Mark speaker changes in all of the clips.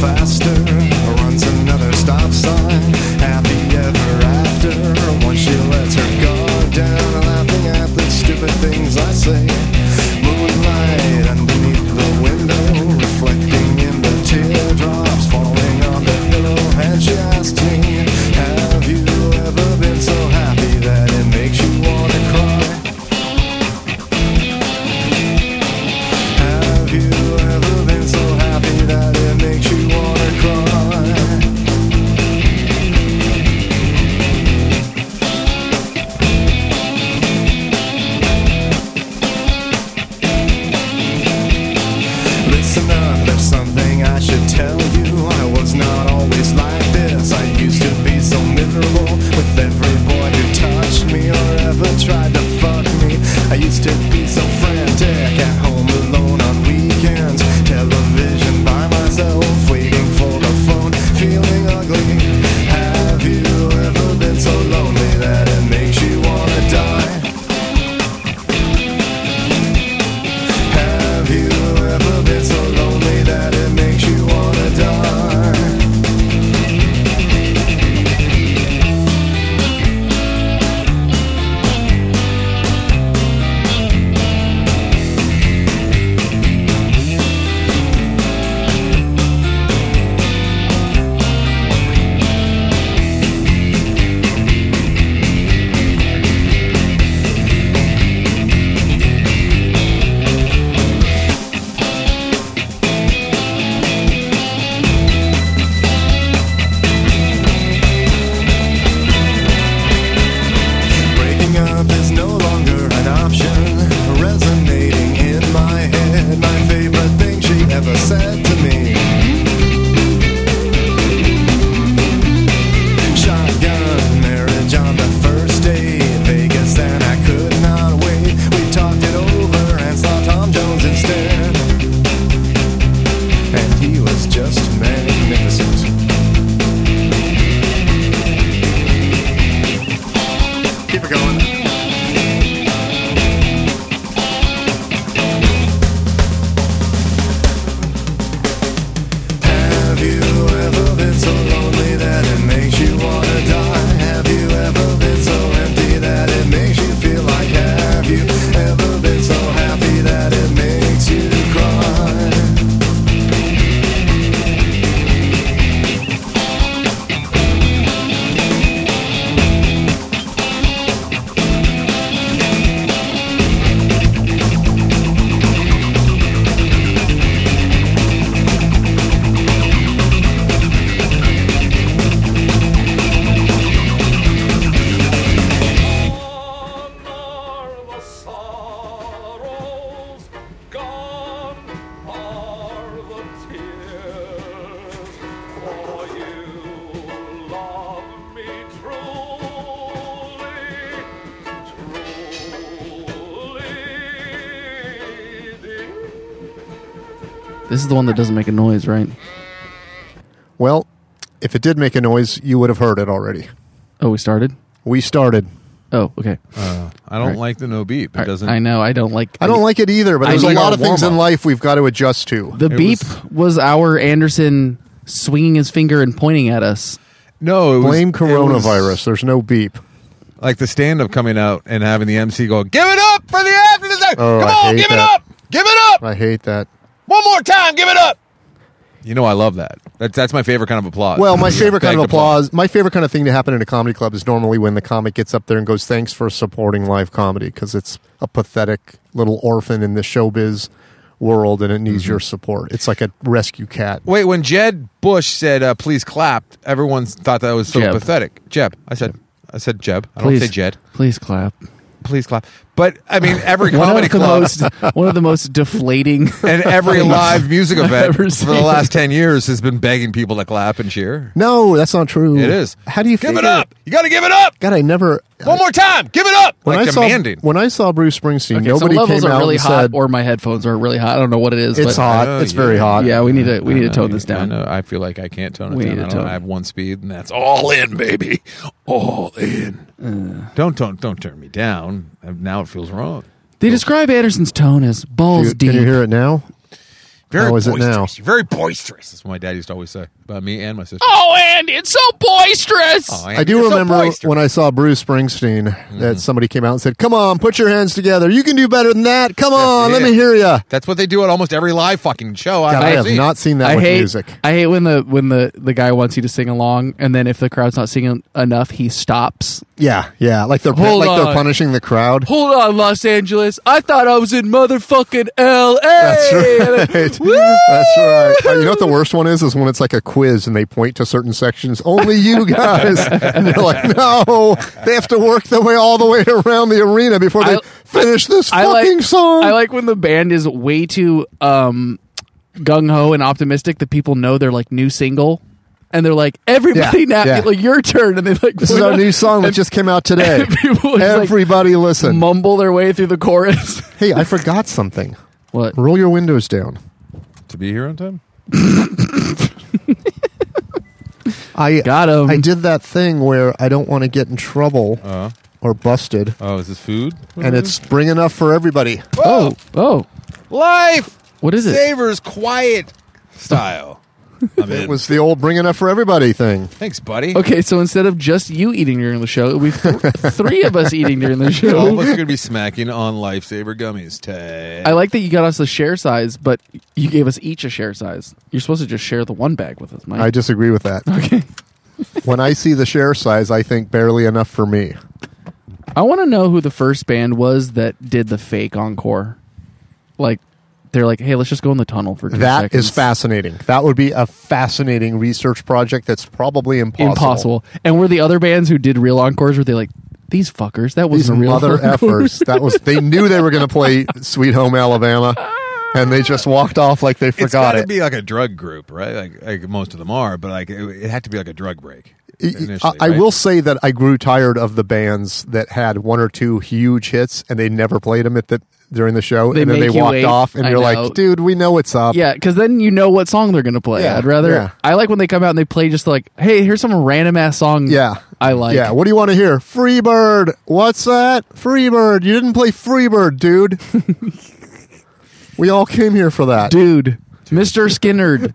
Speaker 1: faster runs another stop sign. Happy ever after. Once she lets her guard down, laughing at the stupid things I say. Moonlight underneath the window, reflecting in the teardrops falling on the pillow. And she asks me, Have you ever been so happy that it makes you wanna cry? Have you ever been so happy that it makes you wanna cry? Listen up, there's something I should tell you. I was not always like this. I used to be so miserable with every boy who touched me or ever tried to fuck me. I used to be so frantic at home alone on weekends. Television by myself, waiting for the phone, feeling ugly. Have you ever been so lonely that it makes you wanna die? Have you ever been so lonely that it makes you wanna die? Breaking up is no longer an option. Resonating in my head, my favorite thing she ever said to me. Shotgun marriage on the first day, Vegas, and I could not wait. We talked it over and saw Tom Jones instead. And he was just magnificent. Keep it going. Have you ever been so lonely that it makes you wanna die? Have you ever been so empty that it makes you feel like have you ever been so happy that it makes you cry?
Speaker 2: Gone are the sorrows, gone are the tears. For you love me truly, truly, dear.
Speaker 3: This is the one that doesn't make a noise, right?
Speaker 4: Well, if it did make a noise, you would have heard it already.
Speaker 3: Oh, we started.
Speaker 4: We started.
Speaker 3: Oh, okay.
Speaker 5: I don't
Speaker 3: Right.
Speaker 5: like the no beep. It
Speaker 3: I-
Speaker 5: doesn't.
Speaker 3: I know. I don't like.
Speaker 4: I don't like it either, but
Speaker 3: I
Speaker 4: there's a
Speaker 3: need
Speaker 4: lot
Speaker 5: a
Speaker 4: of things in
Speaker 5: warm-up.
Speaker 4: life we've got to adjust to.
Speaker 3: The beep was, our Anderson swinging his finger and pointing at us.
Speaker 5: No, it was-
Speaker 4: Blame
Speaker 5: it was
Speaker 4: coronavirus. There's no beep.
Speaker 5: like the stand up coming out and having the MC go, "Give it up for the after the
Speaker 4: Oh,
Speaker 5: Come
Speaker 4: I hate
Speaker 5: on, give it
Speaker 4: that.
Speaker 5: up, give it up
Speaker 4: I hate that.
Speaker 5: one more time, give it up." You know, I love that. That's that's my favorite kind of applause.
Speaker 4: Well, my favorite kind of
Speaker 5: Thank
Speaker 4: applause, my favorite kind of thing to happen in a comedy club is normally when the comic gets up there and goes, "Thanks for supporting live comedy," because it's a pathetic little orphan in the showbiz world and it needs
Speaker 5: Mm-hmm.
Speaker 4: your support. It's like a rescue cat.
Speaker 5: Wait, when Jed Bush said, uh, "Please clap," everyone thought that was so
Speaker 3: Jeb.
Speaker 5: pathetic. Jeb, I said, I said Jeb. I
Speaker 3: Please,
Speaker 5: don't say Jed.
Speaker 3: Please clap.
Speaker 5: Please clap. But I mean, every
Speaker 3: One
Speaker 5: comedy
Speaker 3: of the
Speaker 5: club
Speaker 3: most. One of the most deflating.
Speaker 5: and every live music event
Speaker 3: ever
Speaker 5: for the
Speaker 3: seen.
Speaker 5: last ten years has been begging people to clap and cheer.
Speaker 4: No, that's not true.
Speaker 5: It is.
Speaker 4: How do you
Speaker 5: give it
Speaker 4: figure-
Speaker 5: up? You got to give it up.
Speaker 4: God, I never.
Speaker 5: One more time. Give it up.
Speaker 4: when
Speaker 5: like
Speaker 4: I
Speaker 5: demanding.
Speaker 4: saw when I saw Bruce Springsteen,
Speaker 3: Okay,
Speaker 4: nobody
Speaker 3: some levels
Speaker 4: came
Speaker 3: are
Speaker 4: out
Speaker 3: really
Speaker 4: and
Speaker 3: hot,
Speaker 4: said,
Speaker 3: or my headphones are really hot. I don't know what it is.
Speaker 4: "It's
Speaker 3: but
Speaker 4: hot.
Speaker 5: Oh,
Speaker 4: it's
Speaker 5: yeah.
Speaker 4: very hot."
Speaker 3: Yeah, we need to we need to
Speaker 5: I
Speaker 3: tone
Speaker 5: know,
Speaker 3: this down.
Speaker 5: I know. I feel like I can't tone it
Speaker 3: We
Speaker 5: down.
Speaker 3: need
Speaker 5: I,
Speaker 3: to
Speaker 5: don't,
Speaker 3: tone
Speaker 5: I
Speaker 3: it.
Speaker 5: have one speed, and that's all in, baby. All in.
Speaker 4: Uh.
Speaker 5: Don't don't don't turn me down. Now it feels wrong.
Speaker 3: They describe Anderson's tone as balls
Speaker 4: You-
Speaker 3: deep.
Speaker 4: Can you hear it now?
Speaker 5: Very
Speaker 4: How is it
Speaker 5: boisterous.
Speaker 4: now?
Speaker 5: You're very boisterous. That's what my dad used to always say about me and my sister.
Speaker 3: Oh, and it's so boisterous.
Speaker 5: Oh,
Speaker 4: I
Speaker 5: Andy,
Speaker 4: do
Speaker 5: you're so Mm-hmm.
Speaker 4: remember
Speaker 5: boisterous.
Speaker 4: when I saw Bruce Springsteen that somebody came out and said, "Come on, put your hands together. You can do better than that. Come on, let
Speaker 5: it.
Speaker 4: me hear you."
Speaker 5: That's what they do at almost every live fucking show. I've
Speaker 4: God, I have
Speaker 5: seen.
Speaker 4: not seen that
Speaker 3: I
Speaker 4: with
Speaker 3: hate
Speaker 4: music.
Speaker 3: I hate when the when the the guy wants you to sing along, and then if the crowd's not singing enough, he stops.
Speaker 4: Yeah, yeah, like they're
Speaker 3: Hold
Speaker 4: like they're
Speaker 3: on.
Speaker 4: punishing the crowd.
Speaker 3: Hold on, Los Angeles. I thought I was in motherfucking L.A.
Speaker 4: That's right. That's right. Uh, You know what the worst one is? Is when it's like a quiz and they point to certain sections. Only you guys. and you're like, no, they have to work their way all the way around the arena before they
Speaker 3: I-
Speaker 4: finish this
Speaker 3: I
Speaker 4: fucking
Speaker 3: like
Speaker 4: song.
Speaker 3: I like when the band is way too um, gung ho and optimistic that people know they're like new single, and they're like everybody now
Speaker 4: Yeah, yeah.
Speaker 3: like your turn, and they like
Speaker 4: this is our new song that just came out today.
Speaker 3: People are just like-
Speaker 4: Everybody, listen.
Speaker 3: mumble their way through the chorus.
Speaker 4: hey, I forgot something.
Speaker 3: what?
Speaker 4: Roll your windows down.
Speaker 5: to be here on time.
Speaker 4: I
Speaker 3: Got 'em. Uh-huh.
Speaker 4: I did that thing where I don't want to get in trouble
Speaker 5: Uh,
Speaker 4: or busted,
Speaker 5: oh, is this food? What
Speaker 3: Mm-hmm.
Speaker 4: and
Speaker 5: is
Speaker 4: it's spring enough for everybody.
Speaker 3: Oh, oh,
Speaker 5: it? life
Speaker 3: what is it?
Speaker 5: savers quiet style. I'm
Speaker 4: It
Speaker 5: in.
Speaker 4: was the old bring enough for everybody thing.
Speaker 5: Thanks, buddy.
Speaker 3: Okay, so instead of just you eating during the show, we three of us eating during the
Speaker 5: All of
Speaker 3: show.
Speaker 5: us are gonna be smacking on lifesaver gummies today.
Speaker 3: I like that you got us the share size, but you gave us each a share size. You're supposed to just share the one bag with us, Mike.
Speaker 4: I disagree with that.
Speaker 3: okay.
Speaker 4: when I see the share size, I think barely enough for me.
Speaker 3: I want to know who the first band was that did the fake encore. Like, they're like, "Hey, let's just go in the tunnel for two
Speaker 4: That
Speaker 3: seconds."
Speaker 4: is fascinating. That would be a fascinating research project that's probably impossible.
Speaker 3: impossible. And were the other bands who did real encores were they like these fuckers? That
Speaker 4: These
Speaker 3: wasn't a real
Speaker 4: mother
Speaker 3: encore."
Speaker 4: effers. That was they knew they were going to play Sweet Home Alabama, and they just walked off like they
Speaker 5: It's
Speaker 4: forgot
Speaker 5: gotta
Speaker 4: it.
Speaker 5: be like a drug group, right? Like, like most of them are, but like it, it had to be like a drug break.
Speaker 4: I,
Speaker 5: initially,
Speaker 4: I
Speaker 5: right?
Speaker 4: will say that I grew tired of the bands that had one or two huge hits and they never played them at the during the show,
Speaker 3: They
Speaker 4: and then
Speaker 3: make
Speaker 4: they
Speaker 3: you
Speaker 4: walked
Speaker 3: wait.
Speaker 4: off, and
Speaker 3: I
Speaker 4: you're
Speaker 3: know.
Speaker 4: like, "Dude, we know what's up."
Speaker 3: Yeah, because then you know what song they're gonna play.
Speaker 4: Yeah,
Speaker 3: I'd rather.
Speaker 4: yeah.
Speaker 3: I like when they come out and they play just like, "Hey, here's some random ass song."
Speaker 4: Yeah.
Speaker 3: I like.
Speaker 4: Yeah. What do you want to hear? Freebird. What's that? Freebird. You didn't play Freebird, dude. we all came here for that.
Speaker 3: dude, Mr. Skinnerd.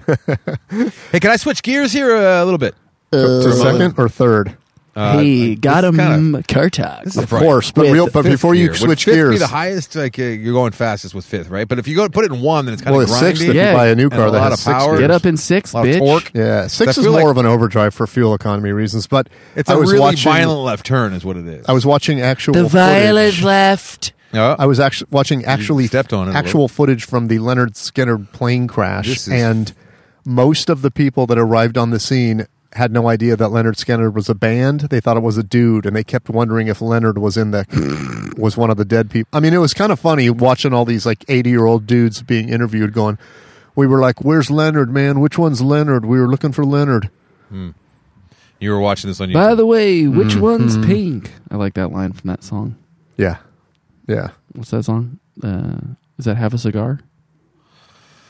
Speaker 5: Hey, can I switch gears here uh, a little bit?
Speaker 4: To
Speaker 5: uh,
Speaker 4: second or third?
Speaker 3: hey, got him,
Speaker 5: this kinda-
Speaker 3: Kurtak.
Speaker 4: Of course. But
Speaker 3: With
Speaker 4: real but
Speaker 5: Fifth
Speaker 4: before you
Speaker 5: gear. Would
Speaker 4: switch
Speaker 5: fifth Be
Speaker 4: gears.
Speaker 5: the highest, like uh, you're going fastest with fifth, right? But if you go put it in one, then it's kind
Speaker 4: Well,
Speaker 5: of
Speaker 4: it's
Speaker 5: grindy.
Speaker 4: sixth if
Speaker 3: Yeah.
Speaker 4: you buy a new
Speaker 5: And
Speaker 4: car
Speaker 5: a
Speaker 4: that
Speaker 5: lot
Speaker 4: has
Speaker 5: of
Speaker 4: six
Speaker 5: power.
Speaker 4: gears.
Speaker 3: Get up in six,
Speaker 5: A lot of
Speaker 3: bitch.
Speaker 5: torque.
Speaker 4: Yeah. Six
Speaker 5: I
Speaker 4: is
Speaker 5: feel
Speaker 4: more
Speaker 5: like-
Speaker 4: of an overdrive for fuel economy reasons, but
Speaker 5: It's
Speaker 4: I
Speaker 5: a
Speaker 4: was
Speaker 5: really
Speaker 4: watching
Speaker 5: violent left turn, is what it is.
Speaker 4: I was watching actual
Speaker 3: The violet
Speaker 4: footage.
Speaker 3: left.
Speaker 5: Oh,
Speaker 4: I was actually watching actually
Speaker 5: stepped on it a
Speaker 4: actual
Speaker 5: little.
Speaker 4: footage from the Leonard Skinner plane crash,
Speaker 5: This is-
Speaker 4: and most of the people that arrived on the scene had no idea that Leonard Skinner was a band. They thought it was a dude, and they kept wondering if Leonard was in the was one of the dead people. I mean, it was kind of funny watching all these like eighty year old dudes being interviewed, going, "We were like, where's Leonard, man? Which one's Leonard? We were looking for Leonard."
Speaker 5: you were watching this on YouTube.
Speaker 3: By the way, which one's pink? I like that line from that song.
Speaker 4: Yeah, yeah,
Speaker 3: What's that song? Uh, is that Have a Cigar?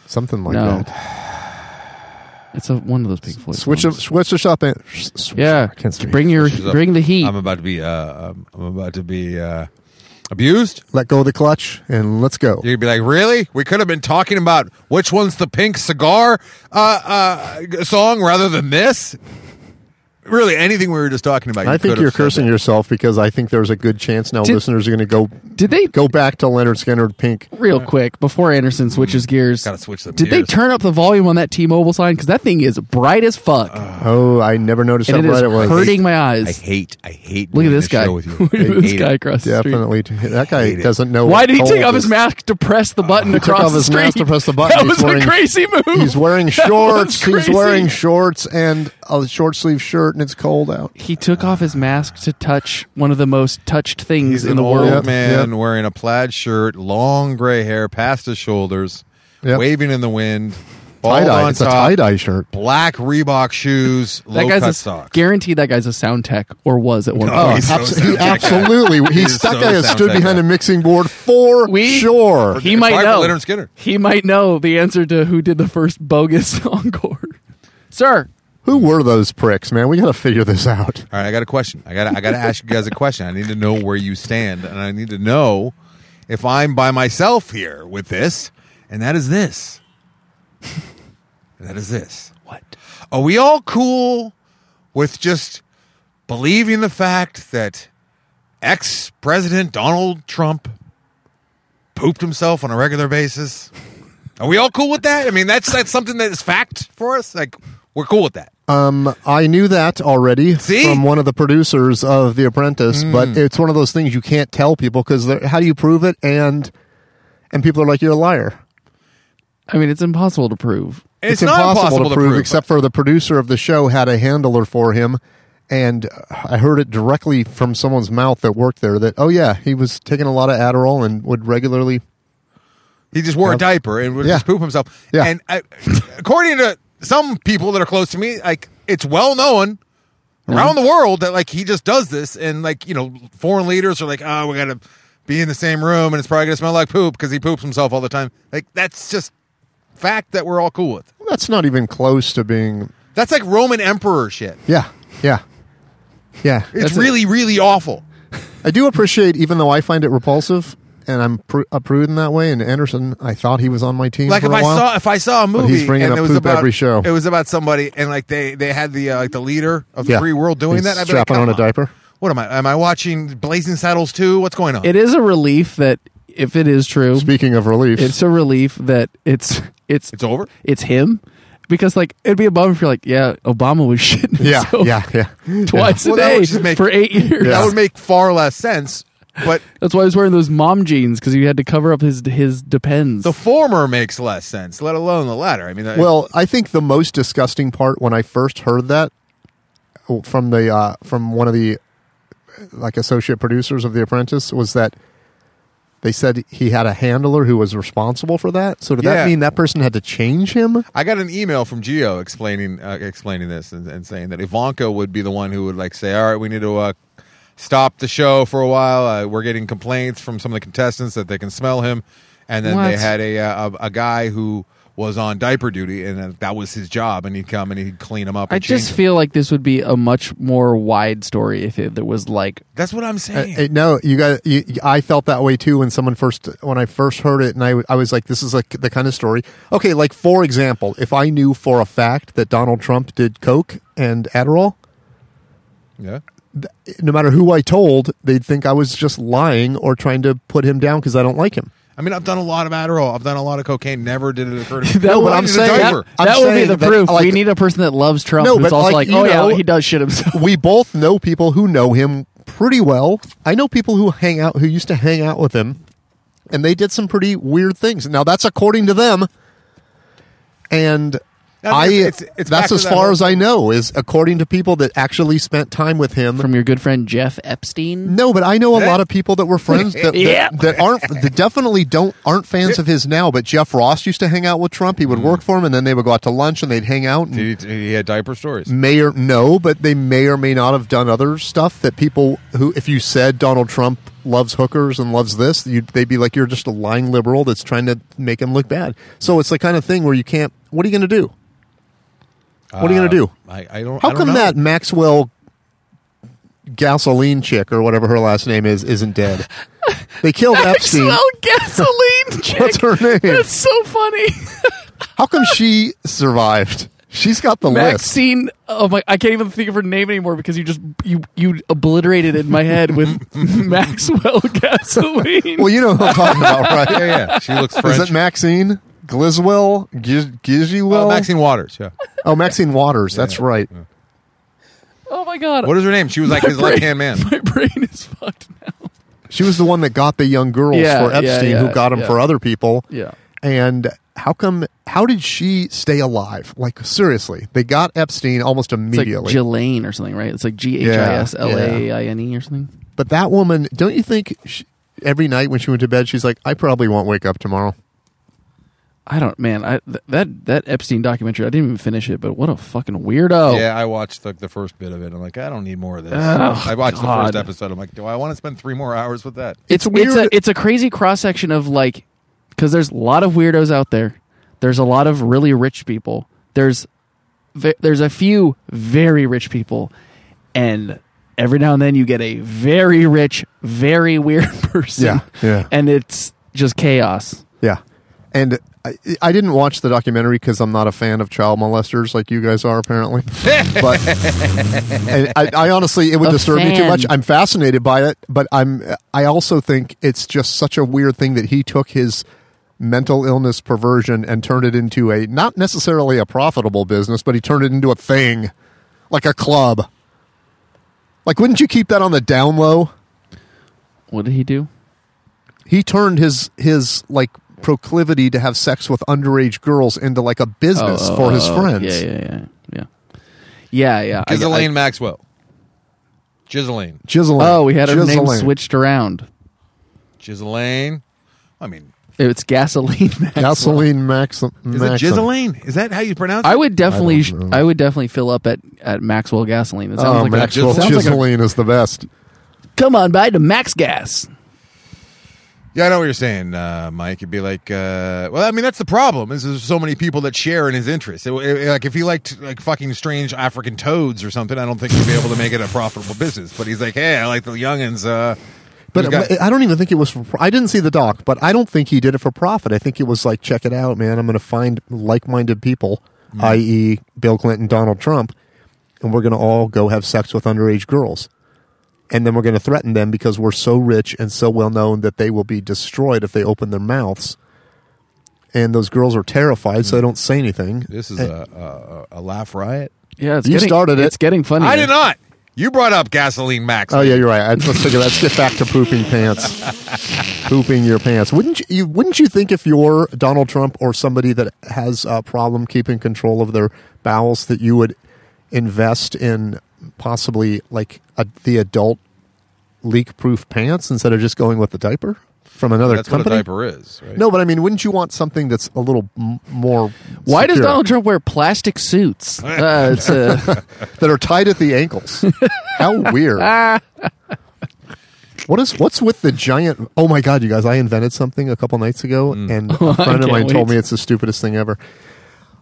Speaker 4: something like
Speaker 3: no.
Speaker 4: that.
Speaker 3: It's a, one of those Pink Floyd
Speaker 4: Switch,
Speaker 3: songs.
Speaker 4: switch the shop in.
Speaker 3: Yeah.
Speaker 4: I can't speak.
Speaker 3: Bring your
Speaker 5: She's up.
Speaker 3: bring the heat.
Speaker 5: I'm about to be, uh, I'm, I'm about to be uh, abused.
Speaker 4: Let go of the clutch and let's go.
Speaker 5: You'd be like, really? We could have been talking about which one's the pink cigar uh, uh, song rather than this. Really, anything we were just talking about.
Speaker 4: I
Speaker 5: you
Speaker 4: think
Speaker 5: could
Speaker 4: you're
Speaker 5: have said
Speaker 4: cursing
Speaker 5: that.
Speaker 4: yourself because I think there's a good chance now
Speaker 3: Did-
Speaker 4: listeners are going to go
Speaker 3: Did they
Speaker 4: go back to Leonard Skinner Pink.
Speaker 3: real quick before Anderson switches gears?
Speaker 5: Gotta switch them
Speaker 3: Did
Speaker 5: gears.
Speaker 3: they turn up the volume on that T-Mobile sign? Because that thing is bright as fuck,
Speaker 4: Oh, I never noticed how
Speaker 3: and it is
Speaker 4: bright it was.
Speaker 3: hurting my
Speaker 5: I
Speaker 3: eyes.
Speaker 5: hate, I hate.
Speaker 3: Look at
Speaker 5: doing
Speaker 3: this guy.
Speaker 5: show With you.
Speaker 3: Look
Speaker 5: I
Speaker 3: at this
Speaker 5: hate
Speaker 3: guy
Speaker 5: it.
Speaker 3: across the street.
Speaker 4: Definitely, that guy
Speaker 5: Hate it.
Speaker 4: doesn't know.
Speaker 3: Why
Speaker 4: what
Speaker 3: did he take
Speaker 4: cold
Speaker 3: off his
Speaker 4: is.
Speaker 3: mask to press the button
Speaker 4: took
Speaker 3: across
Speaker 4: off
Speaker 3: the
Speaker 4: his
Speaker 3: street?
Speaker 4: mask to press the
Speaker 3: That
Speaker 4: button.
Speaker 3: was
Speaker 4: He's wearing-
Speaker 3: a crazy move.
Speaker 4: He's wearing
Speaker 3: That was
Speaker 4: shorts. He's
Speaker 3: crazy.
Speaker 4: wearing shorts and a short sleeve shirt, and it's cold out.
Speaker 3: He took off his mask to touch one of the most touched things
Speaker 5: He's
Speaker 3: in
Speaker 5: an
Speaker 3: the
Speaker 5: old
Speaker 3: world.
Speaker 4: Yep,
Speaker 5: man
Speaker 4: yep.
Speaker 5: wearing a plaid shirt, long gray hair past his shoulders,
Speaker 4: Yep.
Speaker 5: waving in the wind,
Speaker 4: Tie
Speaker 5: bald
Speaker 4: dye.
Speaker 5: on
Speaker 4: It's a
Speaker 5: top,
Speaker 4: tie dye shirt.
Speaker 5: black Reebok shoes,
Speaker 3: That
Speaker 5: low
Speaker 3: guy's
Speaker 5: cut
Speaker 3: a,
Speaker 5: socks.
Speaker 3: guaranteed. That guy's a sound tech or was at one
Speaker 5: No,
Speaker 3: point.
Speaker 5: he's so
Speaker 4: Abs-
Speaker 5: sound
Speaker 4: he
Speaker 5: check guy.
Speaker 4: absolutely. He,
Speaker 5: is
Speaker 4: that
Speaker 5: so
Speaker 4: guy has
Speaker 5: sound
Speaker 4: stood
Speaker 5: check
Speaker 4: behind
Speaker 5: guy.
Speaker 4: a mixing board for
Speaker 3: We-
Speaker 5: Oh,
Speaker 4: sure.
Speaker 3: He might
Speaker 5: Probably
Speaker 3: know.
Speaker 5: Leonard Skinner.
Speaker 3: He might know the answer to who did the first bogus encore. Sir,
Speaker 4: Who were those pricks, man? We got to figure this out.
Speaker 5: All right, I got a question. I got I got to ask you guys a question. I need to know where you stand, and I need to know if I'm by myself here with this, and that is this. and that is this.
Speaker 3: What?
Speaker 5: Are we all cool with just believing the fact that ex President Donald Trump pooped himself on a regular basis? Are we all cool with that? I mean, that's that's something that is fact for us. Like, we're cool with that.
Speaker 4: Um, I knew that already
Speaker 5: See? Mm.
Speaker 4: from one of the producers of The Apprentice, but it's one of those things you can't tell people because how do you prove it? And and people are like, you're a liar.
Speaker 3: I mean, it's impossible to prove.
Speaker 5: it's, not impossible, to prove,
Speaker 4: except for the producer of the show had a handler for him. And I heard it directly from someone's mouth that worked there that, oh, yeah, he was taking a lot of Adderall and would regularly.
Speaker 5: He just wore a diaper and would
Speaker 4: Yeah.
Speaker 5: just poop himself.
Speaker 4: Yeah.
Speaker 5: And I, according to some people that are close to me, like it's well known
Speaker 4: Mm-hmm.
Speaker 5: around the world that like he just does this, and like you know, foreign leaders are like, oh, we got to be in the same room, and it's probably gonna smell like poop because he poops himself all the time. Like that's just fact that we're all cool with.
Speaker 4: That's not even close to being.
Speaker 5: That's like Roman emperor shit.
Speaker 4: Yeah, yeah, yeah.
Speaker 5: It's
Speaker 3: That's it.
Speaker 5: really, really awful.
Speaker 4: I do appreciate, even though I find it repulsive, and I'm pr- a prude in that way. And Anderson, I thought he was on my team.
Speaker 5: like
Speaker 4: for
Speaker 5: if
Speaker 4: a
Speaker 5: I
Speaker 4: while.
Speaker 5: saw if I saw a movie
Speaker 4: he's bringing
Speaker 5: and
Speaker 4: up
Speaker 5: it was
Speaker 4: poop
Speaker 5: about
Speaker 4: every show.
Speaker 5: it was about somebody and like they they had the uh, like the leader of the
Speaker 4: Yeah.
Speaker 5: free world doing
Speaker 4: He's
Speaker 5: that I'd be like,
Speaker 4: strapping
Speaker 5: "Come
Speaker 4: on a diaper.
Speaker 5: What am I? Am I watching Blazing Saddles 2? What's going on?
Speaker 3: It is a relief that if it is true,
Speaker 4: Speaking of relief,
Speaker 3: it's a relief that it's it's
Speaker 5: it's over.
Speaker 3: it's him because like it'd be a bummer if you're like, yeah, Obama was shitting
Speaker 4: yeah,
Speaker 3: himself
Speaker 4: yeah, yeah.
Speaker 3: twice
Speaker 5: Well,
Speaker 3: a
Speaker 5: that
Speaker 3: day
Speaker 5: would just make-
Speaker 3: for eight years.
Speaker 4: Yeah.
Speaker 5: That would make far less sense, but
Speaker 3: That's why he was wearing those mom jeans because he had to cover up his his depends.
Speaker 5: the former makes less sense, let alone the latter. I mean, I-
Speaker 4: Well, I think the most disgusting part when I first heard that from the uh, from one of the like associate producers of The Apprentice was that they said he had a handler who was responsible for that. So did
Speaker 5: Yeah.
Speaker 4: that mean that person had to change him?
Speaker 5: I got an email from Geo explaining uh, explaining this and, and saying that Ivanka would be the one who would like say, "All right, we need to uh, stop the show for a while. Uh, we're getting complaints from some of the contestants that they can smell him." And then they
Speaker 3: What?
Speaker 5: had a, uh, a a guy who was on diaper duty, and uh, that was his job, and he'd come and he'd clean him up. And
Speaker 3: I just
Speaker 5: change 'em.
Speaker 3: feel like this would be a much more wide story if it there was like
Speaker 5: that's what I'm
Speaker 4: Uh,
Speaker 5: saying.
Speaker 4: uh, no, you got. You, I felt that way too when someone first when I first heard it, and I w- I was like, this is like the kind of story. Okay, like for example, if I knew for a fact that Donald Trump did coke and Adderall,
Speaker 5: yeah.
Speaker 4: no matter who I told, they'd think I was just lying or trying to put him down because I don't like him.
Speaker 5: I mean, I've done a lot of Adderall. I've done a lot of cocaine. Never did it occur to me.
Speaker 3: That
Speaker 5: No,
Speaker 3: would-
Speaker 5: I
Speaker 4: I'm
Speaker 5: needed a
Speaker 4: saying-
Speaker 5: diaper.
Speaker 4: I'm
Speaker 3: that would be
Speaker 4: saying
Speaker 3: the
Speaker 4: that,
Speaker 3: proof.
Speaker 4: like-
Speaker 3: we need a person that loves Trump,
Speaker 4: No,
Speaker 3: but it's
Speaker 4: but,
Speaker 3: also
Speaker 4: like,
Speaker 3: like,
Speaker 4: you
Speaker 3: oh
Speaker 4: know-
Speaker 3: yeah, he does shit himself.
Speaker 4: We both know people who know him pretty well. I know people who hang out who used to hang out with him, and they did some pretty weird things. Now that's according to them, and.
Speaker 5: I
Speaker 4: I,
Speaker 5: mean, it's- it's- it's back
Speaker 4: that's
Speaker 5: to
Speaker 4: as
Speaker 5: that
Speaker 4: far
Speaker 5: whole-
Speaker 4: as I know is according to people that actually spent time with him.
Speaker 3: From your good friend Jeff Epstein.
Speaker 4: no, but I know a lot of people that were friends that, that-
Speaker 3: Yeah.
Speaker 4: that, aren't that definitely don't aren't fans of his now. But Jeff Ross used to hang out with Trump. He would
Speaker 3: Mm.
Speaker 4: work for him, and then they would go out to lunch and they'd hang out. And
Speaker 5: He, he had diaper stories.
Speaker 4: may or no, but they may or may not have done other stuff that people who, if you said Donald Trump loves hookers and loves this, you'd, they'd be like, you're just a lying liberal that's trying to make him look bad. So it's the kind of thing where you can't. What are you going to do? What are you going to do?
Speaker 5: I, Uh, I don't.
Speaker 4: How
Speaker 5: I don't
Speaker 4: come
Speaker 5: know.
Speaker 4: that Maxwell gasoline chick or whatever her last name is isn't dead? They killed Epstein.
Speaker 3: gasoline. Chick.
Speaker 4: What's her name?
Speaker 3: That's so funny.
Speaker 4: How come she survived? She's got the list.
Speaker 3: Maxine. Oh my! I can't even think of her name anymore because you just you you obliterated it in my head with Maxwell gasoline.
Speaker 4: Well, you know who I'm talking about, right?
Speaker 5: Yeah, yeah. She looks French.
Speaker 4: Is it Maxine Gliswell? Giz- Giziwell?
Speaker 5: Uh, Maxine Waters. Yeah.
Speaker 4: Oh, Maxine Waters. That's right.
Speaker 3: oh my god!
Speaker 5: What is her name? She was like his
Speaker 3: My brain-
Speaker 5: left hand man.
Speaker 3: My brain is fucked now.
Speaker 4: She was the one that got the young girls
Speaker 3: Yeah,
Speaker 4: for
Speaker 3: yeah,
Speaker 4: Epstein,
Speaker 3: yeah,
Speaker 4: who got them
Speaker 3: yeah.
Speaker 4: for other people.
Speaker 3: Yeah.
Speaker 4: And how come? How did she stay alive? Like seriously, they got Epstein almost
Speaker 3: It's like
Speaker 4: immediately.
Speaker 3: Ghislaine or something, right? It's like G H I S L A I N E or something.
Speaker 4: but that woman, don't you think? She, every night when she went to bed, she's like, "I probably won't wake up tomorrow."
Speaker 3: I don't, man. I th- that that Epstein documentary. I didn't even finish it, but what a fucking weirdo.
Speaker 5: Yeah, I watched like the first bit of it. I'm like, I don't need more of this.
Speaker 3: Oh,
Speaker 5: I watched the
Speaker 3: God.
Speaker 5: first episode. I'm like, do I want to spend three more hours with that?
Speaker 4: It's
Speaker 3: It's
Speaker 4: weird.
Speaker 3: a it's a crazy cross section of like because there's a lot of weirdos out there. There's a lot of really rich people. There's ve- there's a few very rich people, and every now and then you get a very rich, very weird person.
Speaker 4: Yeah, yeah.
Speaker 3: and it's just chaos.
Speaker 4: Yeah. And I, I didn't watch the documentary because I'm not a fan of child molesters like you guys are apparently. but and I, I honestly, it would
Speaker 3: A
Speaker 4: disturb me too
Speaker 3: fan.
Speaker 4: much. I'm fascinated by it, but I'm I also think it's just such a weird thing that he took his mental illness perversion and turned it into a not necessarily a profitable business, but he turned it into a thing, like a club. Like, wouldn't you keep that on the down low?
Speaker 3: What did he do?
Speaker 4: he turned his his like proclivity to have sex with underage girls into like a business
Speaker 3: oh,
Speaker 4: for his
Speaker 3: oh,
Speaker 4: friends.
Speaker 3: Yeah, yeah, yeah, yeah, yeah, yeah. I-
Speaker 5: Ghislaine Maxwell. Ghislaine.
Speaker 4: Ghislaine.
Speaker 3: I- oh, we had our name
Speaker 4: Ghislaine.
Speaker 3: switched around.
Speaker 5: Ghislaine. I mean,
Speaker 3: It's gasoline. Maxwell.
Speaker 4: Gasoline Maxim.
Speaker 5: is it Ghislaine? Is that how you pronounce it?
Speaker 3: I would definitely,
Speaker 4: I don't know.
Speaker 3: I, would definitely fill up at, at Maxwell Gasoline. It sounds
Speaker 4: Oh,
Speaker 3: like a-
Speaker 4: Maxwell
Speaker 5: Ghislaine.
Speaker 3: sounds like a-
Speaker 4: Ghislaine is the best.
Speaker 3: come on by to Max Gas.
Speaker 5: Yeah, I know what you're saying, uh, Mike. It'd be like, uh, well, I mean, that's the problem. Is there's so many people that share in his interests. It- it- like, if he liked like fucking strange African toads or something, I don't think he'd be able to make it a profitable business. But he's like, hey, I like the youngins. Uh,
Speaker 4: But
Speaker 5: who's got-
Speaker 4: I don't even think it was. For, I didn't see the doc, but I don't think he did it for profit. I think it was like, check it out, man. I'm going to find like-minded people, i.e., Bill Clinton, Donald Trump, and we're going to all go have sex with underage girls, and then we're going to threaten them because we're so rich and so well known that they will be destroyed if they open their mouths. And those girls are terrified, so they don't say anything.
Speaker 5: Hmm. this is a, a, a laugh riot.
Speaker 3: Yeah, it's
Speaker 4: You
Speaker 3: getting,
Speaker 4: started it.
Speaker 3: It's getting funny.
Speaker 5: I did not. You brought up gasoline, Max.
Speaker 4: Oh yeah, you're right. I- Let's think of that. Let's get back to pooping pants. pooping your pants. Wouldn't you, you? Wouldn't you think if you're Donald Trump or somebody that has a problem keeping control of their bowels that you would invest in possibly like a, the adult leak-proof pants instead of just going with the diaper from another
Speaker 5: That's
Speaker 4: company?
Speaker 5: what a diaper is. Right?
Speaker 4: No, but I mean, wouldn't you want something that's a little m- more?
Speaker 3: Why does
Speaker 4: secure?
Speaker 3: Donald Trump wear plastic suits? Uh, it's uh,
Speaker 4: that are tied at the ankles. How weird. What is what's with the giant? Oh my god, you guys! I invented something a couple nights ago, and a
Speaker 3: Mm. Oh, I
Speaker 4: friend of
Speaker 3: can't
Speaker 4: mine told
Speaker 3: wait.
Speaker 4: me it's the stupidest thing ever.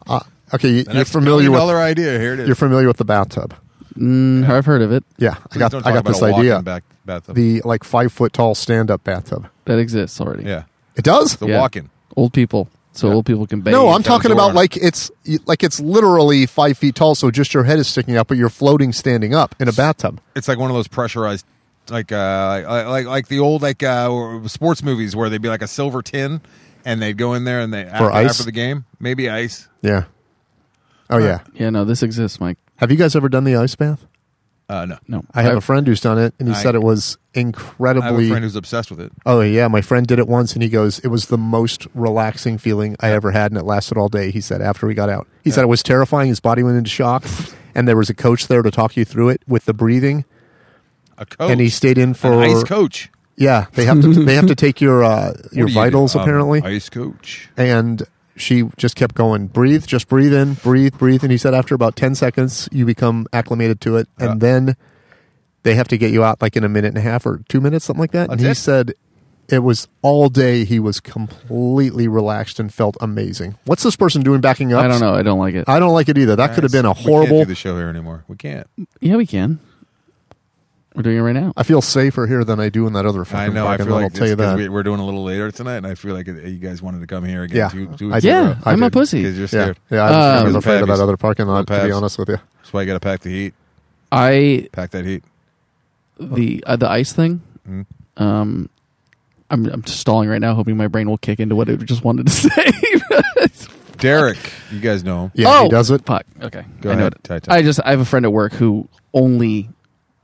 Speaker 4: Uh, okay, you,
Speaker 5: And
Speaker 4: you're
Speaker 5: that's a
Speaker 4: familiar
Speaker 5: million
Speaker 4: with
Speaker 5: dollar idea. Here it is.
Speaker 4: you're familiar with the bathtub.
Speaker 3: mm, I've heard of it.
Speaker 4: Yeah,
Speaker 5: Please
Speaker 4: I got
Speaker 5: don't
Speaker 4: I
Speaker 5: talk
Speaker 4: got
Speaker 5: about
Speaker 4: this
Speaker 5: a walking
Speaker 4: idea.
Speaker 5: Back, bathtub.
Speaker 4: The like five foot tall stand up bathtub.
Speaker 3: That exists already.
Speaker 5: yeah,
Speaker 4: It does.
Speaker 5: the
Speaker 3: Yeah.
Speaker 5: walking.
Speaker 3: Old people, so old people can bathe.
Speaker 4: No, I'm
Speaker 5: got a
Speaker 4: talking
Speaker 5: door on
Speaker 4: about
Speaker 5: it.
Speaker 4: like it's like it's literally five feet tall, so just your head is sticking out, but you're floating standing up in a bathtub.
Speaker 5: it's like one of those pressurized like uh like like, like the old like uh sports movies where they'd be like a silver tin and they'd go in there and they after,
Speaker 4: ice?
Speaker 5: after the game maybe ice
Speaker 4: Yeah. Oh yeah.
Speaker 3: Yeah, no, this exists, Mike.
Speaker 4: Have you guys ever done the ice bath?
Speaker 5: uh no
Speaker 3: No,
Speaker 4: I have
Speaker 3: I've-
Speaker 4: a friend who's done it, and he
Speaker 5: I-
Speaker 4: said it was
Speaker 5: i have a
Speaker 4: incredibly.
Speaker 5: friend who's obsessed with it
Speaker 4: oh yeah, my friend did it once, and he goes, "It was the most relaxing feeling I ever had, and it lasted all day." He said after we got out, he said it was terrifying. His body went into shock, and there was a coach there to talk you through it with the breathing,
Speaker 5: a coach
Speaker 4: and he stayed in
Speaker 5: Oh, an
Speaker 4: for
Speaker 5: ice coach
Speaker 4: Yeah, they have to they have to take your uh, your
Speaker 5: What do you
Speaker 4: vitals
Speaker 5: do? Um,
Speaker 4: apparently,
Speaker 5: ice coach
Speaker 4: and she just kept going, breathe, just breathe in, breathe, breathe, and he said after about ten seconds you become acclimated to it, and
Speaker 5: Yeah.
Speaker 4: then they have to get you out like in a minute and a half or two minutes, something like that. and
Speaker 5: That's
Speaker 4: he
Speaker 5: it?
Speaker 4: said it was all day he was completely relaxed and felt amazing. What's this person doing backing up?
Speaker 3: I don't know. I don't like it.
Speaker 4: I don't like it either. That could have been a
Speaker 5: we
Speaker 4: horrible.
Speaker 5: can't do the show here anymore we can't
Speaker 3: yeah, we can. We're doing it right now.
Speaker 4: I feel safer here than I do in that other
Speaker 5: i
Speaker 4: fucking
Speaker 5: know i
Speaker 4: fucking
Speaker 5: feel
Speaker 4: one,
Speaker 5: like
Speaker 4: I'll
Speaker 5: it's
Speaker 4: tell you
Speaker 5: 'cause
Speaker 4: that.
Speaker 5: we- we're doing a little later tonight and i feel like it- you guys wanted to come here again
Speaker 4: Yeah.
Speaker 5: two, two
Speaker 4: I
Speaker 5: weeks
Speaker 4: did.
Speaker 5: in a
Speaker 3: yeah,
Speaker 5: row.
Speaker 4: I
Speaker 3: I'm
Speaker 4: did.
Speaker 3: opposed to
Speaker 5: because
Speaker 3: it.
Speaker 5: you're
Speaker 4: yeah,
Speaker 5: scared
Speaker 4: yeah. I was, I
Speaker 3: Um,
Speaker 4: was afraid of that
Speaker 5: Pabs.
Speaker 4: other parking lot. To be
Speaker 5: Pabs.
Speaker 4: honest with you.
Speaker 5: that's why you gotta pack the heat
Speaker 3: I
Speaker 5: pack that heat
Speaker 3: the uh, the ice thing. Um, I'm I'm just stalling right now, hoping my brain will kick into what it just wanted to say.
Speaker 5: derek you guys know him
Speaker 4: Yeah,
Speaker 3: oh,
Speaker 4: he does it.
Speaker 3: Fuck. Okay.
Speaker 5: Go
Speaker 3: I know
Speaker 5: ahead,
Speaker 3: it.
Speaker 5: Ty- Ty.
Speaker 3: I just I have a friend at work who only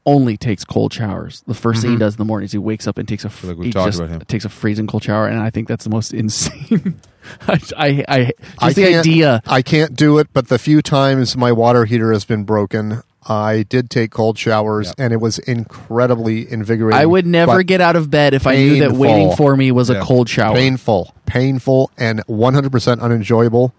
Speaker 3: only takes cold showers. The 1st thing he does in the morning is he wakes up and takes a fr-
Speaker 5: like we've
Speaker 3: he
Speaker 5: talked
Speaker 3: just
Speaker 5: about him.
Speaker 3: takes a freezing cold shower, and I think that's the most insane. I I, I just the
Speaker 4: can't-
Speaker 3: idea.
Speaker 4: I can't do it, but the few times my water heater has been broken, I did take cold showers,
Speaker 5: Yeah.
Speaker 4: and it was incredibly invigorating.
Speaker 3: I would never
Speaker 4: but
Speaker 3: get out of bed if I knew that
Speaker 4: painful.
Speaker 3: waiting for me was
Speaker 5: Yeah.
Speaker 3: a cold shower.
Speaker 4: painful, painful, and one hundred percent unenjoyable.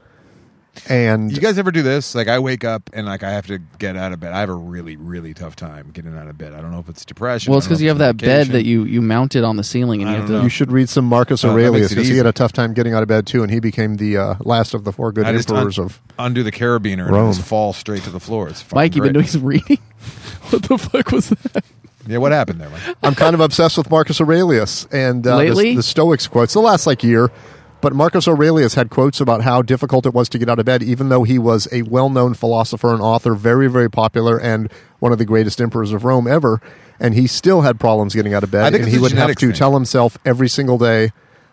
Speaker 4: And
Speaker 5: You guys ever do this? Like I wake up and like I have to get out of bed. I have a really really tough time getting out of bed. I don't know if it's depression.
Speaker 3: Well, it's
Speaker 5: I don't
Speaker 3: because
Speaker 5: know
Speaker 3: you
Speaker 5: if
Speaker 3: have that
Speaker 5: it's
Speaker 3: bed
Speaker 5: medication.
Speaker 3: that you you mounted on the ceiling, and
Speaker 5: I
Speaker 3: you have
Speaker 5: don't
Speaker 3: to.
Speaker 5: know.
Speaker 4: you should read some Marcus
Speaker 5: Oh, that
Speaker 4: Aurelius
Speaker 5: makes it
Speaker 4: because he had
Speaker 5: easy.
Speaker 4: a tough time getting out of bed too, and he became the uh, last of the four good
Speaker 5: I just
Speaker 4: emperors
Speaker 5: un-
Speaker 4: of.
Speaker 5: undo the carabiner
Speaker 4: Rome.
Speaker 5: and just fall straight to the floor. It's fucking
Speaker 3: Mike, you've been doing
Speaker 5: great.
Speaker 3: some reading. what the fuck was that?
Speaker 5: Yeah, what happened there? Mike?
Speaker 4: I'm kind of obsessed with Marcus Aurelius and uh, the-
Speaker 3: Lately?
Speaker 4: the, Stoics quotes. The last like year, But Marcus Aurelius had quotes about how difficult it was to get out of bed, even though he was a well known philosopher and author, very, very popular, and one of the greatest emperors of Rome ever. And he still had problems getting out of bed.
Speaker 5: I think
Speaker 4: and
Speaker 5: it's
Speaker 4: he
Speaker 5: a
Speaker 4: would have
Speaker 5: genetic
Speaker 4: to
Speaker 5: thing.
Speaker 4: tell himself every single day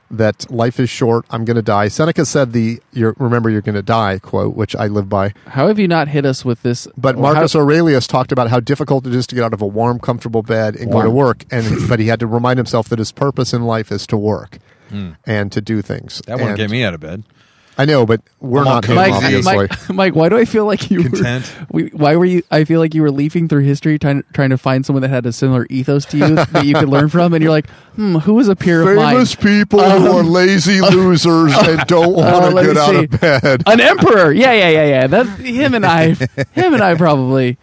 Speaker 4: that life is short, I'm going to die. Seneca said the you're, remember you're going to die quote, which I live by.
Speaker 3: How have you not hit us with this?
Speaker 4: But
Speaker 3: or
Speaker 4: Marcus
Speaker 3: how-
Speaker 4: Aurelius talked about how difficult it is to get out of a warm, comfortable bed and go to
Speaker 3: Warm.
Speaker 4: work, and but he had to remind himself that his purpose in life is to work and to do things.
Speaker 5: That won't
Speaker 4: And-
Speaker 5: get me out of bed.
Speaker 4: I know, but we're
Speaker 5: I'm all
Speaker 4: not him,
Speaker 5: cozy.
Speaker 3: Mike,
Speaker 4: obviously.
Speaker 3: Mike, Mike, why do I feel like you
Speaker 5: Content.
Speaker 3: Were, we, why were you? I feel like you were leafing through history, trying trying to find someone that had a similar ethos to you that you could learn from, and you're like, hmm, who was a peer of mine?
Speaker 4: Famous people who are lazy losers and don't
Speaker 3: Uh,
Speaker 4: want to
Speaker 3: let me
Speaker 4: get out of
Speaker 3: see.
Speaker 4: bed.
Speaker 3: An emperor? Yeah, yeah, yeah, yeah. That's him and I. Him and I probably.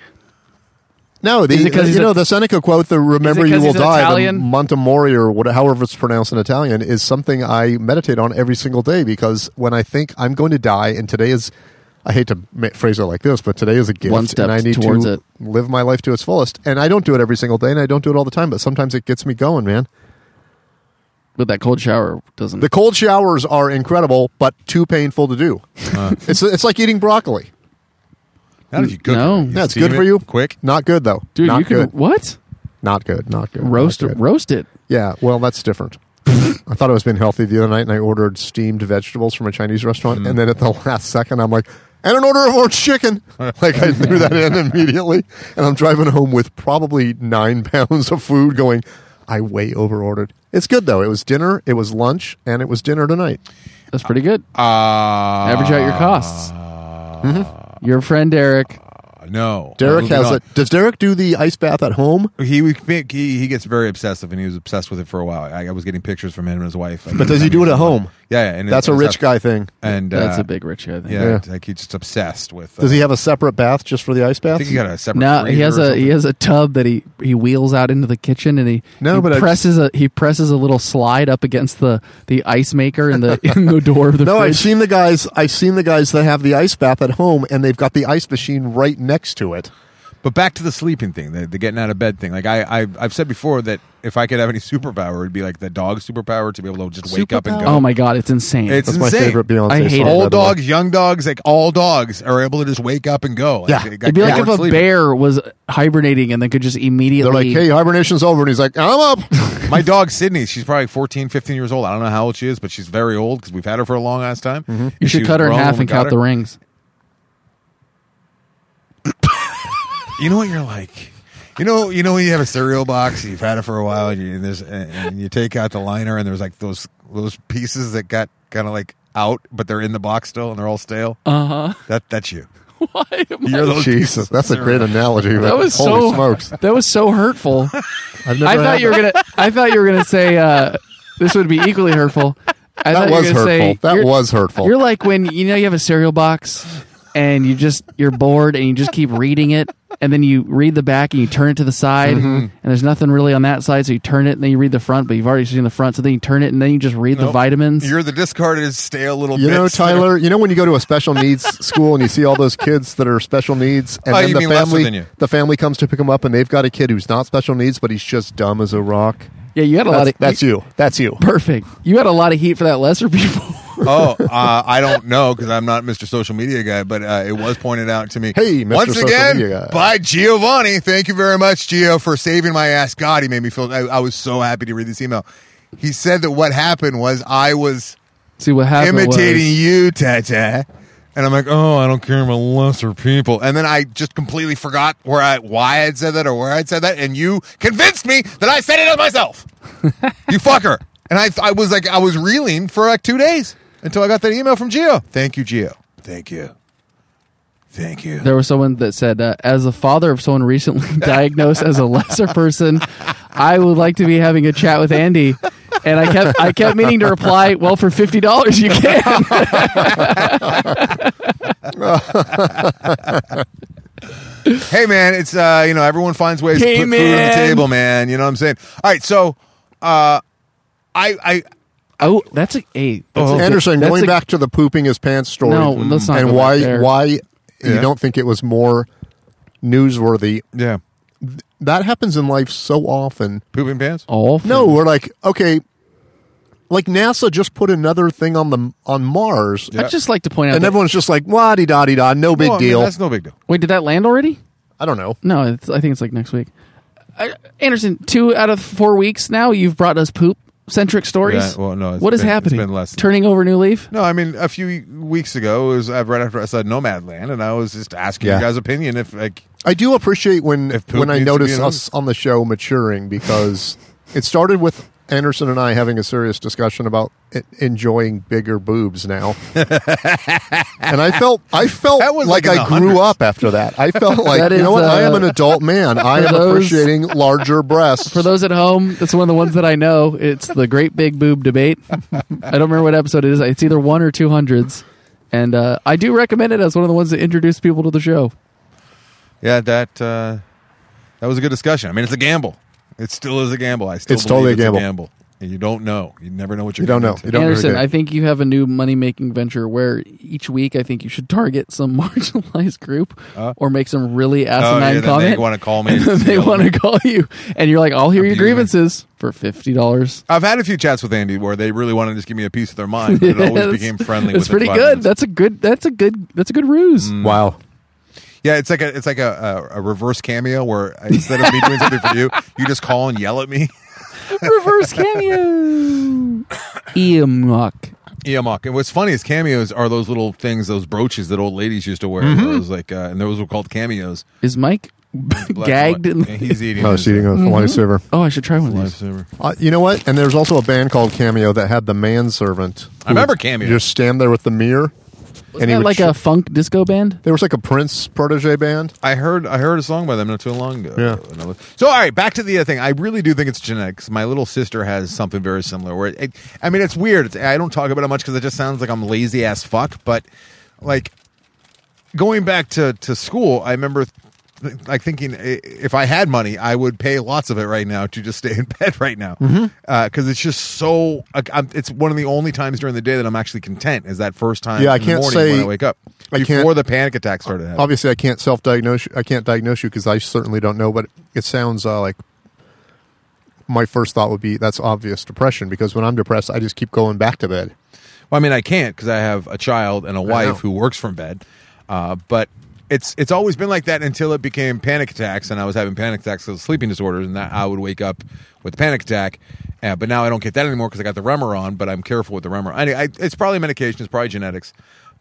Speaker 4: No, the, uh,
Speaker 3: Is it 'cause he's
Speaker 4: you know
Speaker 3: a-
Speaker 4: the Seneca quote, "The remember
Speaker 3: 'cause
Speaker 4: you will
Speaker 3: he's an
Speaker 4: die,"
Speaker 3: Italian?
Speaker 4: the Montemori or what, however it's pronounced in Italian, is something I meditate on every single day because when I think I'm going to die, and today is, I hate to ma- phrase it like this, but today is a gift,
Speaker 3: One step
Speaker 4: and I need
Speaker 3: towards
Speaker 4: to
Speaker 3: it.
Speaker 4: live my life to its fullest. And I don't do it every single day, and I don't do it all the time, but sometimes it gets me going, man.
Speaker 3: But that cold shower doesn't.
Speaker 4: The cold showers are incredible, but too painful to do.
Speaker 5: Uh.
Speaker 4: it's it's like eating broccoli.
Speaker 5: Not if you cook
Speaker 3: No.
Speaker 5: it.
Speaker 4: Yeah, it's
Speaker 5: steam
Speaker 4: good for
Speaker 5: it
Speaker 4: you.
Speaker 5: Quick.
Speaker 4: Not good though.
Speaker 3: Dude,
Speaker 4: not
Speaker 3: you can
Speaker 4: good.
Speaker 3: what?
Speaker 4: Not good. Not good.
Speaker 3: Roast
Speaker 4: not good.
Speaker 3: roast it.
Speaker 4: Yeah, well, that's different. I thought I was being healthy the other night, and I ordered steamed vegetables from a Chinese restaurant, and then at the last second, I'm like, and an order of orange chicken. Like I threw that in immediately, and I'm driving home with probably nine pounds of food. Going, I way over ordered. It's good though. It was dinner, it was lunch, and it was dinner tonight.
Speaker 3: That's pretty good.
Speaker 5: Uh,
Speaker 3: Average out
Speaker 4: Ah.
Speaker 3: your costs. Your friend Eric.
Speaker 5: No.
Speaker 4: Derek
Speaker 5: Moving
Speaker 4: has
Speaker 5: on.
Speaker 4: it. Does Derek do the ice bath at home?
Speaker 5: He, would think- he he gets very obsessive, and he was obsessed with it for a while. I, I was getting pictures from him and his wife.
Speaker 4: But does he do it at home?
Speaker 5: Yeah, yeah and
Speaker 4: That's a
Speaker 5: it's-
Speaker 4: rich guy thing.
Speaker 5: And
Speaker 3: That's
Speaker 5: uh,
Speaker 3: a big rich guy. I think.
Speaker 5: Yeah,
Speaker 4: Yeah.
Speaker 5: like he's just obsessed with. uh,
Speaker 4: Does he have a separate bath just for the ice
Speaker 5: I
Speaker 4: bath?
Speaker 5: think he got a separate.
Speaker 3: No, he
Speaker 5: freezer
Speaker 3: has
Speaker 5: or
Speaker 3: a
Speaker 5: something.
Speaker 3: he has a tub that he he wheels out into the kitchen and he
Speaker 4: No,
Speaker 3: he
Speaker 4: but I
Speaker 3: presses a he presses a little slide up against the the ice maker in the in the door of the
Speaker 4: No, I've
Speaker 3: fridge.
Speaker 4: seen the guys. I've seen the guys that have the ice bath at home, and they've got the ice machine right next to it.
Speaker 5: But back to the sleeping thing, the, the getting out of bed thing. Like I, I, I've said before that if I could have any superpower, it'd be like the dog superpower to be able to just wake up and go.
Speaker 3: oh my god, it's insane.
Speaker 5: It's
Speaker 4: That's
Speaker 5: insane.
Speaker 4: my favorite Beyonce
Speaker 3: I hate
Speaker 4: song.
Speaker 3: it.
Speaker 4: by
Speaker 5: Old
Speaker 4: the way.
Speaker 5: dogs, young dogs, like all dogs are able to just wake up and go. Like,
Speaker 4: Yeah.
Speaker 5: they got
Speaker 3: It'd be like
Speaker 5: bored
Speaker 3: if a
Speaker 5: sleeping.
Speaker 3: bear was hibernating and then could just
Speaker 4: They're like,
Speaker 3: immediately.
Speaker 4: "Hey, hibernation's over," and he's like, "I'm up."
Speaker 5: My dog Sydney, she's probably 14, 15 years old. I don't know how old she is, but she's very old because we've had her for a long ass time.
Speaker 3: Mm-hmm. you should cut her in half and count the
Speaker 5: ring.
Speaker 3: rings.
Speaker 5: You know what you're like. You know, you know when you have a cereal box, you've had it for a while, and, you, and there's and, and you take out the liner, and there's like those those pieces that got kind of like out, but they're in the box still, and they're all stale.
Speaker 3: Uh huh.
Speaker 5: That that's you.
Speaker 3: Why am I-
Speaker 5: You're those
Speaker 4: Jesus, that's a great analogy.
Speaker 3: that
Speaker 4: but
Speaker 3: was
Speaker 4: holy
Speaker 3: so
Speaker 4: smokes.
Speaker 3: that was so hurtful.
Speaker 4: I've never
Speaker 3: I
Speaker 4: had
Speaker 3: thought you were
Speaker 4: that.
Speaker 3: gonna. I thought you were gonna say uh, this would be equally hurtful. I thought
Speaker 4: That
Speaker 3: you were
Speaker 4: was
Speaker 3: gonna
Speaker 4: hurtful.
Speaker 3: say,
Speaker 4: that
Speaker 3: "You're-
Speaker 4: was hurtful.
Speaker 3: You're like when you know you have a cereal box and you just you're bored and you just keep reading it and then you read the back and you turn it to the side
Speaker 5: Mm-hmm.
Speaker 3: and there's nothing really on that side so you turn it and then you read the front but you've already seen the front so then you turn it and then you just read the
Speaker 5: Nope.
Speaker 3: vitamins.
Speaker 5: You're the discarded stale little.
Speaker 4: You know,
Speaker 5: bits that are-
Speaker 4: Tyler. You know when you go to a special needs school and you see all those kids that are special needs, and
Speaker 5: Oh,
Speaker 4: then
Speaker 5: you
Speaker 4: the
Speaker 5: mean lesser than
Speaker 4: family
Speaker 5: you.
Speaker 4: the family comes to pick them up, and they've got a kid who's not special needs, but he's just dumb as a rock.
Speaker 3: yeah, you had a lot
Speaker 4: That's,
Speaker 3: of
Speaker 4: that's you. That's you.
Speaker 3: perfect. You had a lot of heat for that lesser people.
Speaker 5: oh, uh, I don't know because I'm not Mr. Social Media guy, but uh, it was pointed out to me.
Speaker 4: Hey, Mr.
Speaker 5: once
Speaker 4: Social
Speaker 5: again
Speaker 4: Media guy.
Speaker 5: by Giovanni. Thank you very much, Gio, for saving my ass. God, he made me feel. I, I was so happy to read this email. He said that what happened was I was
Speaker 3: See what happened
Speaker 5: imitating
Speaker 3: was-
Speaker 5: you, Tata. And I'm like, oh, I don't care about lesser people. And then I just completely forgot where I why I'd said that or where I'd said that. And you convinced me that I said it of myself. you fucker. And I I was like I was reeling for like two days until I got that email from Gio. Thank you, Gio. Thank you. Thank you.
Speaker 3: There was someone that said, uh, as the father of someone recently diagnosed as a lesser person, I would like to be having a chat with Andy. And I kept, I kept meaning to reply, well, for fifty dollars you can.
Speaker 5: Hey man, it's uh you know everyone finds ways
Speaker 3: Hey,
Speaker 5: to put food on
Speaker 3: man.
Speaker 5: the table, man. You know what I'm saying? All right, so uh I I
Speaker 3: Oh, that's a eight.
Speaker 4: Oh, Anderson, going back to the pooping his pants story,
Speaker 3: No, let's not
Speaker 4: and
Speaker 3: go back
Speaker 4: why
Speaker 3: there.
Speaker 4: why
Speaker 5: Yeah.
Speaker 4: you don't think it was more newsworthy?
Speaker 5: yeah
Speaker 4: That happens in life so often.
Speaker 3: Oh,
Speaker 5: pooping pants.
Speaker 3: all
Speaker 4: No, we're like, okay, Like NASA just put another thing on the on Mars,
Speaker 5: Yeah.
Speaker 3: I'd just like to point out.
Speaker 4: and
Speaker 3: that-
Speaker 4: everyone's just like, "Wah di da di da, no big
Speaker 5: Well, I mean,
Speaker 4: deal."
Speaker 5: that's no big deal.
Speaker 3: wait, did that land already?
Speaker 4: I don't know.
Speaker 3: No, it's, I think it's like next week. I, Anderson, two out of four weeks now, you've brought us poop centric stories.
Speaker 5: Yeah, well, no, it's
Speaker 3: what is
Speaker 5: been- it's
Speaker 3: happening?
Speaker 5: been less than-
Speaker 3: Turning over a new leaf.
Speaker 5: No, I mean a few weeks ago it was uh, right after I said Nomadland, and I was just asking
Speaker 4: Yeah.
Speaker 5: you guys' opinion if like
Speaker 4: I do appreciate when
Speaker 5: If poop
Speaker 4: when I
Speaker 5: needs to be
Speaker 4: notice
Speaker 5: another-
Speaker 4: us on the show maturing because it started with Anderson and I having a serious discussion about e- enjoying bigger boobs now, and I felt I felt
Speaker 5: That was
Speaker 4: like,
Speaker 5: like in
Speaker 4: I
Speaker 5: the
Speaker 4: grew
Speaker 5: hundreds.
Speaker 4: up after that. I felt like
Speaker 3: That
Speaker 4: you
Speaker 3: is,
Speaker 4: know what? I am
Speaker 3: uh,
Speaker 4: an adult man. I am
Speaker 3: those-
Speaker 4: appreciating larger breasts.
Speaker 3: For those at home, it's one of the ones that I know. It's the Great Big Boob Debate. I don't remember what episode it is. It's either one or two hundreds, and uh, I do recommend it as one of the ones that introduce people to the show.
Speaker 5: yeah that uh, that was a good discussion. I mean, it's a gamble. It still is a gamble. I still
Speaker 4: It's
Speaker 5: believe
Speaker 4: totally a
Speaker 5: it's
Speaker 4: gamble.
Speaker 5: And you don't know. You never know what you're.
Speaker 4: you don't
Speaker 5: gonna
Speaker 4: know.
Speaker 5: get
Speaker 4: You
Speaker 5: into.
Speaker 4: don't
Speaker 3: Anderson,
Speaker 4: know.
Speaker 3: I think you have a new money making venture where each week I think you should target some marginalized group
Speaker 5: Uh.
Speaker 3: or make some really
Speaker 5: Oh, yeah,
Speaker 3: asinine
Speaker 5: then
Speaker 3: comment.
Speaker 5: they want to call me.
Speaker 3: and then they want to call you, and you're like, "I'll hear your
Speaker 5: Abuse me.
Speaker 3: grievances for fifty dollars."
Speaker 5: I've had a few chats with Andy where they really wanted to just give me a piece of their mind, but it always became friendly.
Speaker 3: It's
Speaker 5: within
Speaker 3: pretty
Speaker 5: five
Speaker 3: good.
Speaker 5: minutes. Mm.
Speaker 3: That's a good. That's a good. That's a good ruse.
Speaker 4: wow.
Speaker 5: Yeah, it's like a it's like a, a, a reverse cameo where instead of me doing something for you, you just call and yell at me.
Speaker 3: Reverse cameo. Eamok.
Speaker 5: Eamok. And what's funny is cameos are those little things, those brooches that old ladies used to wear. Those like, uh, and those were called cameos.
Speaker 3: Is Mike
Speaker 5: Black
Speaker 3: gagged?
Speaker 5: and
Speaker 3: In
Speaker 5: white. And he's eating.
Speaker 4: I
Speaker 5: his,
Speaker 4: was eating a lifesaver.
Speaker 3: oh, I should try one of these.
Speaker 5: lifesaver.
Speaker 4: Uh, you know what? And there's also a band called Cameo that had the manservant.
Speaker 5: I
Speaker 4: who
Speaker 5: remember
Speaker 4: would
Speaker 5: Cameo.
Speaker 4: Just stand there with the mirror,
Speaker 3: Isn't that
Speaker 4: would
Speaker 3: like
Speaker 4: sh-
Speaker 3: a funk disco band?
Speaker 4: There was like a Prince protege band.
Speaker 5: I heard I heard a song by them not too long ago.
Speaker 4: Yeah.
Speaker 5: And I was- So all right, back to the other thing. I really do think it's genetics. My little sister has something very similar. Where it, it- I mean, it's weird. It's, I don't talk about it much because it just sounds like I'm lazy as fuck. But like going back to to school, I remember. th- Like thinking, i- if I had money, I would pay lots of it right now to just stay in bed right now,
Speaker 4: Mm-hmm.
Speaker 5: because it's just so. like, I'm, it's one of the only times during the day that I'm actually content is that first time.
Speaker 4: Yeah, I
Speaker 5: in the
Speaker 4: can't
Speaker 5: morning when
Speaker 4: say-
Speaker 5: I wake up
Speaker 4: I can't-
Speaker 5: before the panic attack started. Happening.
Speaker 4: Obviously, I can't self-diagnose. I can't diagnose you because I certainly don't know. But it sounds uh, like my first thought would be that's obvious depression because when I'm depressed, I just keep going back to bed.
Speaker 5: Well, I mean, I can't because I have a child and a
Speaker 4: know.
Speaker 5: wife who works from bed. Uh, but it's it's always been like that until it became panic attacks, and I was having panic attacks because of sleeping disorders, and that I would wake up with a panic attack. Uh, but now I don't get that anymore because I got the Remeron, but I'm careful with the Remeron. I, I, it's probably medication, it's probably genetics,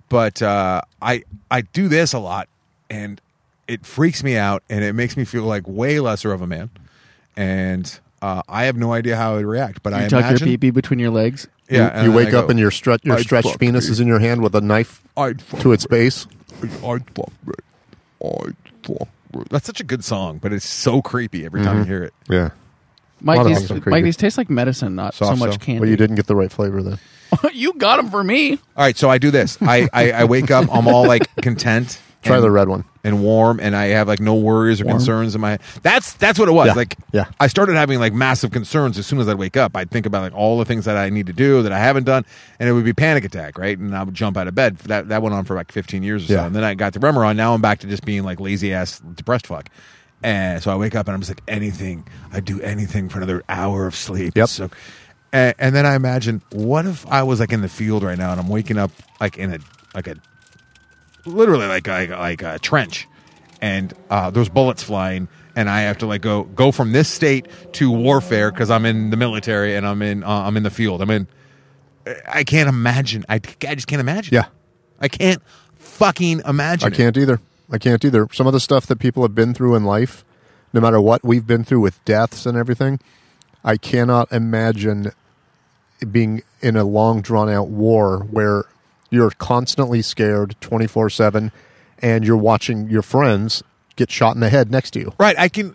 Speaker 5: but uh, I I do this a lot, and it freaks me out, and it makes me feel like way lesser of a man, and. Uh, I have no idea how I would react, but I
Speaker 3: You tuck your
Speaker 5: imagine.
Speaker 3: pee pee between your legs.
Speaker 5: yeah,
Speaker 4: you, you
Speaker 5: then I
Speaker 4: wake up
Speaker 5: go,
Speaker 4: and your stretch your
Speaker 5: I'd
Speaker 4: stretched
Speaker 5: fuck
Speaker 4: penis
Speaker 5: you.
Speaker 4: is in your hand with a knife
Speaker 5: I'd fuck
Speaker 4: to its base.
Speaker 5: That's such a good song, but it's so creepy every
Speaker 4: Mm-hmm.
Speaker 5: time you hear it.
Speaker 4: Yeah.
Speaker 3: Mike,
Speaker 4: lot of
Speaker 3: these,
Speaker 4: things are creepy.
Speaker 3: Mike, these taste like medicine, not so
Speaker 5: Soft
Speaker 3: much
Speaker 5: shell.
Speaker 3: candy.
Speaker 4: Well, you didn't get the right flavor then.
Speaker 3: you got them for me.
Speaker 5: All right, so I do this. I I, I wake up. I'm all like content.
Speaker 4: Try
Speaker 5: and-
Speaker 4: the red one.
Speaker 5: and warm, and I have like no worries or concerns in my. That's that's what it was.
Speaker 4: Yeah,
Speaker 5: Like
Speaker 4: yeah.
Speaker 5: I started having like massive concerns as soon as I'd wake up. I'd think about like all the things that I need to do that I haven't done, and it would be panic attack, right? And I would jump out of bed. That that went on for like 15 years or
Speaker 4: Yeah.
Speaker 5: so, and then I got the Remeron. Now I'm back to just being like lazy ass depressed fuck. And so I wake up and I'm just like anything. I'd do anything for another hour of sleep.
Speaker 4: Yep.
Speaker 5: So and, and then I imagine, what if I was like in the field right now and I'm waking up like in a like a literally like a, like a trench, and uh, there's bullets flying, and I have to like go go from this state to warfare because I'm in the military and I'm in uh, I'm in the field. I'm in. I can't imagine. I I just can't imagine.
Speaker 4: Yeah.
Speaker 5: I can't fucking imagine.
Speaker 4: I
Speaker 5: It.
Speaker 4: can't either. I can't either. Some of the stuff that people have been through in life, no matter what we've been through with deaths and everything, I cannot imagine being in a long drawn out war where you're constantly scared 24 7 and you're watching your friends get shot in the head next to you.
Speaker 5: Right. I can. I-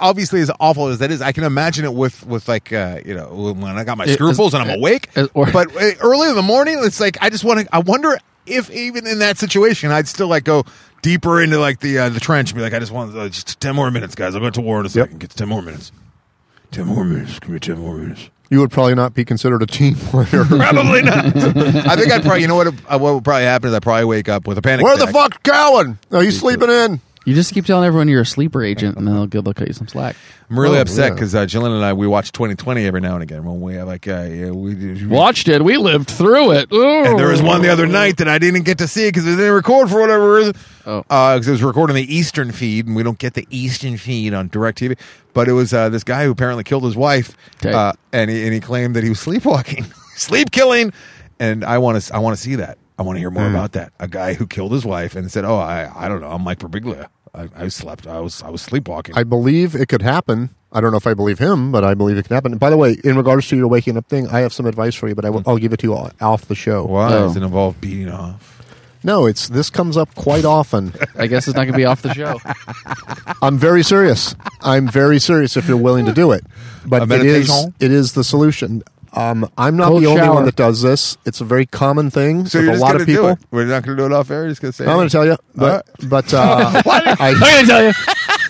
Speaker 5: Obviously, as awful as that is, I can imagine it with with like uh, you know when I got my
Speaker 3: It-
Speaker 5: scruples
Speaker 3: it-
Speaker 5: and I'm awake.
Speaker 3: it- or-
Speaker 5: but uh, early in the morning, it's like I just want to. I wonder if even in that situation, I'd still like go deeper into like the uh, the trench and be like, I just want uh, just ten more minutes, guys. I'm going to war in a second. Get ten more minutes. Ten more minutes. Give me ten more minutes.
Speaker 4: You would probably not be considered a team player.
Speaker 5: Probably not. I think I'd probably. You know what? uh, What would probably happen is I probably wake up with a panic.
Speaker 4: Where the
Speaker 5: attack.
Speaker 4: fuck, Cowan? Are you sleeping in?
Speaker 3: You just keep telling everyone you're a sleeper agent, and then they'll go- they'll cut you some slack.
Speaker 5: I'm really
Speaker 4: Oh,
Speaker 5: upset
Speaker 4: yeah.
Speaker 5: because uh, Jillian and I we watch 2020 every now and again when we have like uh, yeah, we, we
Speaker 3: Watched it. We lived through it.
Speaker 5: And there was one the
Speaker 4: Oh.
Speaker 5: other night that I didn't get to see because it didn't record for whatever reason.
Speaker 3: Oh.
Speaker 5: Because it was recording the Eastern feed, and we don't get the Eastern feed on DirecTV. But it was uh, this guy who apparently killed his wife,
Speaker 3: Okay.
Speaker 5: uh, and, he, and he claimed that he was sleepwalking, sleep killing. And I want to I want to see that. I want to hear more
Speaker 4: Hmm.
Speaker 5: about that. A guy who killed his wife and said, "Oh, I I don't know. I'm Mike Birbiglia. I, I slept. I was I was sleepwalking."
Speaker 4: I believe it could happen. I don't know if I believe him, but I believe it could happen. And by the way, in regards to your waking up thing, I have some advice for you, but I will, I'll give it to you all- off the show.
Speaker 5: Why
Speaker 3: Oh.
Speaker 5: does it involve beating off?
Speaker 4: No, it's this comes up quite often.
Speaker 3: I guess it's not gonna be off the show.
Speaker 4: I'm very serious. I'm very serious if you're willing to do it. But it
Speaker 5: A
Speaker 4: is
Speaker 5: meditation?
Speaker 4: it is the solution. Um, I'm not
Speaker 3: Cold
Speaker 4: the only
Speaker 3: shower.
Speaker 4: one that does this. It's a very common thing
Speaker 5: So
Speaker 4: with
Speaker 5: you're
Speaker 4: a
Speaker 5: just
Speaker 4: lot
Speaker 5: going
Speaker 4: of
Speaker 5: to do
Speaker 4: people.
Speaker 5: it. We're not going to do it off air. You're just going to say.
Speaker 4: I'm going to tell you, but but uh, I,
Speaker 3: I'm gonna tell you.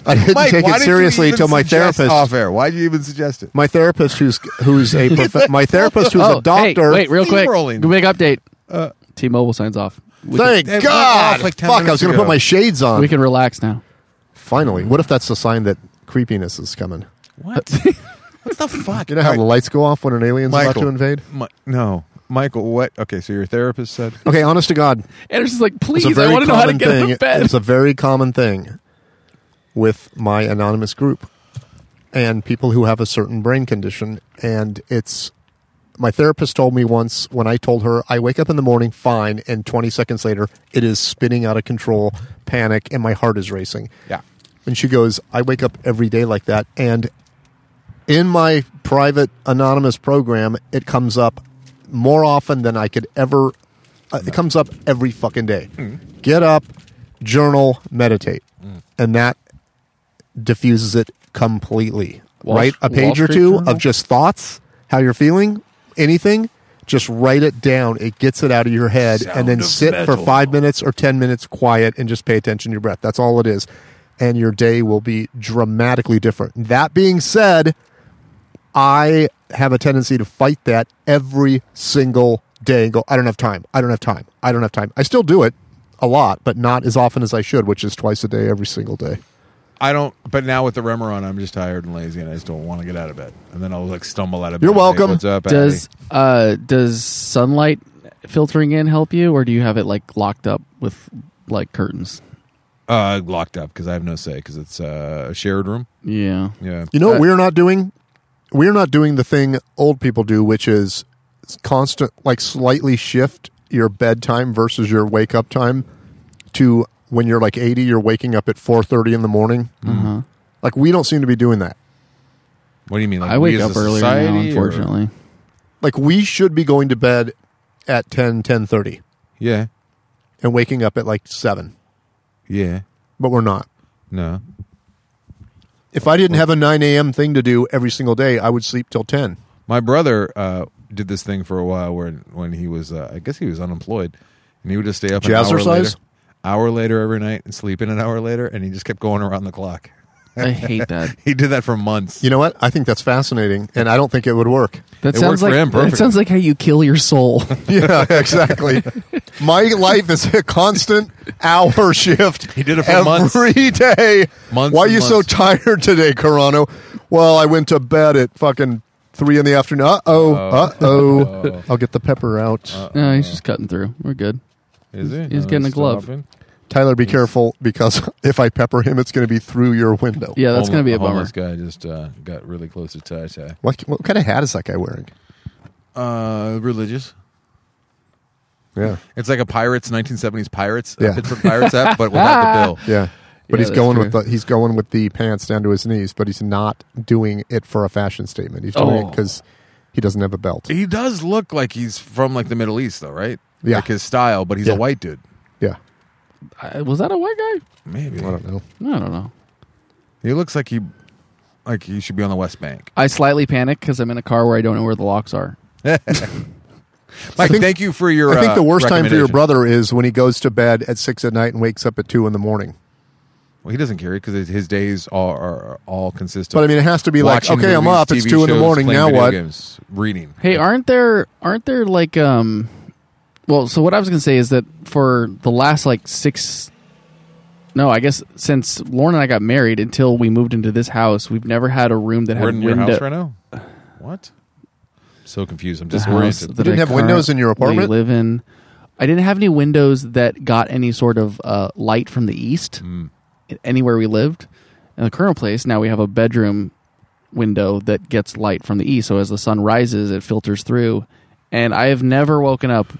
Speaker 4: I didn't take
Speaker 5: why
Speaker 4: it
Speaker 5: did you
Speaker 4: seriously
Speaker 5: even
Speaker 4: until my
Speaker 5: suggest uh,
Speaker 4: therapist.
Speaker 5: off air. Why did you even suggest it?
Speaker 4: My therapist, who's who's a prof- my therapist, who's
Speaker 3: oh,
Speaker 4: a doctor. Uh,
Speaker 3: Hey, wait, real quick.
Speaker 5: Steamrolling.
Speaker 3: Big update. T-Mobile signs off. We can,
Speaker 4: Thank
Speaker 5: It went
Speaker 4: God!
Speaker 5: off like 10
Speaker 4: Fuck, I
Speaker 5: minutes
Speaker 4: was going to
Speaker 5: ago.
Speaker 4: put my shades on.
Speaker 3: we can relax now.
Speaker 4: Finally, what if that's a sign that creepiness is coming?
Speaker 5: What? what the fuck?
Speaker 4: You know how the lights go off when an alien's about to invade?
Speaker 5: Mi- no, Michael. What? Okay, so your therapist said.
Speaker 4: Okay, honest to God,
Speaker 3: Anderson's like,
Speaker 4: it's
Speaker 3: please,
Speaker 4: a
Speaker 3: I
Speaker 4: very
Speaker 3: want to know how to
Speaker 4: common
Speaker 3: get
Speaker 4: thing.
Speaker 3: out of bed.
Speaker 4: It's a very common thing with my anonymous group and people who have a certain brain condition. And it's my therapist told me once when I told her I wake up in the morning fine, and 20 seconds later it is spinning out of control, panic, and my heart is racing.
Speaker 5: Yeah.
Speaker 4: And she goes, I wake up every day like that. And in my private anonymous program, it comes up more often than I could ever. Uh, it comes up every fucking day.
Speaker 3: Mm.
Speaker 4: Get up, journal, meditate. And that diffuses it completely.
Speaker 3: Wall-
Speaker 4: right? A
Speaker 3: Wall
Speaker 4: page or
Speaker 3: Street
Speaker 4: two
Speaker 3: Journal?
Speaker 4: of just thoughts, how you're feeling, anything. Just write it down. It gets it out of your head and then
Speaker 5: Sound of
Speaker 4: sit for
Speaker 5: metal.
Speaker 4: five minutes or 10 minutes quiet and just pay attention to your breath. That's all it is. And your day will be dramatically different. That being said, I have a tendency to fight that every single day and go, I don't have time. I don't have time. I don't have time. I still do it a lot, but not as often as I should, which is twice a day, every single day.
Speaker 5: I don't. But now with the Remeron, I'm just tired and lazy, and I just don't want to get out of bed. And then I'll like stumble out of bed.
Speaker 4: You're
Speaker 5: and say,
Speaker 4: welcome.
Speaker 5: What's up? Abby?"
Speaker 3: does uh, does sunlight filtering in help you, or do you have it like locked up with like curtains?
Speaker 5: uh, locked up because I have no say because it's uh, a shared room.
Speaker 3: Yeah.
Speaker 5: Yeah.
Speaker 4: You know what
Speaker 3: Uh,
Speaker 4: we're not doing? We're not doing the thing old people do, which is constant, like slightly shift your bedtime versus your wake up time to when you're like 80, you're waking up at 4.30 in the morning.
Speaker 3: Uh-huh.
Speaker 4: Like we don't seem to be doing that.
Speaker 5: What do you mean? Like
Speaker 3: I
Speaker 5: we
Speaker 3: wake
Speaker 5: as
Speaker 3: up
Speaker 5: a
Speaker 3: earlier now,
Speaker 5: society, or-
Speaker 3: unfortunately.
Speaker 4: Like we should be going to bed at 10, 10.30
Speaker 5: Yeah.
Speaker 4: and waking up at like 7,
Speaker 5: Yeah.
Speaker 4: but we're not.
Speaker 5: No.
Speaker 4: If I didn't have a 9 a.m. thing to do every single day, I would sleep till 10.
Speaker 5: My brother uh, did this thing for a while where when he was, uh, I guess he was unemployed, and he would just stay up an hour
Speaker 4: Jazzercise?
Speaker 5: later, hour later every night, and sleep in an hour later, and he just kept going around the clock.
Speaker 3: I hate that.
Speaker 5: He did that for months.
Speaker 4: You know what? I think that's fascinating, and I don't think it would work.
Speaker 3: That
Speaker 5: It
Speaker 3: sounds
Speaker 5: worked for
Speaker 3: like
Speaker 5: him
Speaker 3: that
Speaker 5: perfectly.
Speaker 3: sounds like how you kill your soul.
Speaker 4: Yeah, exactly. My life is a constant hour shift.
Speaker 5: He did it for
Speaker 4: every
Speaker 5: months.
Speaker 4: day.
Speaker 5: Months
Speaker 4: Why are
Speaker 5: and
Speaker 4: you so
Speaker 5: months.
Speaker 4: tired today, Carano? Well, I went to bed at fucking three in the afternoon. Uh oh. Uh oh. I'll get the pepper out.
Speaker 3: no, he's just cutting through. We're good.
Speaker 5: Is he? Oh,
Speaker 3: he's getting a
Speaker 5: still
Speaker 3: glove.
Speaker 5: hopping?
Speaker 4: Tyler, be careful because if I pepper him, it's going to be through your window.
Speaker 3: Yeah, that's
Speaker 5: Homeless-
Speaker 3: gonna be a bummer.
Speaker 5: homeless guy just uh, got really close to tie tie.
Speaker 4: What, what kind of hat is that guy wearing?
Speaker 5: Uh, religious.
Speaker 4: Yeah.
Speaker 5: It's like a pirates, 1970s pirates,
Speaker 4: Yeah.
Speaker 5: yeah. Pittsburgh Pirates app, but without the bill.
Speaker 4: Yeah.
Speaker 3: Yeah,
Speaker 4: But he's
Speaker 3: that's
Speaker 4: going
Speaker 3: true.
Speaker 4: with the he's going with the pants down to his knees, but he's not doing it for a fashion statement. He's doing it
Speaker 3: Oh.
Speaker 4: because he doesn't have a belt.
Speaker 5: He does look like he's from like the Middle East, though, right?
Speaker 4: Yeah.
Speaker 5: like his style, but he's
Speaker 4: Yeah.
Speaker 5: a white dude.
Speaker 4: Yeah.
Speaker 3: Uh, was that a white guy?
Speaker 5: Maybe
Speaker 4: I don't know.
Speaker 3: I don't know.
Speaker 5: He looks like he, like he should be on the West Bank.
Speaker 3: I slightly panic because I'm in a car where I don't know where the locks are.
Speaker 5: Mike,
Speaker 4: think-
Speaker 5: thank you for your.
Speaker 4: I think
Speaker 5: uh,
Speaker 4: the worst time for your
Speaker 5: recommendation.
Speaker 4: brother is when he goes to bed at six at night and wakes up at two in the morning.
Speaker 5: Well, he doesn't care because his days are, are all consistent.
Speaker 4: But I mean, it has to be like,
Speaker 5: Watching
Speaker 4: okay, I'm
Speaker 5: movies,
Speaker 4: up. It's
Speaker 5: TV
Speaker 4: two in the
Speaker 5: shows,
Speaker 4: morning.
Speaker 5: playing
Speaker 4: Now
Speaker 5: video
Speaker 4: what?
Speaker 5: Games, reading.
Speaker 3: Hey, aren't there aren't there like um well, so what I was going to say is that for the last like 6 No, I guess since Lauren and I got married until we moved into this house, we've never had a room that
Speaker 6: We're
Speaker 3: had
Speaker 6: in your
Speaker 3: window.
Speaker 6: house right now. What? So confused. I'm
Speaker 3: the house
Speaker 6: disoriented.
Speaker 3: that
Speaker 4: You didn't
Speaker 3: I
Speaker 4: have windows in your
Speaker 3: currently
Speaker 4: apartment?
Speaker 3: Live in. I didn't have any windows that got any sort of uh, light from the east
Speaker 4: Hmm.
Speaker 3: anywhere we lived. In the current place, now we have a bedroom window that gets light from the east. So as the sun rises, it filters through. And I have never woken up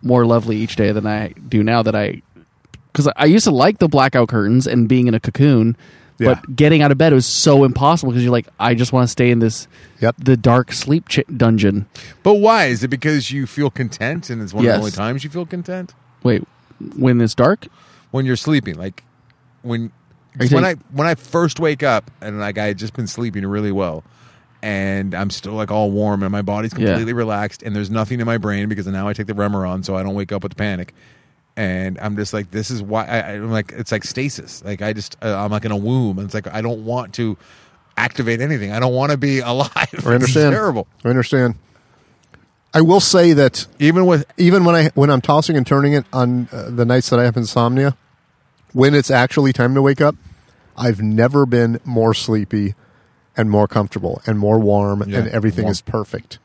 Speaker 3: more lovely each day than I do now that I. Because I used to like the blackout curtains and being in a cocoon,
Speaker 4: Yeah.
Speaker 3: but getting out of bed was so impossible because you're like, I just want to stay in this,
Speaker 4: Yep.
Speaker 3: the dark sleep ch- dungeon.
Speaker 5: But why? Is it because you feel content and it's one
Speaker 3: Yes.
Speaker 5: of the only times you feel content?
Speaker 3: Wait, when it's dark?
Speaker 5: When you're sleeping. Like when
Speaker 3: Are you
Speaker 5: when I
Speaker 3: saying-
Speaker 5: when I first wake up and like I had just been sleeping really well and I'm still like all warm and my body's
Speaker 3: Yeah.
Speaker 5: completely relaxed and there's nothing in my brain because now I take the Remeron so I don't wake up with panic. And I'm just like, this is why I, I- I'm like, it's like stasis. Like I just, uh, I'm like in a womb. And it's like, I don't want to activate anything. I don't want to be alive.
Speaker 4: I understand.
Speaker 5: It's terrible.
Speaker 4: I understand. I will say that
Speaker 5: Even with
Speaker 4: even when I when I'm tossing and turning it on uh, the nights that I have insomnia, when it's actually time to wake up, I've never been more sleepy and more comfortable and more warm
Speaker 5: Yeah,
Speaker 4: and everything
Speaker 5: warm.
Speaker 4: is perfect.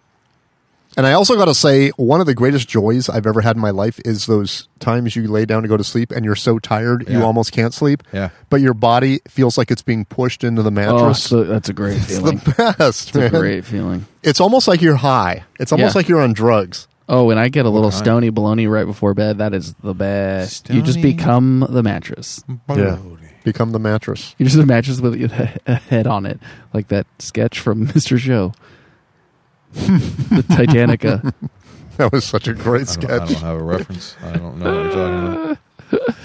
Speaker 4: And I also got to say one of the greatest joys I've ever had in my life is those times you lay down to go to sleep and you're so tired you
Speaker 5: Yeah.
Speaker 4: almost can't sleep.
Speaker 5: Yeah.
Speaker 4: But your body feels like it's being pushed into the mattress.
Speaker 3: Oh, that's a, that's a great feeling.
Speaker 4: it's the best,
Speaker 3: It's a
Speaker 4: man.
Speaker 3: great feeling.
Speaker 4: It's almost like you're high. It's almost
Speaker 3: Yeah.
Speaker 4: like you're on drugs.
Speaker 3: Oh, and I get a little
Speaker 5: kind?
Speaker 3: stony baloney right before bed. That is the best. You just
Speaker 5: Stony.
Speaker 3: become the mattress.
Speaker 4: Become the mattress.
Speaker 3: You're just a mattress with a head on it, like that sketch from Mr. Show. the Titanica.
Speaker 4: That was such a great
Speaker 5: I don't, I don't
Speaker 4: sketch.
Speaker 5: have a reference. I don't know what you're talking about.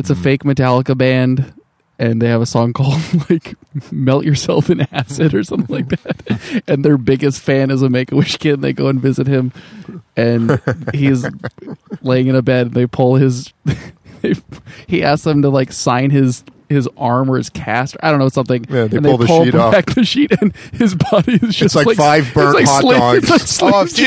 Speaker 3: It's a
Speaker 4: Mm.
Speaker 3: fake Metallica band, and they have a song called like "Melt Yourself in Acid" or something like that. And their biggest fan is a Make a Wish kid. And they go and visit him, and he's laying in a bed. They pull his. They, he asks them to like sign his his arm or his cast. I don't know something.
Speaker 4: Yeah, they
Speaker 3: and
Speaker 4: pull the sheet off.
Speaker 3: back the sheet, and his body is just
Speaker 4: like five burnt
Speaker 3: it's like
Speaker 4: hot
Speaker 3: Slim-
Speaker 4: dogs.
Speaker 3: It's like Slim
Speaker 5: Oh, I've seen that.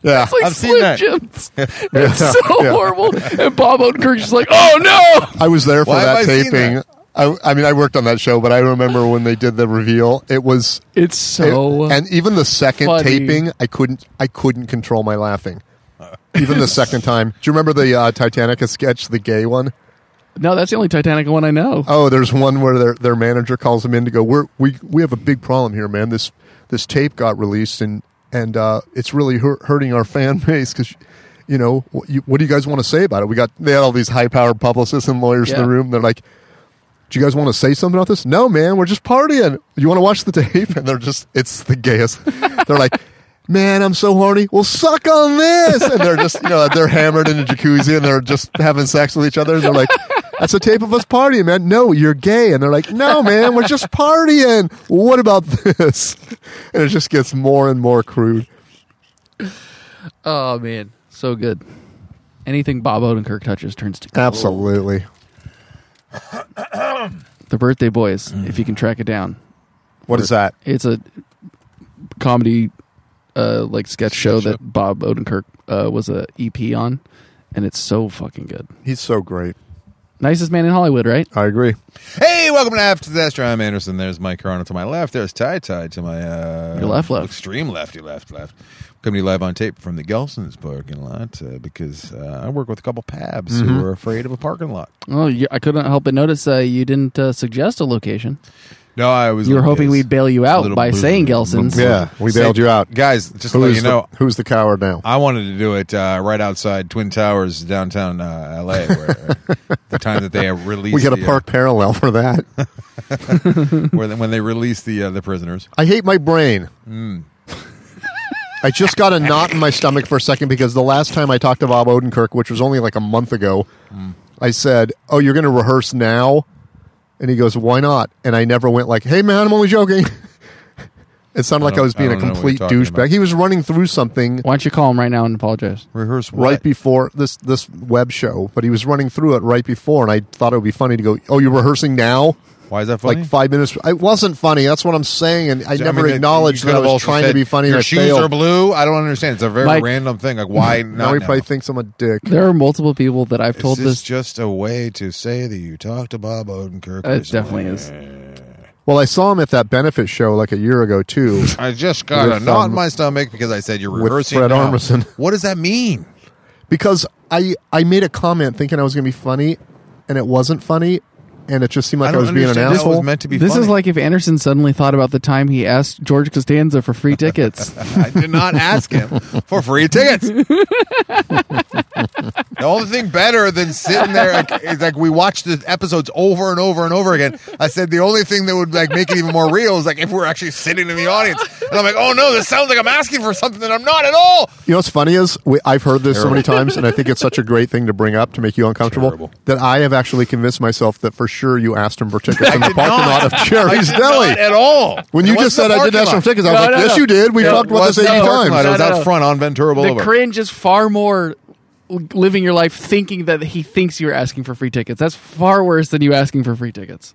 Speaker 3: Jims.
Speaker 4: Yeah,
Speaker 3: it's like
Speaker 5: I've seen
Speaker 3: Slim
Speaker 5: that.
Speaker 3: Jims. It's so
Speaker 4: Yeah.
Speaker 3: horrible. And Bob Odenkirk's just like, oh no.
Speaker 4: I was there for
Speaker 5: Why have
Speaker 4: that
Speaker 5: I seen
Speaker 4: taping.
Speaker 5: that?
Speaker 4: I, I mean, I worked on that show, but I remember when they did the reveal. It was
Speaker 3: It's
Speaker 4: it-
Speaker 3: so uh,
Speaker 4: and even the second
Speaker 3: funny.
Speaker 4: taping, I couldn't, I couldn't control my laughing. Even the second time. Do you remember the uh, Titanica sketch, the gay one?
Speaker 3: no. That's the only Titanic one I know.
Speaker 4: Oh, there's one where their their manager calls them in to go. We're, we we have a big problem here, man. This this tape got released and and uh, it's really hurt, hurting our fan base because you know what, you, what do you guys want to say about it? We got they had all these high powered publicists and lawyers in
Speaker 3: Yeah.
Speaker 4: the room. They're like, do you guys want to say something about this? No, man, we're just partying. You want to watch the tape? And they're just it's the gayest. they're like. Man, I'm so horny. Well, suck on this, and they're just you know they're hammered in a jacuzzi and they're just having sex with each other. And they're like, "That's a tape of us partying, man." No, you're gay, and they're like, "No, man, we're just partying." What about this? And it just gets more and more crude.
Speaker 3: Oh man, so good. Anything Bob Odenkirk touches turns to gold.
Speaker 4: Absolutely.
Speaker 3: The Birthday Boys, if you can track it down,
Speaker 4: What is that?
Speaker 3: it's a comedy, uh, like sketch show that Bob Odenkirk uh, was a EP on, and it's so fucking good.
Speaker 4: He's so great.
Speaker 3: Nicest man in Hollywood, right?
Speaker 4: I agree.
Speaker 5: Hey, welcome to After Disaster. I'm Anderson. There's Mike Carano to my left. There's Ty Ty to my uh,
Speaker 3: Your left, left.
Speaker 5: extreme lefty left left. Coming to you live on tape from the Gelson's parking lot uh, because uh, I work with a couple Pabs
Speaker 3: Mm-hmm.
Speaker 5: who are afraid of a parking lot.
Speaker 3: Oh, you, I couldn't help but notice uh, you didn't uh, suggest a location.
Speaker 5: No, I was.
Speaker 3: You were
Speaker 5: like,
Speaker 3: hoping
Speaker 5: yes.
Speaker 3: we'd bail you out
Speaker 5: Little
Speaker 3: by
Speaker 5: blue-
Speaker 3: saying Gelson's.
Speaker 4: Yeah, we bailed
Speaker 5: Say-
Speaker 4: you out.
Speaker 5: guys. Just
Speaker 4: Who
Speaker 5: to let
Speaker 4: is
Speaker 5: you know, Ah,
Speaker 4: the, who's the coward now?
Speaker 5: I wanted to do it uh, right outside Twin Towers, downtown uh, LA, where uh, the time that they released
Speaker 4: We got to
Speaker 5: the, uh,
Speaker 4: park parallel for that.
Speaker 5: where they- when they released the uh, the prisoners.
Speaker 4: I hate my brain.
Speaker 5: Hmm.
Speaker 4: I just got a knot in my stomach for a second because the last time I talked to Bob Odenkirk, which was only like a month ago,
Speaker 5: Hmm.
Speaker 4: I said, "Oh, you're going to rehearse now," and he goes, "Why not?" And I never went like, "Hey, man, I'm only joking." it sounded like I
Speaker 5: don't-
Speaker 4: was being
Speaker 5: I
Speaker 4: a
Speaker 5: don't know what
Speaker 4: complete
Speaker 5: you're talking
Speaker 4: douchebag.
Speaker 5: about.
Speaker 4: He was running through something
Speaker 3: Why don't you call him right now and apologize?
Speaker 5: Rehearse what?
Speaker 4: right before this this web show, but he was running through it right before, and I thought it would be funny to go, "Oh, you're rehearsing now."
Speaker 5: Why is that funny?
Speaker 4: Like five minutes. It wasn't funny. That's what I'm saying, and I
Speaker 5: I
Speaker 4: never
Speaker 5: mean,
Speaker 4: acknowledged
Speaker 5: you
Speaker 4: that
Speaker 5: could
Speaker 4: I
Speaker 5: have
Speaker 4: was
Speaker 5: also
Speaker 4: trying
Speaker 5: said,
Speaker 4: to be funny.
Speaker 5: Your
Speaker 4: and I
Speaker 5: shoes
Speaker 4: failed.
Speaker 5: are blue. I don't understand. It's a very
Speaker 3: Mike-
Speaker 5: random thing. Like why not?
Speaker 4: Now he probably
Speaker 5: now?
Speaker 4: thinks I'm a dick.
Speaker 3: There are multiple people that I've told
Speaker 5: Is this
Speaker 3: this.
Speaker 5: just a way to say that you talked to Bob Odenkirk?
Speaker 3: Uh,
Speaker 5: or
Speaker 3: it definitely
Speaker 5: something?
Speaker 3: is.
Speaker 4: Well, I saw him at that benefit show like a year ago too.
Speaker 5: I just got
Speaker 4: With,
Speaker 5: a knot in
Speaker 4: um,
Speaker 5: my stomach because I said you're
Speaker 4: with
Speaker 5: rehearsing.
Speaker 4: Fred
Speaker 5: now.
Speaker 4: Armisen.
Speaker 5: What does that mean?
Speaker 4: because I I made a comment thinking I was going to be funny, and it wasn't funny, and it just seemed
Speaker 5: I
Speaker 4: like I,
Speaker 5: don't
Speaker 4: was being an
Speaker 5: understand how it was
Speaker 4: asshole.
Speaker 5: meant to be.
Speaker 3: This is
Speaker 5: funny.
Speaker 3: like if Anderson suddenly thought about the time he asked George Costanza for free tickets.
Speaker 5: I did not ask him for free tickets. the only thing better than sitting there like, is like we watched the episodes over and over and over again. I said the only thing that would like make it even more real is like if we were actually sitting in the audience. And I'm like, oh no, this sounds like I'm asking for something that I'm not at all.
Speaker 4: you know what's funny is we, I've heard this so
Speaker 5: Terrible.
Speaker 4: many times, and I think it's such a great thing to bring up to make you uncomfortable
Speaker 5: Terrible.
Speaker 4: that I have actually convinced myself that for sure you asked him for tickets in the
Speaker 5: did
Speaker 4: parking
Speaker 5: not.
Speaker 4: lot of Cherry's
Speaker 5: I did not
Speaker 4: Deli.
Speaker 5: at all.
Speaker 4: When
Speaker 5: It
Speaker 4: you
Speaker 5: wasn't
Speaker 4: just said
Speaker 5: the
Speaker 4: I didn't
Speaker 5: parking
Speaker 4: ask him
Speaker 5: lot.
Speaker 4: for tickets, I was
Speaker 3: No,
Speaker 4: like,
Speaker 3: no,
Speaker 4: yes,
Speaker 3: no.
Speaker 4: you did. We
Speaker 3: No,
Speaker 4: talked
Speaker 5: It
Speaker 4: about this
Speaker 5: wasn't
Speaker 4: eighty
Speaker 5: the parking lot.
Speaker 4: times.
Speaker 5: It was
Speaker 3: No, no,
Speaker 5: out
Speaker 3: no.
Speaker 5: front on Ventura
Speaker 3: the
Speaker 5: Boulevard.
Speaker 3: cringe is far more living your life thinking that he thinks you're asking for free tickets. That's far worse than you asking for free tickets.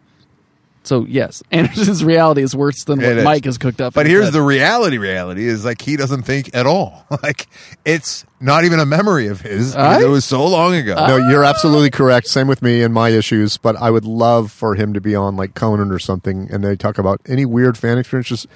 Speaker 3: So yes, Anderson's reality is worse than what
Speaker 5: It is.
Speaker 3: Mike has cooked up.
Speaker 5: But
Speaker 3: in his
Speaker 5: here's
Speaker 3: head.
Speaker 5: the reality reality is like he doesn't think at all. Like it's not even a memory of his.
Speaker 3: Aye?
Speaker 5: It was so long ago.
Speaker 4: No, you're absolutely correct. Same with me and my issues, but I would love for him to be on like Conan or something, and they talk about any weird fan experience. Just,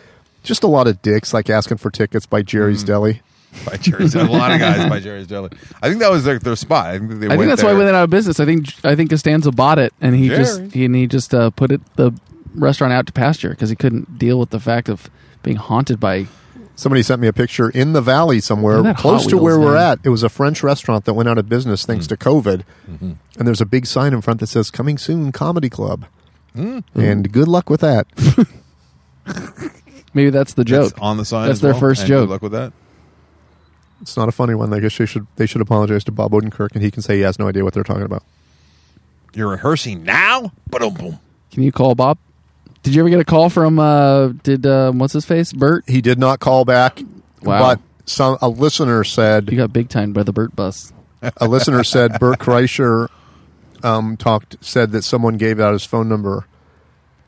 Speaker 4: just a lot of dicks like asking for tickets by Jerry's
Speaker 5: Mm.
Speaker 4: Deli.
Speaker 5: by Jerry's Deli. A lot of guys by Jerry's Deli. I think that was their, their spot. I think, they
Speaker 3: I
Speaker 5: went
Speaker 3: think that's
Speaker 5: there.
Speaker 3: why we went out of business. I think I think Costanza bought it, and he
Speaker 5: Jerry's.
Speaker 3: just he, and he just uh, put it the restaurant out to pasture because he couldn't deal with the fact of being haunted by.
Speaker 4: Somebody sent me a picture in the valley
Speaker 3: Isn't
Speaker 4: somewhere
Speaker 3: that
Speaker 4: close
Speaker 3: Hot
Speaker 4: to where
Speaker 3: Wheels
Speaker 4: we're
Speaker 3: thing?
Speaker 4: at. It was a French restaurant that went out of business thanks
Speaker 5: Mm.
Speaker 4: to COVID,
Speaker 5: Mm-hmm.
Speaker 4: and there's a big sign in front that says "Coming Soon Comedy Club,"
Speaker 5: Mm.
Speaker 4: and good luck with that.
Speaker 3: Maybe that's the
Speaker 5: That's
Speaker 3: joke.
Speaker 5: on the sign.
Speaker 3: That's
Speaker 5: as
Speaker 3: their
Speaker 5: well.
Speaker 3: first
Speaker 5: And good
Speaker 3: joke.
Speaker 5: luck with that.
Speaker 4: It's not a funny one. I guess they should they should apologize to Bob Odenkirk, and he can say he has no idea what they're talking about.
Speaker 5: You're rehearsing now. Boom, boom.
Speaker 3: Can you call Bob? Did you ever get a call from? Uh, did uh, what's his face? Bert.
Speaker 4: He did not call back.
Speaker 3: Wow.
Speaker 4: But some a listener
Speaker 3: You
Speaker 4: said
Speaker 3: got big time by the Bert bus.
Speaker 4: a listener said Bert Kreischer um, talked said that someone gave out his phone number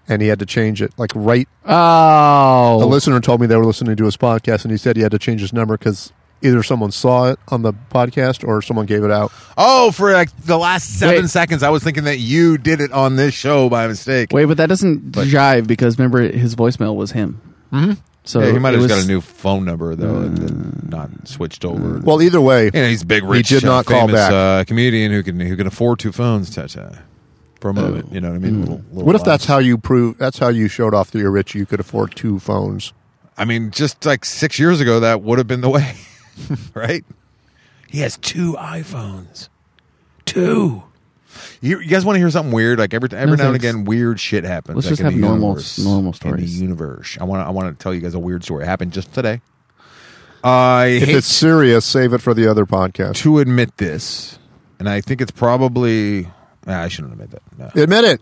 Speaker 4: and he had to change it. Like right,
Speaker 3: Oh,
Speaker 4: a listener told me they were listening to his podcast and he said he had to change his number because either someone saw it on the podcast or someone gave it out.
Speaker 5: Oh, for like the last seven
Speaker 3: Wait.
Speaker 5: seconds, I was thinking that you did it on this show by mistake.
Speaker 3: Wait, but that doesn't jive because remember his voicemail was him. Mm-hmm. So
Speaker 5: Yeah, he might
Speaker 3: it
Speaker 5: have just
Speaker 3: was- Uh,
Speaker 5: got a new phone number though, and then not switched over.
Speaker 4: Well, either way,
Speaker 5: you know, he's a big, rich,
Speaker 4: did
Speaker 5: uh,
Speaker 4: not call
Speaker 5: famous,
Speaker 4: back.
Speaker 5: Uh, comedian who can who can afford two phones. Ta ta. For
Speaker 3: Oh.
Speaker 5: a moment, you know what I mean. Little- little
Speaker 4: what if that's
Speaker 5: laughs.
Speaker 4: how you prove? That's how you showed off that you're rich. You could afford two phones.
Speaker 5: I mean, just like six years ago, that would have been the way, right? He has two iPhones. Two. You, you guys want to hear something weird? Like every every now and
Speaker 3: thanks.
Speaker 5: again, weird shit happens.
Speaker 3: Let's
Speaker 5: like,
Speaker 3: just
Speaker 5: in
Speaker 3: have
Speaker 5: the
Speaker 3: normal-
Speaker 5: universe,
Speaker 3: normal
Speaker 5: In the
Speaker 3: stories.
Speaker 5: universe, I want I want to tell you guys a weird story. It happened just today. I
Speaker 4: If
Speaker 5: hate
Speaker 4: it's serious, save it for the other podcast.
Speaker 5: to admit this, and I think it's probably ah, I shouldn't admit that. No.
Speaker 4: Admit it.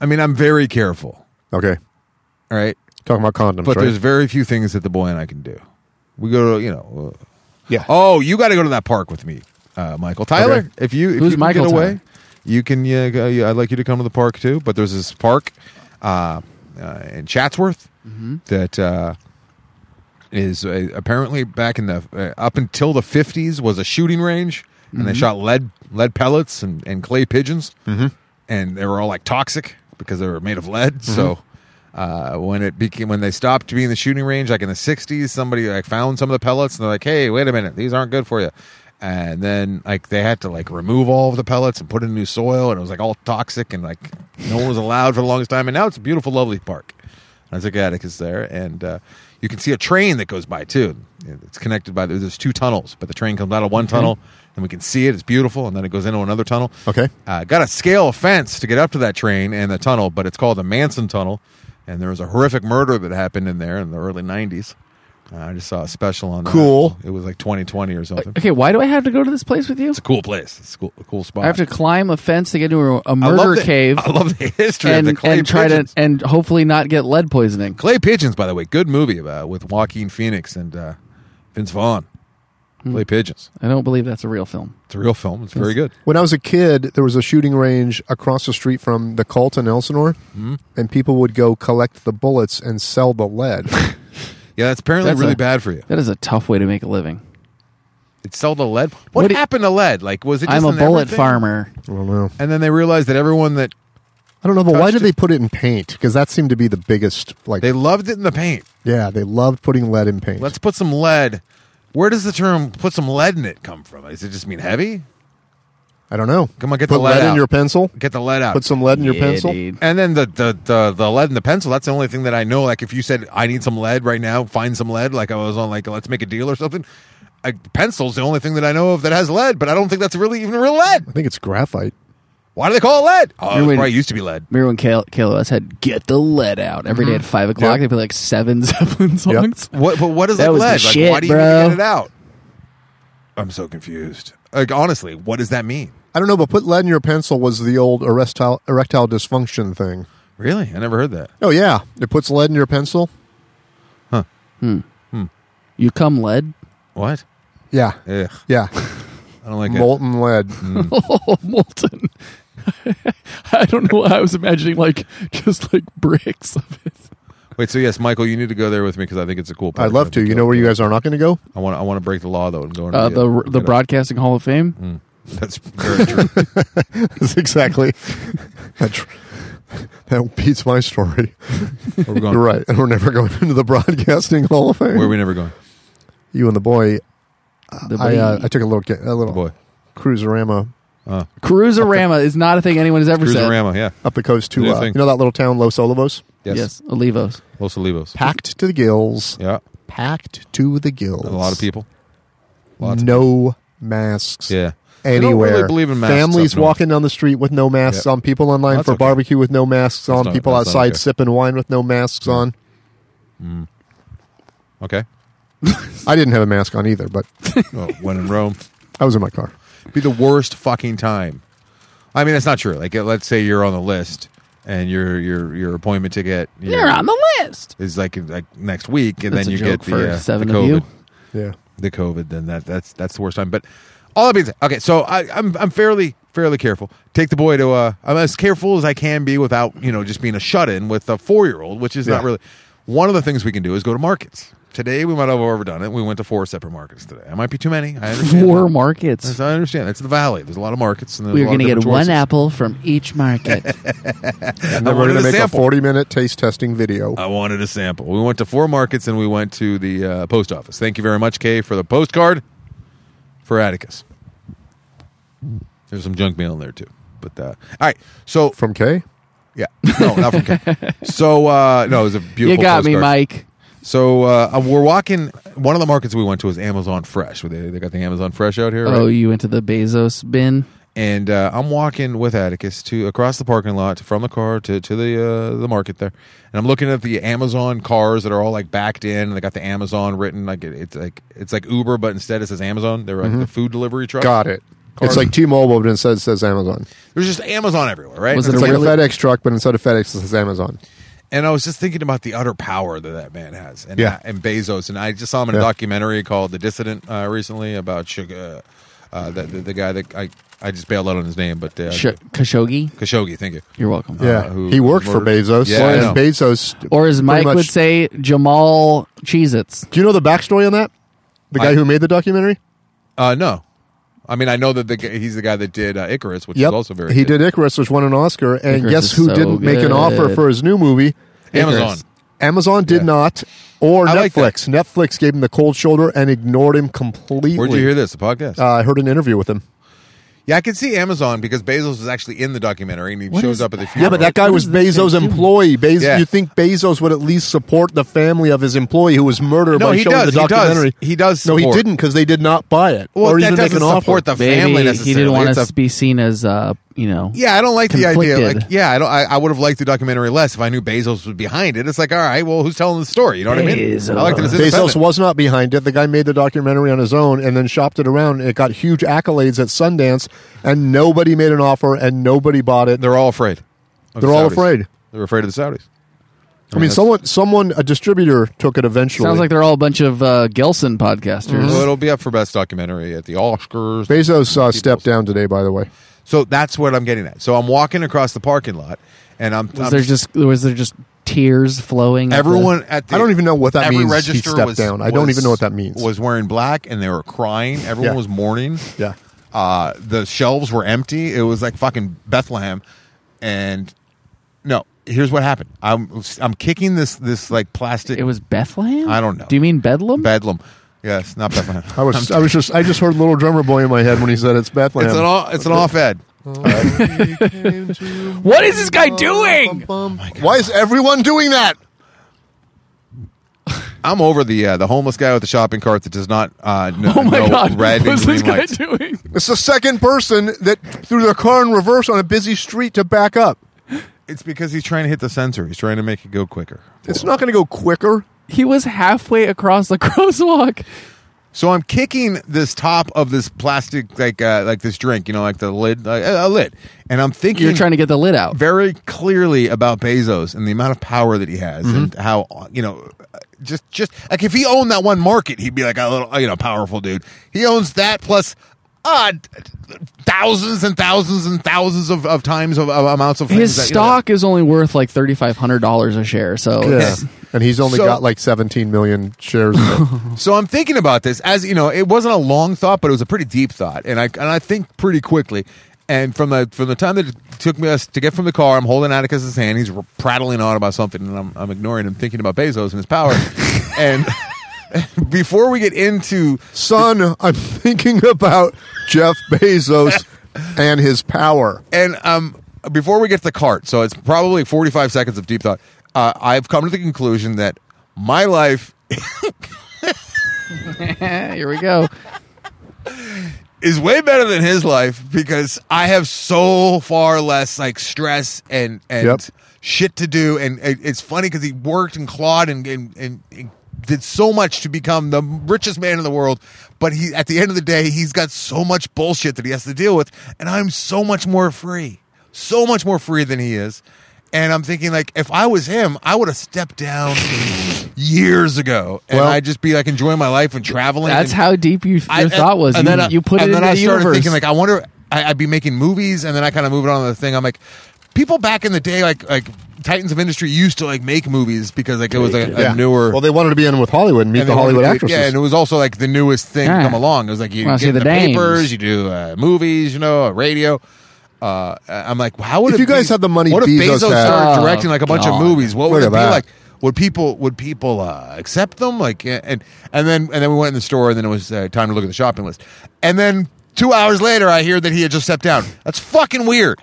Speaker 5: I mean, I'm very careful.
Speaker 4: Okay,
Speaker 5: All right,
Speaker 4: talking about condoms.
Speaker 5: but
Speaker 4: right?
Speaker 5: there's very few things that the boy and I can do. We go to you know. Uh,
Speaker 4: yeah.
Speaker 5: Oh, you got to go to that park with me, uh, Michael Tyler.
Speaker 4: Okay.
Speaker 5: If you if
Speaker 3: Who's
Speaker 5: you can
Speaker 3: Michael
Speaker 5: get away,
Speaker 3: Tyler?
Speaker 5: you can. Yeah, go- yeah, I'd like you to come to the park too. But there's this park uh, uh, in Chatsworth
Speaker 3: Mm-hmm.
Speaker 5: that uh, is uh, apparently back in the uh, up until the 50s was a shooting range, and they shot lead lead pellets and, and clay pigeons, mm-hmm. and they were all like toxic because they were made of lead. So. Uh, when it became when they stopped being the shooting range, like in the '60s, somebody like found some of the pellets and they're like, "Hey, wait a minute, these aren't good for you." And then like they had to like remove all of the pellets and put in new soil, and it was like all toxic and like no one was allowed for the longest time. And now it's a beautiful, lovely park. Isaac Atticus there, and uh, you can see a train that goes by too. It's connected by there's two tunnels, but the train comes out of one tunnel, and we can see it. It's beautiful, and then it goes into another tunnel.
Speaker 4: Okay.
Speaker 5: uh, got a scale fence to get up to that train and the tunnel, but it's called the Manson Tunnel, and there was a horrific murder that happened in there in the early '90s. Uh, I just saw a special on that.
Speaker 4: Cool.
Speaker 5: It was like 2020 or something.
Speaker 3: okay. Why do I have to go to this place with you?
Speaker 5: It's a cool place. It's a cool, a cool spot.
Speaker 3: I have to climb a fence to get into a, a
Speaker 5: I love
Speaker 3: murder
Speaker 5: the-
Speaker 3: cave
Speaker 5: I love the history of the
Speaker 3: and,
Speaker 5: clay
Speaker 3: and try to
Speaker 5: pigeons.
Speaker 3: and hopefully not get lead poisoning.
Speaker 5: Clay Pigeons, by the way, good movie about with Joaquin Phoenix and uh, Vince uh, Vaughn.
Speaker 3: Hmm.
Speaker 5: Play pigeons.
Speaker 3: I don't believe that's a real film.
Speaker 5: It's a real film. It's very good.
Speaker 4: When I was a kid, there was a shooting range across the street from the cult in Elsinore,
Speaker 5: Mm-hmm.
Speaker 4: and people would go collect the bullets and sell the lead.
Speaker 5: Yeah, that's apparently
Speaker 3: That's
Speaker 5: really
Speaker 3: a-
Speaker 5: bad for you.
Speaker 3: That is a tough way to make a living.
Speaker 5: It sold the lead. What,
Speaker 3: What do-
Speaker 5: happened to lead? Like, was it? Just
Speaker 3: I'm a
Speaker 5: in
Speaker 3: bullet
Speaker 5: everything?
Speaker 3: farmer.
Speaker 4: I don't know.
Speaker 5: And then they realized that everyone that
Speaker 4: I don't know, but why
Speaker 5: Touched
Speaker 4: did
Speaker 5: it.
Speaker 4: they put it in paint? Because that seemed to be the biggest. Like,
Speaker 5: they loved it in the paint.
Speaker 4: yeah, they loved putting lead in paint.
Speaker 5: Let's put some lead. Where does the term "put some lead in it" come from? Does it just mean heavy?
Speaker 4: I don't know.
Speaker 5: Come on, get
Speaker 4: put
Speaker 5: the lead
Speaker 4: in
Speaker 5: out.
Speaker 4: your pencil.
Speaker 5: Get the lead out.
Speaker 4: Put some lead in your
Speaker 3: Yeah,
Speaker 4: pencil.
Speaker 3: dude.
Speaker 5: And then the, the the the lead and the pencil. That's the only thing that I know. Like if you said I need some lead right now, find some lead. Like I was on like let's make a deal or something. I, pencil's the only thing that I know of that has lead, but I don't think that's really even real lead.
Speaker 4: I think it's graphite.
Speaker 5: Why do they call it lead? Oh,
Speaker 3: You're
Speaker 5: it
Speaker 3: waiting-
Speaker 5: probably used to be lead.
Speaker 3: Remember when K- KLOS had "Get the Lead Out" every day
Speaker 5: Mm-hmm.
Speaker 3: at five o'clock? They play like seven Zeppelin songs.
Speaker 5: What? But what is
Speaker 3: That
Speaker 5: like
Speaker 3: was the
Speaker 5: lead? Like
Speaker 3: shit,
Speaker 5: why do you
Speaker 3: bro.
Speaker 5: need to get it out? I'm so confused. Like honestly, what does that mean?
Speaker 4: I don't know, but put lead in your pencil was the old erectile, erectile dysfunction thing.
Speaker 5: Really, I never heard that.
Speaker 4: Oh yeah, it puts lead in your pencil.
Speaker 3: You come lead.
Speaker 5: What?
Speaker 4: Yeah,
Speaker 5: Ugh,
Speaker 4: yeah,
Speaker 5: I don't like it.
Speaker 4: molten lead.
Speaker 3: Oh, molten. I don't know. I was imagining like just like bricks of it.
Speaker 5: Wait, so yes, Michael, you need to go there with me because I think it's a cool.
Speaker 4: I'd
Speaker 5: part.
Speaker 4: love to. You know where you guys are not going to go?
Speaker 5: I want. I want to break the law though and go. into
Speaker 3: Uh, the the
Speaker 5: okay.
Speaker 3: Broadcasting Hall of Fame.
Speaker 5: Mm. That's very true.
Speaker 4: That's exactly. that, tr- that beats my story.
Speaker 5: Where we going?
Speaker 4: You're right, and we're never going into the broadcasting hall of fame.
Speaker 5: Where are we never going?
Speaker 4: you and the boy.
Speaker 3: The
Speaker 4: I uh,
Speaker 3: baby.
Speaker 4: I took a little ga- a little
Speaker 5: Boy.
Speaker 4: cruiserama
Speaker 3: Cruiserama is not a thing anyone has ever said.
Speaker 5: Cruiserama, yeah.
Speaker 4: up the coast to
Speaker 5: Do you
Speaker 4: uh, you
Speaker 5: think-
Speaker 4: know that little town Los Olivos,
Speaker 5: Yes.
Speaker 3: Yes, Olivos.
Speaker 5: Los Olivos.
Speaker 4: packed to the gills,
Speaker 5: Yeah.
Speaker 4: packed to the gills.
Speaker 5: A lot of people. Lots of
Speaker 4: no masks.
Speaker 5: Yeah. They don't
Speaker 4: anywhere.
Speaker 5: really believe in masks
Speaker 4: Families
Speaker 5: up north.
Speaker 4: walking down the street with no masks
Speaker 5: Yeah.
Speaker 4: on, people online
Speaker 5: That's
Speaker 4: for
Speaker 5: okay.
Speaker 4: barbecue with no masks on,
Speaker 5: not-
Speaker 4: people
Speaker 5: that's not
Speaker 4: outside
Speaker 5: okay.
Speaker 4: sipping wine with no masks on.
Speaker 5: Okay.
Speaker 4: I didn't have a mask on either, but
Speaker 5: Well, when in Rome.
Speaker 4: I was in my car.
Speaker 5: Be the worst fucking time. I mean, that's not true. Like, let's say you're on the list and your your your appointment ticket your-
Speaker 3: You're on the list.
Speaker 5: is like like next week, and
Speaker 3: That's
Speaker 5: then
Speaker 3: a
Speaker 5: you
Speaker 3: joke
Speaker 5: get the,
Speaker 3: for
Speaker 5: uh,
Speaker 3: seven
Speaker 5: the
Speaker 3: of you.
Speaker 5: COVID.
Speaker 4: Yeah.
Speaker 5: the COVID, then that that's that's the worst time. But all that means, okay. So I, I'm I'm fairly fairly careful. Take the boy to uh, I'm as careful as I can be without you know just being a shut in with a four year old, which is not
Speaker 4: Yeah.
Speaker 5: really. One of the things we can do is go to markets. Today we might have overdone it. We went to four separate markets today. It might be too many. I understand.
Speaker 3: Four
Speaker 5: that.
Speaker 3: markets.
Speaker 5: I understand. It's the valley. There's a lot of markets. And
Speaker 3: We are
Speaker 5: going to
Speaker 3: get one apple from each market.
Speaker 4: And then
Speaker 5: I
Speaker 4: we're
Speaker 5: wanted
Speaker 4: going to
Speaker 5: a
Speaker 4: make
Speaker 5: sample.
Speaker 4: a 40 minute taste testing video.
Speaker 5: I wanted a sample. We went to four markets and we went to the uh, post office. Thank you very much, Kay, for the postcard for Atticus. There's some junk mail in there too. But uh, all right, so
Speaker 4: From Kay?
Speaker 5: yeah, no, not from Kay. So uh, no, it was a beautiful.
Speaker 3: you got me,
Speaker 5: postcard.
Speaker 3: Mike.
Speaker 5: So uh, we're walking. One of the markets we went to was Amazon Fresh. They, they got the Amazon Fresh out here.
Speaker 3: Oh,
Speaker 5: right?
Speaker 3: you went to the Bezos bin.
Speaker 5: and uh, I'm walking with Atticus to across the parking lot from the car to to the uh, the market there, and I'm looking at the Amazon cars that are all like backed in. And they got the Amazon written like it, it's like it's like Uber, but instead it says Amazon. They're like the food delivery truck.
Speaker 4: Mm-hmm. Got it. It's like T Mobile, but instead it says Amazon.
Speaker 5: There's just Amazon everywhere, right?
Speaker 3: Was
Speaker 5: And
Speaker 3: it
Speaker 4: It's
Speaker 5: it's
Speaker 4: like
Speaker 5: like-
Speaker 3: Really?
Speaker 4: a FedEx truck, but instead of FedEx it says Amazon.
Speaker 5: and I was just thinking about the utter power that that man has, and uh,
Speaker 4: Yeah.
Speaker 5: and Bezos. And I just saw him in a
Speaker 4: Yeah.
Speaker 5: documentary called The Dissident uh, recently about sugar, uh, the, the the guy that I I just bailed out on his name, but uh,
Speaker 3: Sh- Khashoggi.
Speaker 5: Khashoggi. Thank you.
Speaker 3: You're welcome.
Speaker 4: Yeah.
Speaker 5: Uh, who
Speaker 4: he worked for
Speaker 5: murdered-
Speaker 4: Bezos.
Speaker 5: Yeah, I know.
Speaker 4: and Bezos.
Speaker 3: Or as
Speaker 4: pretty
Speaker 3: Mike
Speaker 4: much-
Speaker 3: would say, Jamal Cheez-Its.
Speaker 4: Do you know the backstory on that? The guy
Speaker 5: I-
Speaker 4: who made the documentary?
Speaker 5: Uh, no. I mean, I know that the, g- he's the guy that did uh, Icarus, which
Speaker 4: Yep.
Speaker 5: is also very.
Speaker 4: he
Speaker 5: good.
Speaker 4: did Icarus, which won an Oscar. And
Speaker 3: Icarus
Speaker 4: guess
Speaker 3: is
Speaker 4: who
Speaker 3: so
Speaker 4: didn't make an offer
Speaker 3: good.
Speaker 4: for his new movie?
Speaker 5: Amazon.
Speaker 4: Amazon did
Speaker 5: Yeah.
Speaker 4: not, or
Speaker 5: I like that.
Speaker 4: Netflix. Netflix gave him the cold shoulder and ignored him completely.
Speaker 5: Where'd you hear this? The podcast.
Speaker 4: Uh, I heard an interview with him.
Speaker 5: yeah, I can see Amazon because Bezos is actually in the documentary and he
Speaker 3: What
Speaker 5: shows
Speaker 3: is
Speaker 5: up at the
Speaker 3: that?
Speaker 5: funeral.
Speaker 4: yeah, but that guy
Speaker 3: What
Speaker 4: was
Speaker 3: is this
Speaker 4: Bezos'
Speaker 3: thing doing?
Speaker 4: employee. Bezos,
Speaker 5: Yeah.
Speaker 4: you think Bezos would at least support the family of his employee who was murdered
Speaker 5: No,
Speaker 4: by
Speaker 5: he
Speaker 4: showing
Speaker 5: does,
Speaker 4: the
Speaker 5: he does,
Speaker 4: documentary?
Speaker 5: he does
Speaker 4: No, he
Speaker 5: support.
Speaker 4: didn't because they did not buy it
Speaker 5: well,
Speaker 4: or
Speaker 5: that
Speaker 4: even make
Speaker 5: doesn't
Speaker 4: an offer.
Speaker 5: support the family
Speaker 3: Maybe
Speaker 5: necessarily.
Speaker 3: he didn't want
Speaker 5: It's
Speaker 3: to
Speaker 5: a-
Speaker 3: be seen as, uh, you know.
Speaker 5: yeah, I don't like the idea.
Speaker 3: conflicted.
Speaker 5: Like, yeah, I don't. I, I would have liked the documentary less if I knew Bezos was behind it. It's like, all right, well, who's telling the story? You know what I mean? I like that it's
Speaker 4: Bezos
Speaker 5: independent.
Speaker 4: was not behind it. The guy made the documentary on his own and then shopped it around. And it got huge accolades at Sundance, and nobody made an offer and nobody bought it.
Speaker 5: They're all afraid. of the
Speaker 4: They're all
Speaker 5: Saudis.
Speaker 4: afraid.
Speaker 5: They're afraid of the Saudis.
Speaker 4: I mean, someone, someone, a distributor took it eventually.
Speaker 3: Sounds like they're all a bunch of uh, Gelson podcasters.
Speaker 5: So it'll be up for best documentary at the Oscars.
Speaker 4: Bezos uh, stepped down today, by the way.
Speaker 5: So that's what I'm getting at. So I'm walking across the parking lot, and I'm,
Speaker 3: Was
Speaker 5: I'm-
Speaker 3: there just was there just tears flowing? at the-
Speaker 5: everyone at the.
Speaker 4: I don't even know what that
Speaker 5: every
Speaker 4: means, he
Speaker 5: Register
Speaker 4: stepped
Speaker 5: was,
Speaker 4: down. I don't
Speaker 5: was-
Speaker 4: even know what that means.
Speaker 5: Was wearing black, and they were crying. Everyone
Speaker 4: Yeah.
Speaker 5: was mourning.
Speaker 4: Yeah.
Speaker 5: Uh, the shelves were empty. It was like fucking Bethlehem, and no. Here's what happened. I'm I'm kicking this this like plastic.
Speaker 3: it was Bethlehem.
Speaker 5: I don't know.
Speaker 3: Do you mean Bedlam?
Speaker 5: bedlam. Yes, not Bethlehem.
Speaker 4: I was, I was just, I just heard Little Drummer Boy in my head when he said it's Bethlehem.
Speaker 5: It's an all, it's an off ed.
Speaker 3: what is this guy doing?
Speaker 4: Why is everyone doing that?
Speaker 5: I'm over the uh, the homeless guy with the shopping cart that does not uh, kn-
Speaker 3: Oh my
Speaker 5: know
Speaker 3: god!
Speaker 5: red
Speaker 3: what
Speaker 5: and
Speaker 3: is
Speaker 5: green
Speaker 3: this guy
Speaker 5: lights.
Speaker 3: doing?
Speaker 4: It's the second person that threw their car in reverse on a busy street to back up.
Speaker 5: It's because he's trying to hit the sensor. He's trying to make it go quicker.
Speaker 4: It's not going to go quicker.
Speaker 3: He was halfway across the crosswalk.
Speaker 5: So I'm kicking this top of this plastic like uh, like this drink, you know, like the lid, like, uh, a a lid, and I'm thinking
Speaker 3: You're trying to get the lid out.
Speaker 5: very clearly about Bezos and the amount of power that he has, and
Speaker 3: Mm-hmm.
Speaker 5: how you know, uh, just just like if he owned that one market, he'd be like a little you know powerful dude. He owns that plus uh, thousands and thousands and thousands of, of times of, of amounts of
Speaker 3: His
Speaker 5: things that, you know, that-
Speaker 3: stock is only worth like thirty five hundred dollars a share. So it's-
Speaker 4: And he's only
Speaker 5: So-
Speaker 4: got like 17 million shares. of it.
Speaker 5: So I'm thinking about this as you know, it wasn't a long thought, but it was a pretty deep thought, and I and I think pretty quickly. And from the from the time that it took me us to get from the car, I'm holding Atticus's hand. He's prattling on about something, and I'm I'm ignoring him, thinking about Bezos and his power. and before we get into
Speaker 4: Son, I'm thinking about Jeff Bezos and his power.
Speaker 5: and um, before we get to the cart, so it's probably 45 seconds of deep thought. Uh, I've come to the conclusion that my life
Speaker 3: here we go.
Speaker 5: is way better than his life because I have so far less like stress and and
Speaker 4: Yep.
Speaker 5: shit to do. And it, it's funny because he worked and clawed and and, and and did so much to become the richest man in the world. But he at the end of the day, he's got so much bullshit that he has to deal with, and I'm so much more free, so much more free than he is. And I'm thinking like if I was him, I would have stepped down years ago, and
Speaker 4: Well-
Speaker 5: I'd just be like enjoying my life and traveling.
Speaker 3: That's
Speaker 5: and-
Speaker 3: how deep you, your
Speaker 5: I-
Speaker 3: thought was. you,
Speaker 5: I-
Speaker 3: you put
Speaker 5: and
Speaker 3: it
Speaker 5: then
Speaker 3: into
Speaker 5: I
Speaker 3: the
Speaker 5: started
Speaker 3: universe.
Speaker 5: thinking like, I wonder, I, I'd be making movies, and then I kind of moved on to the thing. I'm like, people back in the day, like like Titans of Industry used to like make movies because like it was like, a,
Speaker 4: Yeah.
Speaker 5: newer.
Speaker 4: Well, they wanted to be in with Hollywood and meet
Speaker 5: and
Speaker 4: the
Speaker 5: they wanted
Speaker 4: Hollywood
Speaker 5: to do-
Speaker 4: actresses.
Speaker 5: Yeah, and it was also like the newest thing
Speaker 3: Yeah.
Speaker 5: to come along. It was like you
Speaker 3: Well,
Speaker 5: get
Speaker 3: see
Speaker 5: in
Speaker 3: the
Speaker 5: the,
Speaker 3: dames.
Speaker 5: papers, you do uh, movies, you know, uh, radio. Uh, I'm like, how would
Speaker 4: If
Speaker 5: it
Speaker 4: you guys
Speaker 5: be-
Speaker 4: had the money
Speaker 5: What if
Speaker 4: Bezos
Speaker 5: Bezos
Speaker 4: had-
Speaker 5: started
Speaker 3: Oh,
Speaker 5: directing like a bunch
Speaker 3: God.
Speaker 5: of movies? What would
Speaker 4: Look
Speaker 5: it
Speaker 4: at
Speaker 5: be
Speaker 4: that.
Speaker 5: like? Would people would people uh, accept them? Like, uh, and and then and then we went in the store, and then it was uh, time to look at the shopping list, and then two hours later, I hear that he had just stepped down. That's fucking weird.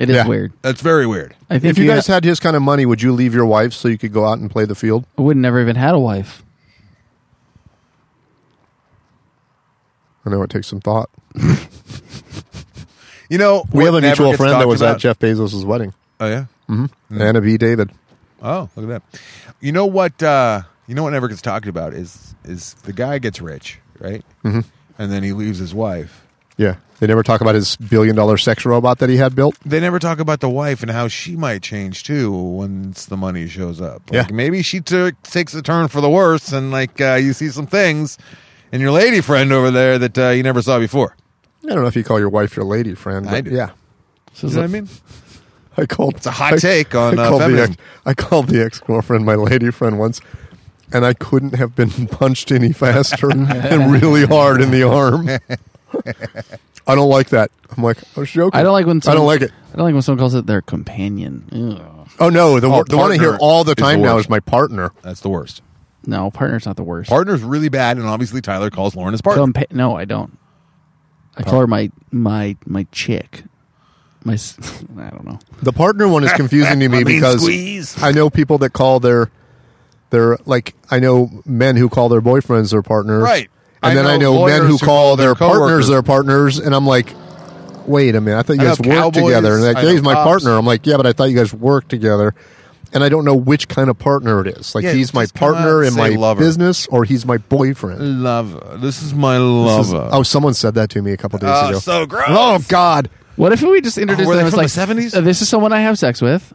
Speaker 3: it is
Speaker 4: Yeah.
Speaker 3: weird.
Speaker 5: That's very weird.
Speaker 3: I think
Speaker 4: if you guys
Speaker 3: ha-
Speaker 4: had his kind of money, would you leave your wife so you could go out and play the field?
Speaker 3: I would never even had a wife.
Speaker 4: I know it takes some thought.
Speaker 5: You know,
Speaker 4: We
Speaker 5: what
Speaker 4: have a
Speaker 5: never
Speaker 4: mutual
Speaker 5: gets
Speaker 4: friend that
Speaker 5: talked
Speaker 4: was at
Speaker 5: about-
Speaker 4: Jeff Bezos' wedding,
Speaker 5: Oh yeah.
Speaker 4: Anna B. David.
Speaker 5: Oh, look at that. You know what? Uh, you know what never gets talked about is is the guy gets rich, right? Mm-hmm. And then he leaves his wife.
Speaker 4: Yeah. They never talk about his billion dollar sex robot that he had built.
Speaker 5: They never talk about the wife and how she might change too once the money shows up. Like
Speaker 4: Yeah.
Speaker 5: maybe she took takes a turn for the worse, and like uh, you see some things in your lady friend over there that uh, you never saw before.
Speaker 4: I don't know if you call your wife your lady friend.
Speaker 5: I
Speaker 4: but
Speaker 5: do.
Speaker 4: Yeah.
Speaker 3: So
Speaker 5: You
Speaker 3: it's
Speaker 5: know what I
Speaker 3: like-
Speaker 5: mean?
Speaker 4: I called. It's
Speaker 5: a hot take on, uh,
Speaker 4: the
Speaker 5: feminism.
Speaker 4: ex, I called the ex girlfriend my lady friend once, and I couldn't have been punched any faster and really hard in the arm. I don't like that. I'm like, I was joking.
Speaker 3: I don't like when
Speaker 4: I don't
Speaker 3: someone-
Speaker 4: like it.
Speaker 3: I don't like when someone calls it their companion. Ugh.
Speaker 4: Oh no, the, wor- the one I
Speaker 5: partner
Speaker 4: hear all the
Speaker 5: is
Speaker 4: time
Speaker 5: the
Speaker 4: now
Speaker 5: worst.
Speaker 4: is my partner.
Speaker 5: That's the worst.
Speaker 3: No, partner's not the worst.
Speaker 5: Partner's really bad, and obviously Tyler calls Lauren his partner.
Speaker 3: Compa- no, I don't. I call her my my my chick. My s- I don't know.
Speaker 4: The partner one is confusing to me
Speaker 5: mean,
Speaker 4: because
Speaker 5: squeeze.
Speaker 4: I know people that call their their like I know men who call their boyfriends their partners,
Speaker 5: Right.
Speaker 4: And
Speaker 5: I
Speaker 4: then I
Speaker 5: know
Speaker 4: know men
Speaker 5: lawyers
Speaker 4: who
Speaker 5: who
Speaker 4: call
Speaker 5: call
Speaker 4: their,
Speaker 5: their
Speaker 4: partners
Speaker 5: coworkers.
Speaker 4: their partners, and I'm like, wait a minute, I thought you
Speaker 5: I
Speaker 4: guys
Speaker 5: know
Speaker 4: worked
Speaker 5: cowboys,
Speaker 4: together. And they're like,
Speaker 5: I know
Speaker 4: he's my
Speaker 5: cops.
Speaker 4: partner. I'm like, yeah, but I thought you guys worked together. And I don't know which kind of partner it is. Like
Speaker 5: Yeah,
Speaker 4: he's my
Speaker 5: just come out
Speaker 4: partner
Speaker 5: and
Speaker 4: in my
Speaker 5: say lover.
Speaker 4: business, or he's my boyfriend.
Speaker 5: Lover, this is my
Speaker 4: This is-
Speaker 5: lover.
Speaker 4: oh, someone said that to me a couple days
Speaker 5: Oh,
Speaker 4: ago.
Speaker 5: so gross.
Speaker 4: Oh God.
Speaker 3: What if we just introduced
Speaker 5: Oh, were
Speaker 3: them
Speaker 5: they
Speaker 3: as
Speaker 5: from the
Speaker 3: like
Speaker 5: 70s?
Speaker 3: "Uh, This is someone I have sex with.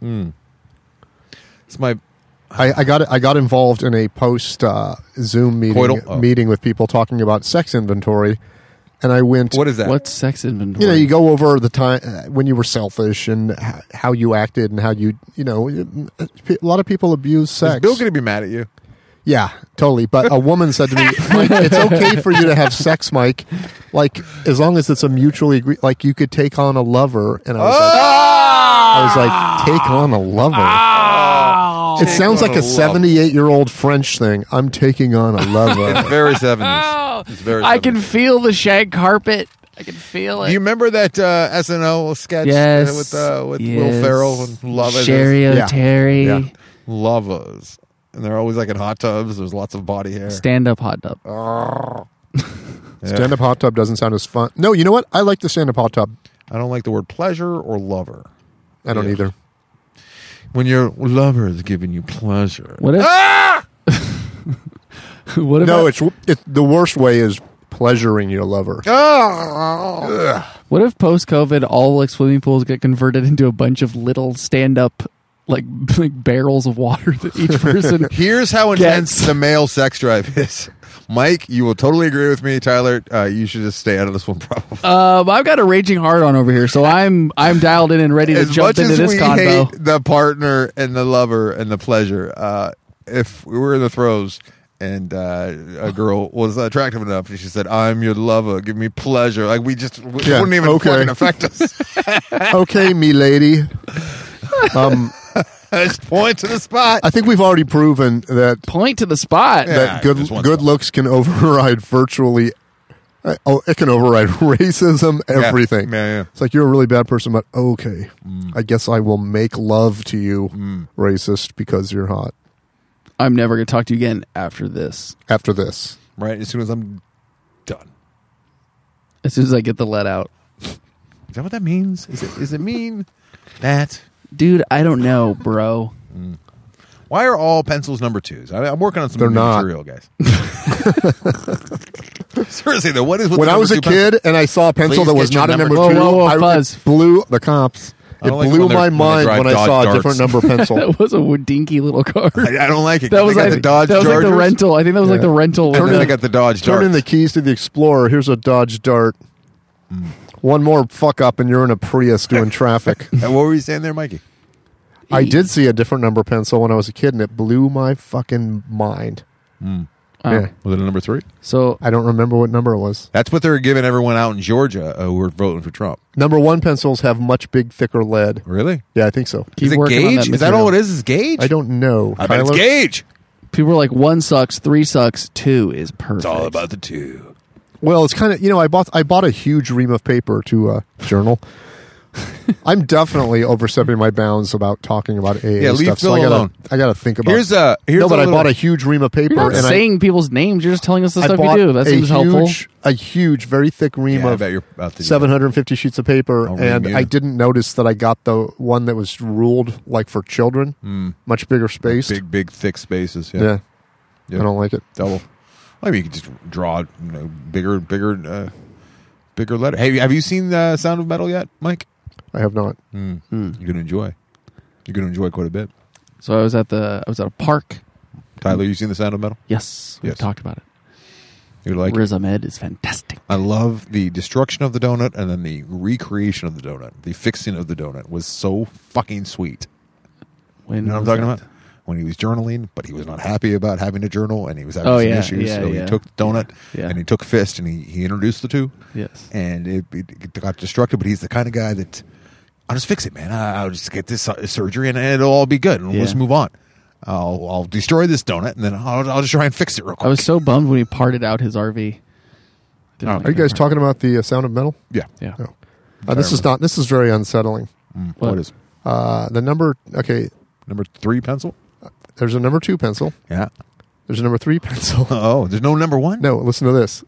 Speaker 5: It's my
Speaker 4: I, I got I got involved in a post uh, Zoom meeting
Speaker 5: Coital? Oh.
Speaker 4: meeting with people talking about sex inventory, and I went.
Speaker 5: what is that?
Speaker 3: What's sex inventory?
Speaker 4: you know, you go over the time uh, when you were selfish and h- how you acted and how you, you know, uh, a lot of people abuse
Speaker 5: Is
Speaker 4: sex.
Speaker 5: Bill going to be mad at you?
Speaker 4: Yeah, totally. But a woman said to me, Mike, it's okay for you to have sex, Mike. Like, as long as it's a mutually agree, like, you could take on a lover. And I was like, I was like, take on a lover. it sounds
Speaker 5: Ah! on
Speaker 4: like
Speaker 5: a
Speaker 4: a
Speaker 5: lover.
Speaker 4: 78 year old French thing. I'm taking on a lover.
Speaker 5: Very seventies. It's very.
Speaker 3: Oh, I can
Speaker 5: 70s.
Speaker 3: feel the shag carpet. I can feel
Speaker 5: Do
Speaker 3: it.
Speaker 5: you remember that uh, SNL sketch uh,
Speaker 3: yes.
Speaker 5: with uh, with Will
Speaker 3: yes.
Speaker 5: Ferrell and Love Is?
Speaker 3: Sherry
Speaker 4: Yeah.
Speaker 3: O'Terry.
Speaker 4: Yeah.
Speaker 5: Lovers, and they're always like in hot tubs. There's lots of body hair.
Speaker 3: Stand up hot tub.
Speaker 4: Stand up hot tub doesn't sound as fun. No, you know what? I like the stand up hot tub.
Speaker 5: I don't like the word pleasure or lover.
Speaker 4: I don't
Speaker 5: Yeah.
Speaker 4: either.
Speaker 5: When your lover is giving you pleasure,
Speaker 3: What if?
Speaker 5: Ah!
Speaker 3: what about
Speaker 4: No, it's, it's the worst way is pleasuring your lover.
Speaker 5: Ah!
Speaker 3: what if post COVID all like swimming pools get converted into a bunch of little stand up like like barrels of water that each person
Speaker 5: Here's how
Speaker 3: Get-
Speaker 5: intense the male sex drive is. Mike, you will totally agree with me, Tyler. Uh, you should just stay out of this one, probably.
Speaker 3: Um, I've got a raging hard on over here, so I'm I'm dialed in and ready to
Speaker 5: as
Speaker 3: jump
Speaker 5: much
Speaker 3: into
Speaker 5: as
Speaker 3: this
Speaker 5: we
Speaker 3: convo.
Speaker 5: hate the partner and the lover and the pleasure, uh, if we were in the throes and uh, a girl was attractive enough and she said, "I'm your lover, give me pleasure," like we just w
Speaker 4: Yeah,
Speaker 5: wouldn't even
Speaker 4: okay.
Speaker 5: fucking affect us.
Speaker 4: okay, me lady. Um,
Speaker 5: just point to the spot.
Speaker 4: I think we've already proven that
Speaker 3: Point to the spot.
Speaker 5: Yeah.
Speaker 4: that good
Speaker 5: just one
Speaker 4: good
Speaker 5: thought.
Speaker 4: looks can override virtually. uh, Oh, it can override racism, everything.
Speaker 5: Yeah, yeah.
Speaker 4: It's like you're a really bad person, but okay,
Speaker 5: Mm.
Speaker 4: I guess I will make love to you, racist, because you're hot.
Speaker 3: I'm never gonna talk to you again after this.
Speaker 4: After this,
Speaker 5: Right as soon as I'm done.
Speaker 3: As soon as I get the let out,
Speaker 5: Is that what that means? Is it? Is it mean that?
Speaker 3: dude. I don't know, bro.
Speaker 5: Why are all pencils number twos? I, I'm working on some
Speaker 4: They're
Speaker 5: new
Speaker 4: not.
Speaker 5: material, guys. Seriously though, what is with
Speaker 4: when
Speaker 5: the
Speaker 4: I
Speaker 5: number
Speaker 4: was a
Speaker 5: two pencil?
Speaker 4: kid and I saw a pencil
Speaker 5: Please
Speaker 4: that was
Speaker 5: get your
Speaker 4: not a
Speaker 5: number-
Speaker 4: number
Speaker 3: Whoa,
Speaker 4: two,
Speaker 3: whoa, whoa,
Speaker 4: I,
Speaker 3: fuzz.
Speaker 4: it blew the cops.
Speaker 5: I
Speaker 4: It
Speaker 5: don't like
Speaker 4: blew
Speaker 5: when they're-
Speaker 4: my
Speaker 5: when they
Speaker 4: mind
Speaker 5: drive
Speaker 4: when I
Speaker 5: Dodge
Speaker 4: saw a
Speaker 5: darts.
Speaker 4: different number pencil.
Speaker 3: That was a dinky little car.
Speaker 5: I, I don't like it.
Speaker 3: That
Speaker 5: 'cause
Speaker 3: was
Speaker 5: I got
Speaker 3: like
Speaker 5: the Dodge
Speaker 3: That was like the
Speaker 5: Chargers,
Speaker 3: rental. I think that was like the rental.
Speaker 5: And
Speaker 3: one.
Speaker 5: then I got the Dodge
Speaker 4: Turn in
Speaker 5: Dart.
Speaker 4: the keys to the Explorer. Here's a Dodge Dart. One more fuck up, and you're in a Prius doing traffic.
Speaker 5: And what were you saying there, Mikey?
Speaker 4: I did see a different number pencil when I was a kid, and it blew my fucking mind.
Speaker 3: Wow.
Speaker 4: Yeah.
Speaker 5: Was it a number three?
Speaker 3: oh. So
Speaker 4: I don't remember what number it was.
Speaker 5: That's what they're giving everyone out in Georgia uh, who were voting for Trump.
Speaker 4: Number one pencils have much big, thicker lead.
Speaker 5: Really?
Speaker 4: Yeah, I think so.
Speaker 3: keep
Speaker 5: is it
Speaker 3: working on
Speaker 5: gauge?
Speaker 3: that.
Speaker 5: is that all
Speaker 3: material.
Speaker 5: it is? Is gauge?
Speaker 4: I don't know.
Speaker 5: I bet it's
Speaker 4: Tyler?
Speaker 5: gauge.
Speaker 3: People are like one sucks, three sucks, two is perfect.
Speaker 5: It's all about the two.
Speaker 4: Well, it's kind of you know I bought I bought a huge ream of paper to uh, journal. I'm definitely overstepping my bounds about talking about AA
Speaker 5: Yeah, leave
Speaker 4: stuff. so
Speaker 5: Phil
Speaker 4: I gotta
Speaker 5: alone.
Speaker 4: I gotta think about.
Speaker 5: Here's a- here's
Speaker 4: no, but
Speaker 5: a
Speaker 4: I
Speaker 5: little-
Speaker 4: bought a huge ream of paper
Speaker 3: You're not
Speaker 4: and I-
Speaker 3: saying people's names. You're just telling us the stuff you
Speaker 4: bought
Speaker 3: do. That
Speaker 4: a
Speaker 3: seems helpful.
Speaker 4: huge, A huge, very thick ream
Speaker 5: Yeah, I
Speaker 4: of
Speaker 5: bet you're about to do that.
Speaker 4: 750 sheets of paper,
Speaker 5: I'll ream
Speaker 4: and
Speaker 5: you.
Speaker 4: I didn't notice that I got the one that was ruled like for children, much bigger space.
Speaker 5: Hmm, Big, big, thick spaces. Yeah.
Speaker 4: yeah.
Speaker 5: Yeah.
Speaker 4: I don't like it.
Speaker 5: Double. I mean, you could just draw you know, bigger, bigger, uh, bigger letter. Hey, have you seen the Sound of Metal yet, Mike? Hmm,
Speaker 4: I have not.
Speaker 5: You're gonna enjoy. You're gonna enjoy quite a bit.
Speaker 3: Hmm. So I was at the I was at a park.
Speaker 5: Tyler, you seen the Sound of Metal?
Speaker 3: Yes, we
Speaker 5: Yes.
Speaker 3: talked about it.
Speaker 5: You're like,
Speaker 3: Riz Ahmed is fantastic.
Speaker 5: I love the destruction of the donut and then the recreation of the donut. The fixing of the donut was so fucking sweet.
Speaker 3: When
Speaker 5: You know what I'm
Speaker 3: was
Speaker 5: talking
Speaker 3: that?
Speaker 5: about? When he was journaling, but he was not happy about having to journal, and he was having
Speaker 3: Oh,
Speaker 5: some
Speaker 3: yeah,
Speaker 5: issues.
Speaker 3: yeah,
Speaker 5: so
Speaker 3: yeah.
Speaker 5: he took the donut
Speaker 3: Yeah.
Speaker 5: and he took fist, and he, he introduced the two.
Speaker 3: Yes.
Speaker 5: and it, it got destructive. But he's the kind of guy that I'll just fix it, man. I- I'll just get this uh, surgery and it'll all be good, and
Speaker 3: Yeah.
Speaker 5: we'll just move on. I'll, I'll destroy this donut, and then I'll, I'll just try and fix it real quick.
Speaker 3: I was so bummed when he parted out his RV.
Speaker 5: Oh,
Speaker 3: Didn't like
Speaker 4: Are you
Speaker 3: that
Speaker 4: guys
Speaker 3: part.
Speaker 4: talking about the uh, Sound of Metal?
Speaker 5: yeah.
Speaker 3: Yeah.
Speaker 4: No. Uh, this is
Speaker 5: Terrible.
Speaker 4: not. This is very unsettling.
Speaker 5: mm, What
Speaker 3: What?
Speaker 5: is
Speaker 4: Uh, the number. Okay,
Speaker 5: number three pencil?
Speaker 4: there's a number two pencil.
Speaker 5: Yeah.
Speaker 4: There's a number three pencil.
Speaker 5: Oh, there's no number one.
Speaker 4: No, listen to this.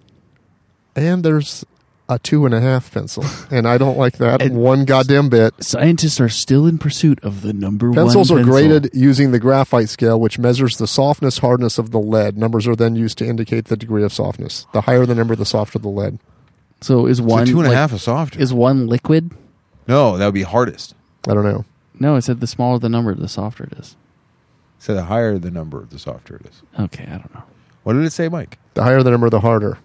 Speaker 4: And there's a two and a half pencil, and I don't like that
Speaker 3: And-
Speaker 4: one goddamn bit.
Speaker 3: Scientists are still in pursuit of the number
Speaker 4: Pencils
Speaker 3: one
Speaker 4: are
Speaker 3: pencil.
Speaker 4: graded using the graphite scale, which measures the softness, hardness of the lead. Numbers are then used to indicate the degree of softness. The higher the number, the softer the lead.
Speaker 3: So is
Speaker 5: So
Speaker 3: one
Speaker 5: two and a half
Speaker 3: like,
Speaker 5: is soft.
Speaker 3: Is one liquid?
Speaker 5: no, that would be hardest.
Speaker 4: I don't know.
Speaker 3: No, I said the smaller the number, the softer it is.
Speaker 7: So the higher the number, the softer it is.
Speaker 3: Okay, I don't know.
Speaker 7: What did it say, Mike?
Speaker 4: The higher the number, the harder.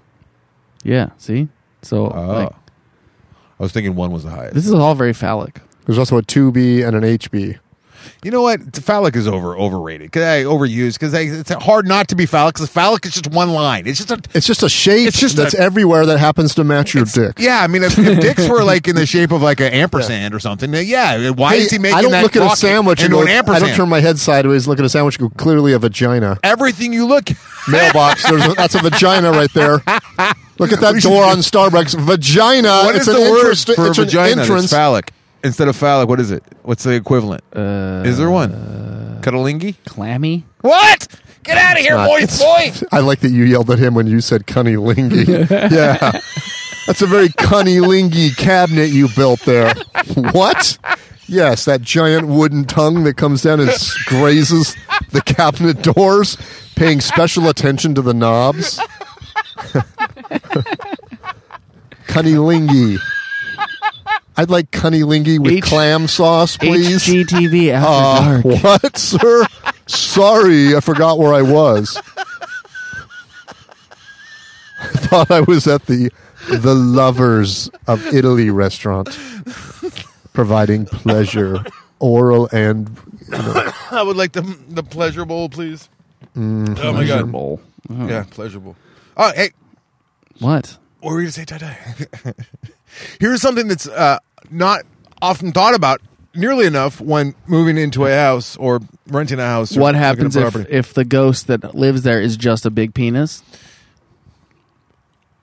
Speaker 3: Yeah, see? So
Speaker 7: Oh,
Speaker 3: like,
Speaker 7: I was thinking one was the highest.
Speaker 3: this is all very phallic.
Speaker 4: There's also a 2B and an HB.
Speaker 7: You know what? Phallic is over overrated. Cause I overused because it's hard not to be phallic. Because phallic is just one line. It's just a
Speaker 4: It's just a shape
Speaker 7: It's just
Speaker 4: that's
Speaker 7: a-
Speaker 4: everywhere that happens to match your dick.
Speaker 7: yeah. I mean, if, if dicks were like in the shape of like an ampersand or something, then yeah. Why
Speaker 4: Hey,
Speaker 7: is he making
Speaker 4: I don't
Speaker 7: that
Speaker 4: look at a
Speaker 7: rocket
Speaker 4: sandwich and
Speaker 7: into
Speaker 4: go,
Speaker 7: an
Speaker 4: I
Speaker 7: ampersand?
Speaker 4: don't turn my head sideways, look at a sandwich and go, clearly a vagina.
Speaker 7: Everything you look.
Speaker 4: Mailbox, there's a, that's a vagina right there. Look at that door on Starbucks. Vagina.
Speaker 3: Uh,
Speaker 7: What
Speaker 4: it's
Speaker 7: is
Speaker 4: an
Speaker 7: the word
Speaker 4: interest-
Speaker 7: for
Speaker 4: it's
Speaker 7: vagina?
Speaker 4: An
Speaker 7: that's
Speaker 4: entrance.
Speaker 7: phallic instead of phallic. What is it? What's the equivalent? is there one?
Speaker 3: Uh,
Speaker 7: Cuddlingy?
Speaker 3: Clammy?
Speaker 7: What? Get out of here,
Speaker 4: not-
Speaker 7: boy, boy!
Speaker 4: I like that you yelled at him when you said cunnilingy. yeah. That's a very cunnilingy cabinet you built there. What? Yes, that giant wooden tongue that comes down and s- grazes the cabinet doors, paying special attention to the knobs. cunnilingy. I'd like cunnilingy with
Speaker 3: H-
Speaker 4: clam sauce, please.
Speaker 3: HGTV After
Speaker 4: Uh,
Speaker 5: Oh.
Speaker 3: Dark.
Speaker 4: what, sir? Sorry, I forgot where I was. I thought I was at the the Lovers of Italy restaurant, providing pleasure, oral and
Speaker 5: I would like the the pleasure bowl, please.
Speaker 7: Mm,
Speaker 5: oh my god.
Speaker 3: Miserable. Oh.
Speaker 5: Yeah, pleasurable. Oh, hey,
Speaker 3: What?
Speaker 5: what were you gonna say, tie dye? Here's something that's uh, not often thought about nearly enough when moving into a house or renting a house. or
Speaker 3: What
Speaker 5: looking at
Speaker 3: happens if,
Speaker 5: property.
Speaker 3: if the ghost that lives there is just a big penis?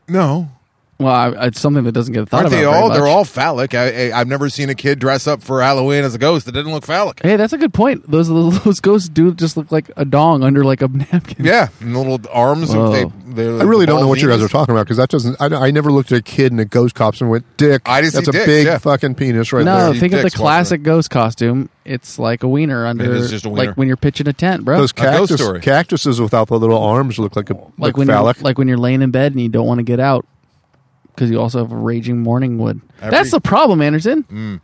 Speaker 5: no?
Speaker 3: Well, I, it's something that doesn't get thought
Speaker 5: Aren't
Speaker 3: about.
Speaker 5: they
Speaker 3: very
Speaker 5: all?
Speaker 3: much.
Speaker 5: They're all phallic. I, I, I've never seen a kid dress up for Halloween as a ghost that didn't look phallic.
Speaker 3: Hey, that's a good point. Those those ghosts do just look like a dong under like a napkin.
Speaker 5: Yeah, and the little arms.
Speaker 3: Whoa.
Speaker 5: If they, they're-
Speaker 4: I really don't know
Speaker 5: ball
Speaker 4: what you guys are
Speaker 5: penis.
Speaker 4: talking about because that doesn't. I, I never looked at a kid in a ghost cops and went, "Dick."
Speaker 5: I just see
Speaker 4: that's a
Speaker 5: dicks,
Speaker 4: big
Speaker 5: yeah.
Speaker 4: fucking penis right
Speaker 3: no,
Speaker 4: there.
Speaker 3: think of the
Speaker 5: dicks walking around.
Speaker 3: classic ghost costume. It's like a wiener under,
Speaker 5: is just a wiener.
Speaker 3: like when you're pitching a tent, bro.
Speaker 4: Those
Speaker 5: A ghost
Speaker 4: cactus,
Speaker 5: story.
Speaker 4: cactuses without the little arms look like a
Speaker 3: like
Speaker 4: like,
Speaker 3: when
Speaker 4: phallic.
Speaker 3: you're, like when you're laying in bed and you don't want to get out because you also have a raging morning wood. That's the problem, Anderson.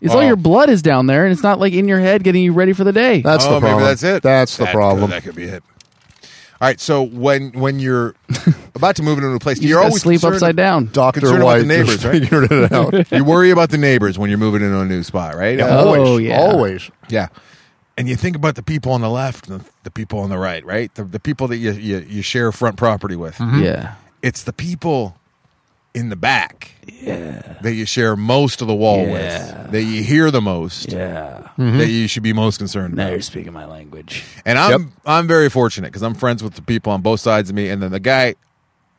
Speaker 3: It's all
Speaker 5: Oh.
Speaker 3: your blood is down there, and it's not like in your head getting you ready for the day.
Speaker 4: that's
Speaker 5: oh,
Speaker 4: the problem.
Speaker 5: maybe that's it.
Speaker 4: That's the
Speaker 5: That-
Speaker 4: problem.
Speaker 5: That could be it. All right. So when when you're about to move into a new place,
Speaker 3: you
Speaker 5: you're
Speaker 3: just gotta
Speaker 5: always
Speaker 3: sleep
Speaker 5: concerned-
Speaker 3: upside down.
Speaker 4: Doctor
Speaker 5: concerned about
Speaker 4: White
Speaker 5: the neighbors,
Speaker 4: just
Speaker 5: right?
Speaker 4: figured it out.
Speaker 5: You worry about the neighbors when you're moving into a new spot, right? Uh,
Speaker 3: Oh,
Speaker 4: always,
Speaker 3: yeah.
Speaker 4: always.
Speaker 5: yeah. And you think about the people on the left and the, the people on the right, right? The, the people that you, you you share front property with.
Speaker 4: Mm-hmm.
Speaker 3: Yeah,
Speaker 5: It's the people in the back. Yeah. That you share most of the wall
Speaker 3: Yeah.
Speaker 5: with. That you hear the most.
Speaker 3: yeah.
Speaker 4: Mm-hmm.
Speaker 5: That you should be most concerned about.
Speaker 3: speaking my language.
Speaker 5: And I'm
Speaker 4: Yep.
Speaker 5: I'm very fortunate because I'm friends with the people on both sides of me, and then the guy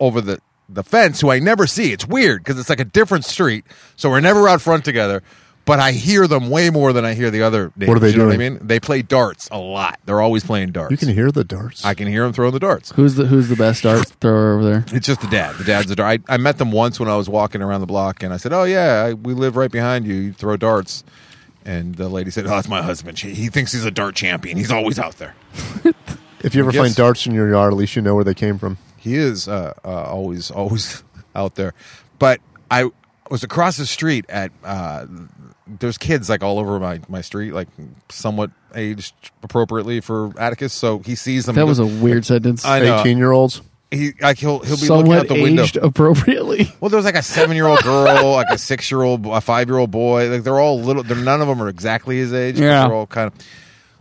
Speaker 5: over the the fence who I never see. It's weird because it's like a different street, so we're never out front together. But I hear them way more than I hear the other. Neighbors,
Speaker 4: What are they
Speaker 5: you know What I
Speaker 4: doing?
Speaker 5: mean, they play darts a lot. They're always playing darts.
Speaker 4: You can hear the darts.
Speaker 5: I can hear them throwing the darts.
Speaker 3: Who's the Who's the best dart thrower over there?
Speaker 5: It's just the dad. The dad's a dart. I, I met them once when I was walking around the block, and I said, "Oh yeah, I, we live right behind you. You throw darts." And the lady said, "Oh, that's my husband. He, he thinks he's a dart champion. He's always out there."
Speaker 4: if you ever
Speaker 5: Yes.
Speaker 4: find darts in your yard, at least you know where they came from.
Speaker 5: he is uh, uh, always always out there. But I was across the street at uh, there's kids like all over my, my street, like somewhat aged appropriately for Atticus. So he sees them.
Speaker 3: That was a weird sentence.
Speaker 5: I know.
Speaker 4: Eighteen year olds.
Speaker 5: he like he'll he'll be looking
Speaker 3: Somewhat
Speaker 5: out the window.
Speaker 3: aged appropriately.
Speaker 5: Well, there's like a seven year old girl, like a six year old, a five year old boy. Like they're all little. They're none of them are exactly his age. but
Speaker 3: Yeah.
Speaker 5: they're all kind of.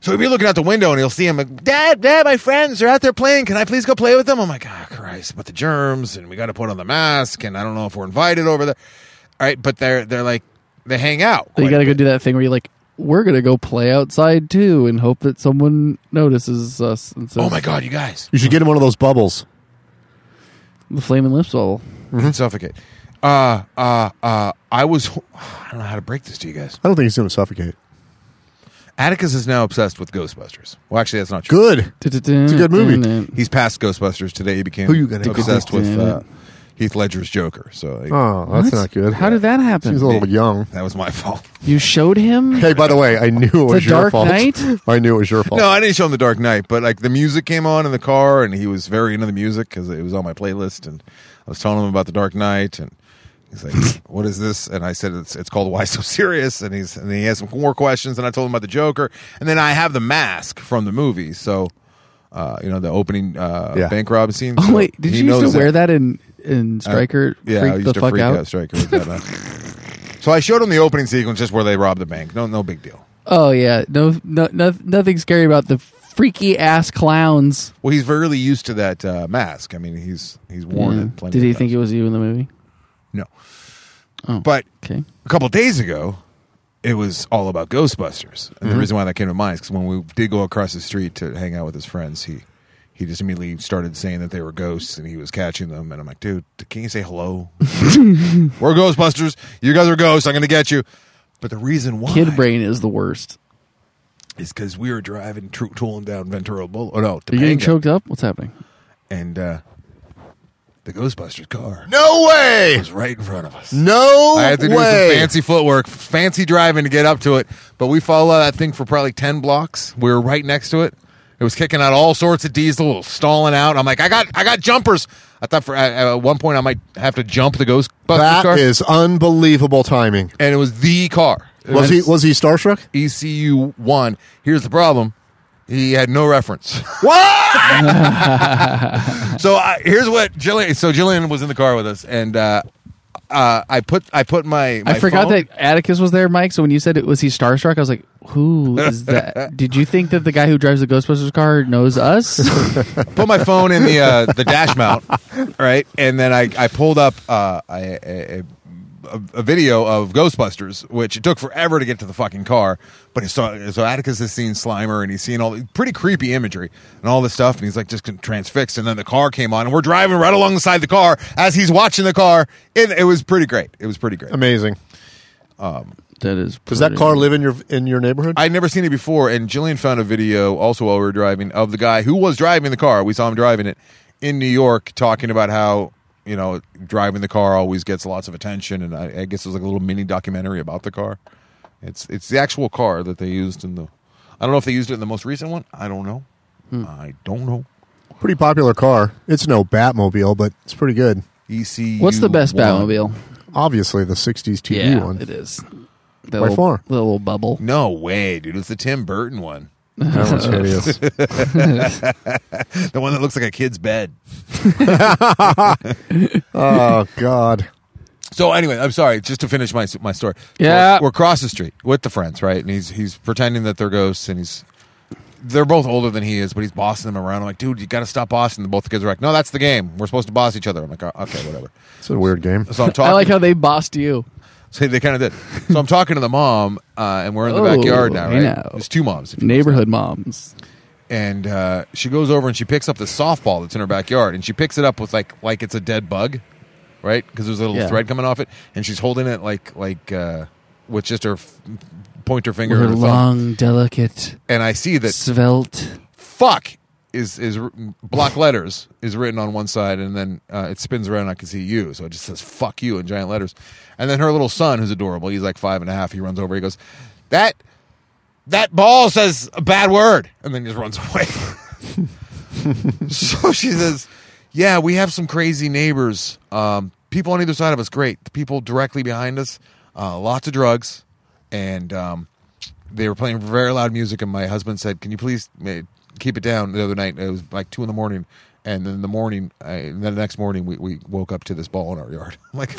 Speaker 5: So he'd be looking out the window and he'll see him like, Dad, Dad, my friends are out there playing. Can I please go play with them? I'm like, ah, Christ, but the germs and we got to put on the mask and I don't know if we're invited over there. All right, but they're they're like they hang out.
Speaker 3: you
Speaker 5: quite
Speaker 3: gotta
Speaker 5: a
Speaker 3: go
Speaker 5: bit.
Speaker 3: do that thing where you're like, we're gonna go play outside too, and hope that someone notices us. And says,
Speaker 5: Oh my God, you guys,
Speaker 4: You should get him one of those bubbles.
Speaker 3: The flaming lips bubble.
Speaker 5: suffocate. Uh, uh, uh, I was. I don't know how to break this to you guys.
Speaker 4: I don't think he's going to suffocate.
Speaker 5: Atticus is now obsessed with Ghostbusters. Well, actually, that's not true.
Speaker 4: Good.
Speaker 3: It's
Speaker 4: a good movie.
Speaker 5: He's past Ghostbusters today. He became
Speaker 4: Who you gonna
Speaker 5: obsessed
Speaker 3: call?
Speaker 5: with
Speaker 3: Damn
Speaker 5: uh,
Speaker 3: it.
Speaker 5: Heath Ledger's Joker. So he-
Speaker 4: Oh, that's not good.
Speaker 3: How did that happen?
Speaker 4: He's a little young.
Speaker 5: that was my fault.
Speaker 3: You showed him.
Speaker 4: Hey, by the way, I knew it was your
Speaker 3: Dark
Speaker 4: fault.
Speaker 3: Knight?
Speaker 4: I knew it was your fault.
Speaker 5: No, I didn't show him The Dark Knight, but like the music came on in the car, and he was very into the music because it was on my playlist, and I was telling him about The Dark Knight and He's like, "What is this?" And I said, "It's it's called Why So Serious." And he's and he has some more questions. And I told him about the Joker. And then I have the mask from the movie, so uh, you know the opening uh,
Speaker 4: Yeah.
Speaker 5: bank robbery scene.
Speaker 3: Oh
Speaker 5: So
Speaker 3: wait, did
Speaker 5: he
Speaker 3: you used
Speaker 5: knows
Speaker 3: to wear that in in Striker?
Speaker 5: I- Uh, yeah,
Speaker 3: freak
Speaker 5: I used
Speaker 3: the
Speaker 5: to
Speaker 3: fuck
Speaker 5: freak
Speaker 3: out.
Speaker 5: Striker with that, uh, so I showed him the opening sequence, just where they rob the bank. No, no big deal.
Speaker 3: Oh yeah, no, no, no, nothing scary about the freaky ass clowns.
Speaker 5: Well, he's really used to that uh, mask. I mean, he's he's worn
Speaker 3: Yeah.
Speaker 5: it. Plenty
Speaker 3: Did
Speaker 5: of
Speaker 3: he
Speaker 5: times.
Speaker 3: think it was you in the movie?
Speaker 5: No.
Speaker 3: Oh.
Speaker 5: But
Speaker 3: Okay.
Speaker 5: a couple days ago, it was all about Ghostbusters, and the
Speaker 3: Mm-hmm.
Speaker 5: reason why that came to mind is because when we did go across the street to hang out with his friends, he he just immediately started saying that they were ghosts, and he was catching them. And I'm like, dude, can you say hello? we're Ghostbusters. You guys are ghosts. I'm gonna get you. But the reason why
Speaker 3: Kid brain is the worst.
Speaker 5: is because we were driving, tro- tooling down Ventura Boulevard. Oh no,
Speaker 3: Are you getting
Speaker 5: Topanga.
Speaker 3: choked up? What's happening?
Speaker 5: and uh, the Ghostbusters car
Speaker 4: No way.
Speaker 5: was right in front of us.
Speaker 4: No
Speaker 5: I had to do
Speaker 4: way.
Speaker 5: some fancy footwork, fancy driving to get up to it. But we followed that thing for probably 10 blocks. We were right next to it. It was kicking out all sorts of diesel, it was stalling out. I'm like, I got, I got jumpers. I thought for at at one point I might have to jump the Ghostbusters car,
Speaker 4: That is unbelievable timing.
Speaker 5: and it was the car. It
Speaker 4: Was he was he starstruck?
Speaker 5: ECU one? Here's the problem: he had no reference.
Speaker 4: What?
Speaker 5: so I, here's what Jillian. So Jillian was in the car with us, and uh, uh, I put I put my, my
Speaker 3: I forgot
Speaker 5: phone-
Speaker 3: that Atticus was there, Mike. So when you said it was he starstruck, I was like, "Who is that?" Did you think that the guy who drives the Ghostbusters car knows us?
Speaker 5: put my phone in the uh, the dash mount, right? And then I, I pulled up uh, a, a, a, a video of Ghostbusters, which it took forever to get to the fucking car. But he saw, so Atticus has seen Slimer and he's seen all the pretty creepy imagery and all this stuff. And he's like just transfixed. And then the car came on and we're driving right alongside the car as he's watching the car. It, it was pretty great. It was pretty great.
Speaker 4: Amazing.
Speaker 3: that is.
Speaker 4: Does that
Speaker 3: pretty-
Speaker 4: car live in your in your neighborhood?
Speaker 5: I'd never seen it before, and Jillian found a video also while we were driving of the guy who was driving the car. We saw him driving it in New York, talking about how you know driving the car always gets lots of attention, and I, I guess it was like a little mini documentary about the car. It's it's the actual car that they used in the. I don't know if they used it in the most recent one. I don't know.
Speaker 3: Hmm.
Speaker 5: I don't know.
Speaker 4: pretty popular car. It's no Batmobile, but it's pretty good.
Speaker 5: EC.
Speaker 3: What's the best Batmobile?
Speaker 4: Obviously, the '60s TV
Speaker 3: yeah,
Speaker 4: one.
Speaker 3: it is. That
Speaker 4: By
Speaker 3: little,
Speaker 4: far.
Speaker 3: the little bubble.
Speaker 5: No way, dude! It's the Tim Burton one,
Speaker 4: That one's hideous.
Speaker 5: the one that looks like a kid's bed.
Speaker 4: oh God.
Speaker 5: So anyway, I'm sorry. Just to finish my my story. So
Speaker 3: Yeah.
Speaker 5: we're, we're across the street with the friends, right? And he's he's pretending that they're ghosts, and he's they're both older than he is, but he's bossing them around. I'm like, dude, you got to stop bossing. them. both the kids are like, no, that's the game. We're supposed to boss each other. I'm like, "Oh, okay, whatever.
Speaker 4: It's a weird game.
Speaker 5: So I'm talking.
Speaker 3: I like how they bossed you.
Speaker 5: so they kind of did. So I'm talking to the mom, uh, and we're in the
Speaker 3: Oh,
Speaker 5: backyard now,
Speaker 3: hey
Speaker 5: right?
Speaker 3: now.
Speaker 5: There's two moms. If you
Speaker 3: Neighborhood moms.
Speaker 5: and uh, she goes over and she picks up the softball that's in her backyard and she picks it up with like like it's a dead bug right because there's a little
Speaker 3: Yeah.
Speaker 5: thread coming off it and she's holding it like like uh, with just her f- pointer finger
Speaker 3: Her
Speaker 5: and her thumb.
Speaker 3: long, delicate,
Speaker 5: and i see that
Speaker 3: svelte.
Speaker 5: fuck is is r- block letters is written on one side and then uh, it spins around and i can see you so it just says fuck you in giant letters and then her little son who's adorable he's like five and a half he runs over he goes that that ball says a bad word and then he just runs away so she says yeah we have some crazy neighbors um, people on either side of us great the people directly behind us uh, lots of drugs and um, they were playing very loud music, and my husband said, "Can you please ma- keep it down?" The other night, it was like two in the morning, and then the morning, I, and then the next morning, we, we woke up to this ball in our yard. I'm like,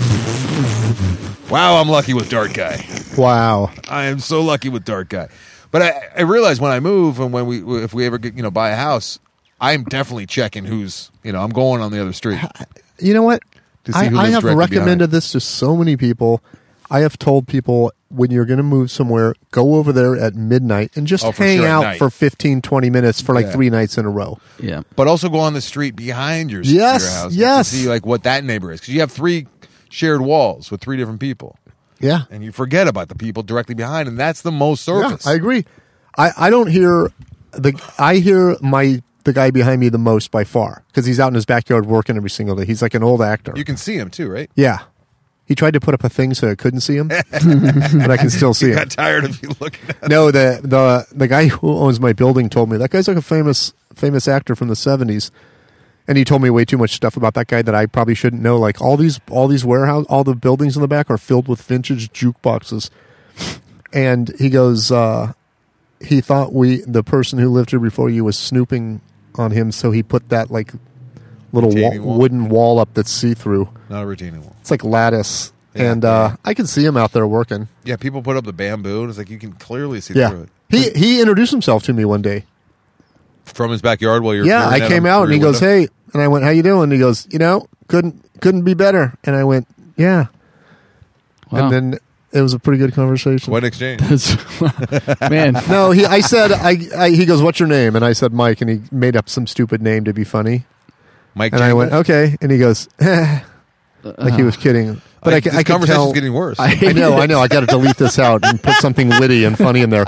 Speaker 5: "Wow, I'm lucky with Dart Guy.
Speaker 4: Wow.
Speaker 5: I am so lucky with Dart Guy." But I, I realized when I move and when we if we ever get, you know buy a house, I'm definitely checking who's you know I'm going on the other street.
Speaker 4: You know what?
Speaker 5: To see
Speaker 4: I,
Speaker 5: who
Speaker 4: I
Speaker 5: lives
Speaker 4: have
Speaker 5: directly
Speaker 4: recommended
Speaker 5: behind.
Speaker 4: this to so many people. I have told people when you're going to move somewhere, go over there at midnight and just
Speaker 5: Oh, for
Speaker 4: hang
Speaker 5: sure, at
Speaker 4: out
Speaker 5: night.
Speaker 4: for 15, 20 minutes for like
Speaker 5: Yeah.
Speaker 4: three nights in a row.
Speaker 3: Yeah.
Speaker 5: But also go on the street behind your
Speaker 4: Yes,
Speaker 5: your house
Speaker 4: yes.
Speaker 5: to see like what that neighbor is because you have three shared walls with three different people.
Speaker 4: Yeah.
Speaker 5: and you forget about the people directly behind, and that's the most surface.
Speaker 4: Yeah, I agree. I, I don't hear the I hear my the guy behind me the most by far because he's out in his backyard working every single day. He's like an old actor.
Speaker 5: You can see him too, right?
Speaker 4: yeah. He tried to put up a thing so I couldn't see him, but I can still see him.
Speaker 5: Got tired of you looking at
Speaker 4: No, the the the guy who owns my building told me that guy's like a famous famous actor from the seventies, and he told me way too much stuff about that guy that I probably shouldn't know. Like all these all these warehouse all the buildings in the back are filled with vintage jukeboxes. And he goes, uh, he thought we the person who lived here before you was snooping on him, so he put that like little wa-
Speaker 5: Retaining wall.
Speaker 4: wooden wall up that's see through.
Speaker 5: Not a retaining wall.
Speaker 4: It's like lattice.
Speaker 5: Yeah.
Speaker 4: and uh, I can see him out there working.
Speaker 5: Yeah, people put up the bamboo, and it's like you can clearly see
Speaker 4: Yeah.
Speaker 5: through it
Speaker 4: He he introduced himself to me one day.
Speaker 5: from his backyard while you're.
Speaker 4: yeah,
Speaker 5: peering
Speaker 4: I
Speaker 5: at
Speaker 4: came
Speaker 5: him
Speaker 4: out
Speaker 5: through
Speaker 4: and he
Speaker 5: your
Speaker 4: goes,
Speaker 5: window.
Speaker 4: "Hey," and I went, "How you doing?" And he goes, "You know, couldn't couldn't be better." And I went, "Yeah."
Speaker 3: Wow.
Speaker 4: And then it was a pretty good conversation.
Speaker 5: What exchange?
Speaker 3: That's- man,
Speaker 4: No, he. I said, I, I. He goes, "What's your name?" And I said, "Mike." And he made up some stupid name to be funny.
Speaker 5: Mike
Speaker 4: And I went,
Speaker 5: Jangles?
Speaker 4: "Okay." And he goes,
Speaker 3: Uh,
Speaker 4: like
Speaker 3: Uh-huh.
Speaker 4: he was kidding. But I,
Speaker 5: Like,
Speaker 4: ca-
Speaker 5: this
Speaker 4: I can
Speaker 5: conversation's
Speaker 4: tell.
Speaker 5: getting worse.
Speaker 3: I-
Speaker 4: I know, I know. I got to delete this out and put something witty and funny in there.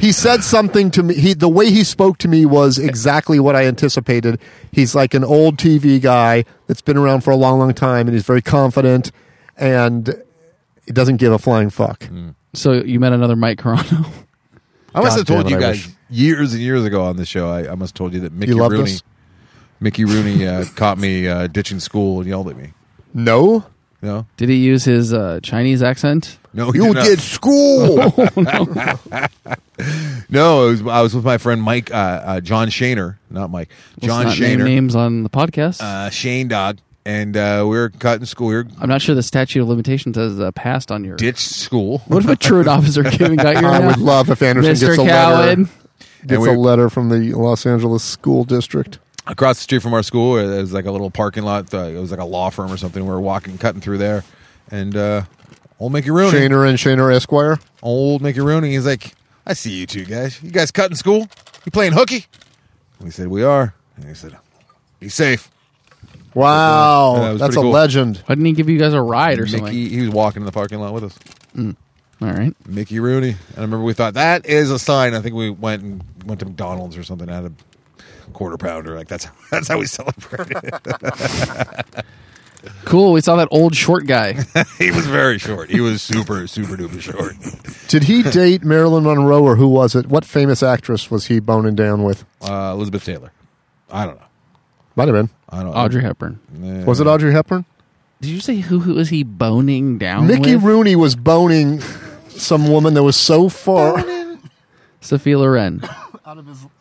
Speaker 4: He said something to me. He, the way he spoke to me was exactly what I anticipated. He's like an old TV guy that's been around for a long, long time, and he's very confident, and he doesn't give a flying fuck.
Speaker 5: Mm.
Speaker 3: so you met another Mike Carano.
Speaker 5: I
Speaker 4: God
Speaker 5: must have told
Speaker 4: damn it,
Speaker 5: you
Speaker 4: I
Speaker 5: guys
Speaker 4: wish.
Speaker 5: years and years ago on the show. I, I must have told you that Mickey
Speaker 4: You loved
Speaker 5: Rooney,
Speaker 4: us?
Speaker 5: Mickey Rooney uh, caught me uh, ditching school and yelled at me.
Speaker 4: No,
Speaker 5: No,
Speaker 3: Did he use his uh, Chinese accent?
Speaker 5: no, he
Speaker 4: you
Speaker 5: not.
Speaker 4: did school.
Speaker 5: No, it was, I was with my friend Mike, uh, uh, John Shaner, not Mike, John
Speaker 3: Let's not name
Speaker 5: Shaner,
Speaker 3: names on the podcast.
Speaker 5: Uh, Shane Dog, and uh, we were cutting school. We were
Speaker 3: I'm not sure the statute of limitations has uh, passed on your.
Speaker 5: ditched school.
Speaker 3: What if a truant officer came and got your?
Speaker 4: I
Speaker 3: now?
Speaker 4: would love if Anderson
Speaker 3: Mr.
Speaker 4: gets a
Speaker 3: Cowan.
Speaker 4: letter. Gets
Speaker 5: we-
Speaker 4: a letter from the Los Angeles school district.
Speaker 5: across the street from our school. It was like a little parking lot. Uh, it was like a law firm or something. We were walking, cutting through there, and uh, old Mickey Rooney,
Speaker 4: Shaner and Shaner Esquire.
Speaker 5: old Mickey Rooney, he's like, "I see you two guys. You guys cutting school? You playing hooky?" We said, "We are." And he said, "Be safe."
Speaker 4: Wow,
Speaker 5: Yeah, that was
Speaker 4: that's a
Speaker 5: pretty cool.
Speaker 4: legend.
Speaker 3: Why didn't he give you guys a ride or
Speaker 5: Mickey,
Speaker 3: something?
Speaker 5: he was walking in the parking lot with us.
Speaker 3: All right.
Speaker 5: Mickey Rooney. And I remember we thought that is a sign. I think we went and went to McDonald's or something. Had a quarter pounder. Like that's that's how we celebrated.
Speaker 3: Cool. We saw that old short guy.
Speaker 5: he was very short. He was super super duper short.
Speaker 4: Did he date Marilyn Monroe or who was it? What famous actress was he boning down with?
Speaker 5: Uh, Elizabeth Taylor. I don't know.
Speaker 4: Might have been.
Speaker 5: I don't.
Speaker 3: Audrey Hepburn.
Speaker 5: know.
Speaker 4: Was it
Speaker 3: Uh,
Speaker 4: Audrey Hepburn?
Speaker 3: Did you say who who is he boning down?
Speaker 4: Mickey
Speaker 3: with?
Speaker 4: Rooney was boning some woman that was so far.
Speaker 3: Sophia Loren.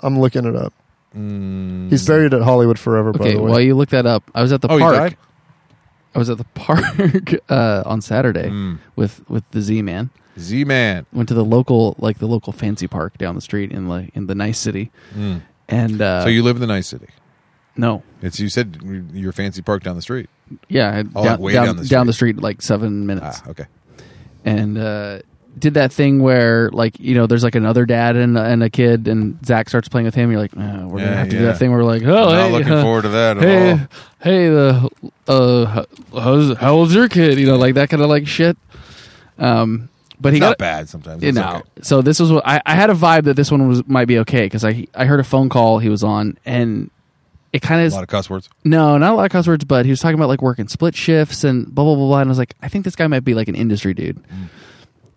Speaker 4: I'm looking it up. He's buried at Hollywood forever, by
Speaker 3: Mm. Okay,
Speaker 4: the way.
Speaker 3: while you look that up, I was at the
Speaker 5: Oh, he
Speaker 3: park.
Speaker 5: died?
Speaker 3: I was at the park uh, on Saturday
Speaker 5: Hmm.
Speaker 3: with with the Z Man.
Speaker 5: Z Man.
Speaker 3: Went to the local like the local fancy park down the street in like in the nice city. And uh,
Speaker 5: Hmm. So you live in the nice city.
Speaker 3: no,
Speaker 5: It's you said your fancy park down the street.
Speaker 3: yeah, I-
Speaker 5: Oh,
Speaker 3: down,
Speaker 5: like way
Speaker 3: down,
Speaker 5: down the
Speaker 3: down the street like seven minutes.
Speaker 5: Ah, okay.
Speaker 3: and uh, did that thing where like you know there's like another dad and, and a kid and Zach starts playing with him. You're like, "Uh, we're
Speaker 5: Yeah,
Speaker 3: gonna have to do
Speaker 5: yeah.
Speaker 3: that thing. where We're like, oh,
Speaker 5: I'm not
Speaker 3: hey,
Speaker 5: looking
Speaker 3: uh,
Speaker 5: forward to that at
Speaker 3: hey,
Speaker 5: all.
Speaker 3: hey, the uh, how- how's how old's your kid? You know, like that kind of like shit. Um, but he
Speaker 5: It's
Speaker 3: got
Speaker 5: not bad sometimes.
Speaker 3: You
Speaker 5: It's
Speaker 3: know,
Speaker 5: okay.
Speaker 3: so this was what I, I had a vibe that this one was might be okay because I I heard a phone call he was on and it kind
Speaker 5: A
Speaker 3: of
Speaker 5: lot of cuss words.
Speaker 3: no, not a lot of cuss words, but he was talking about like working split shifts and blah blah blah blah. And I was like, I think this guy might be like an industry dude.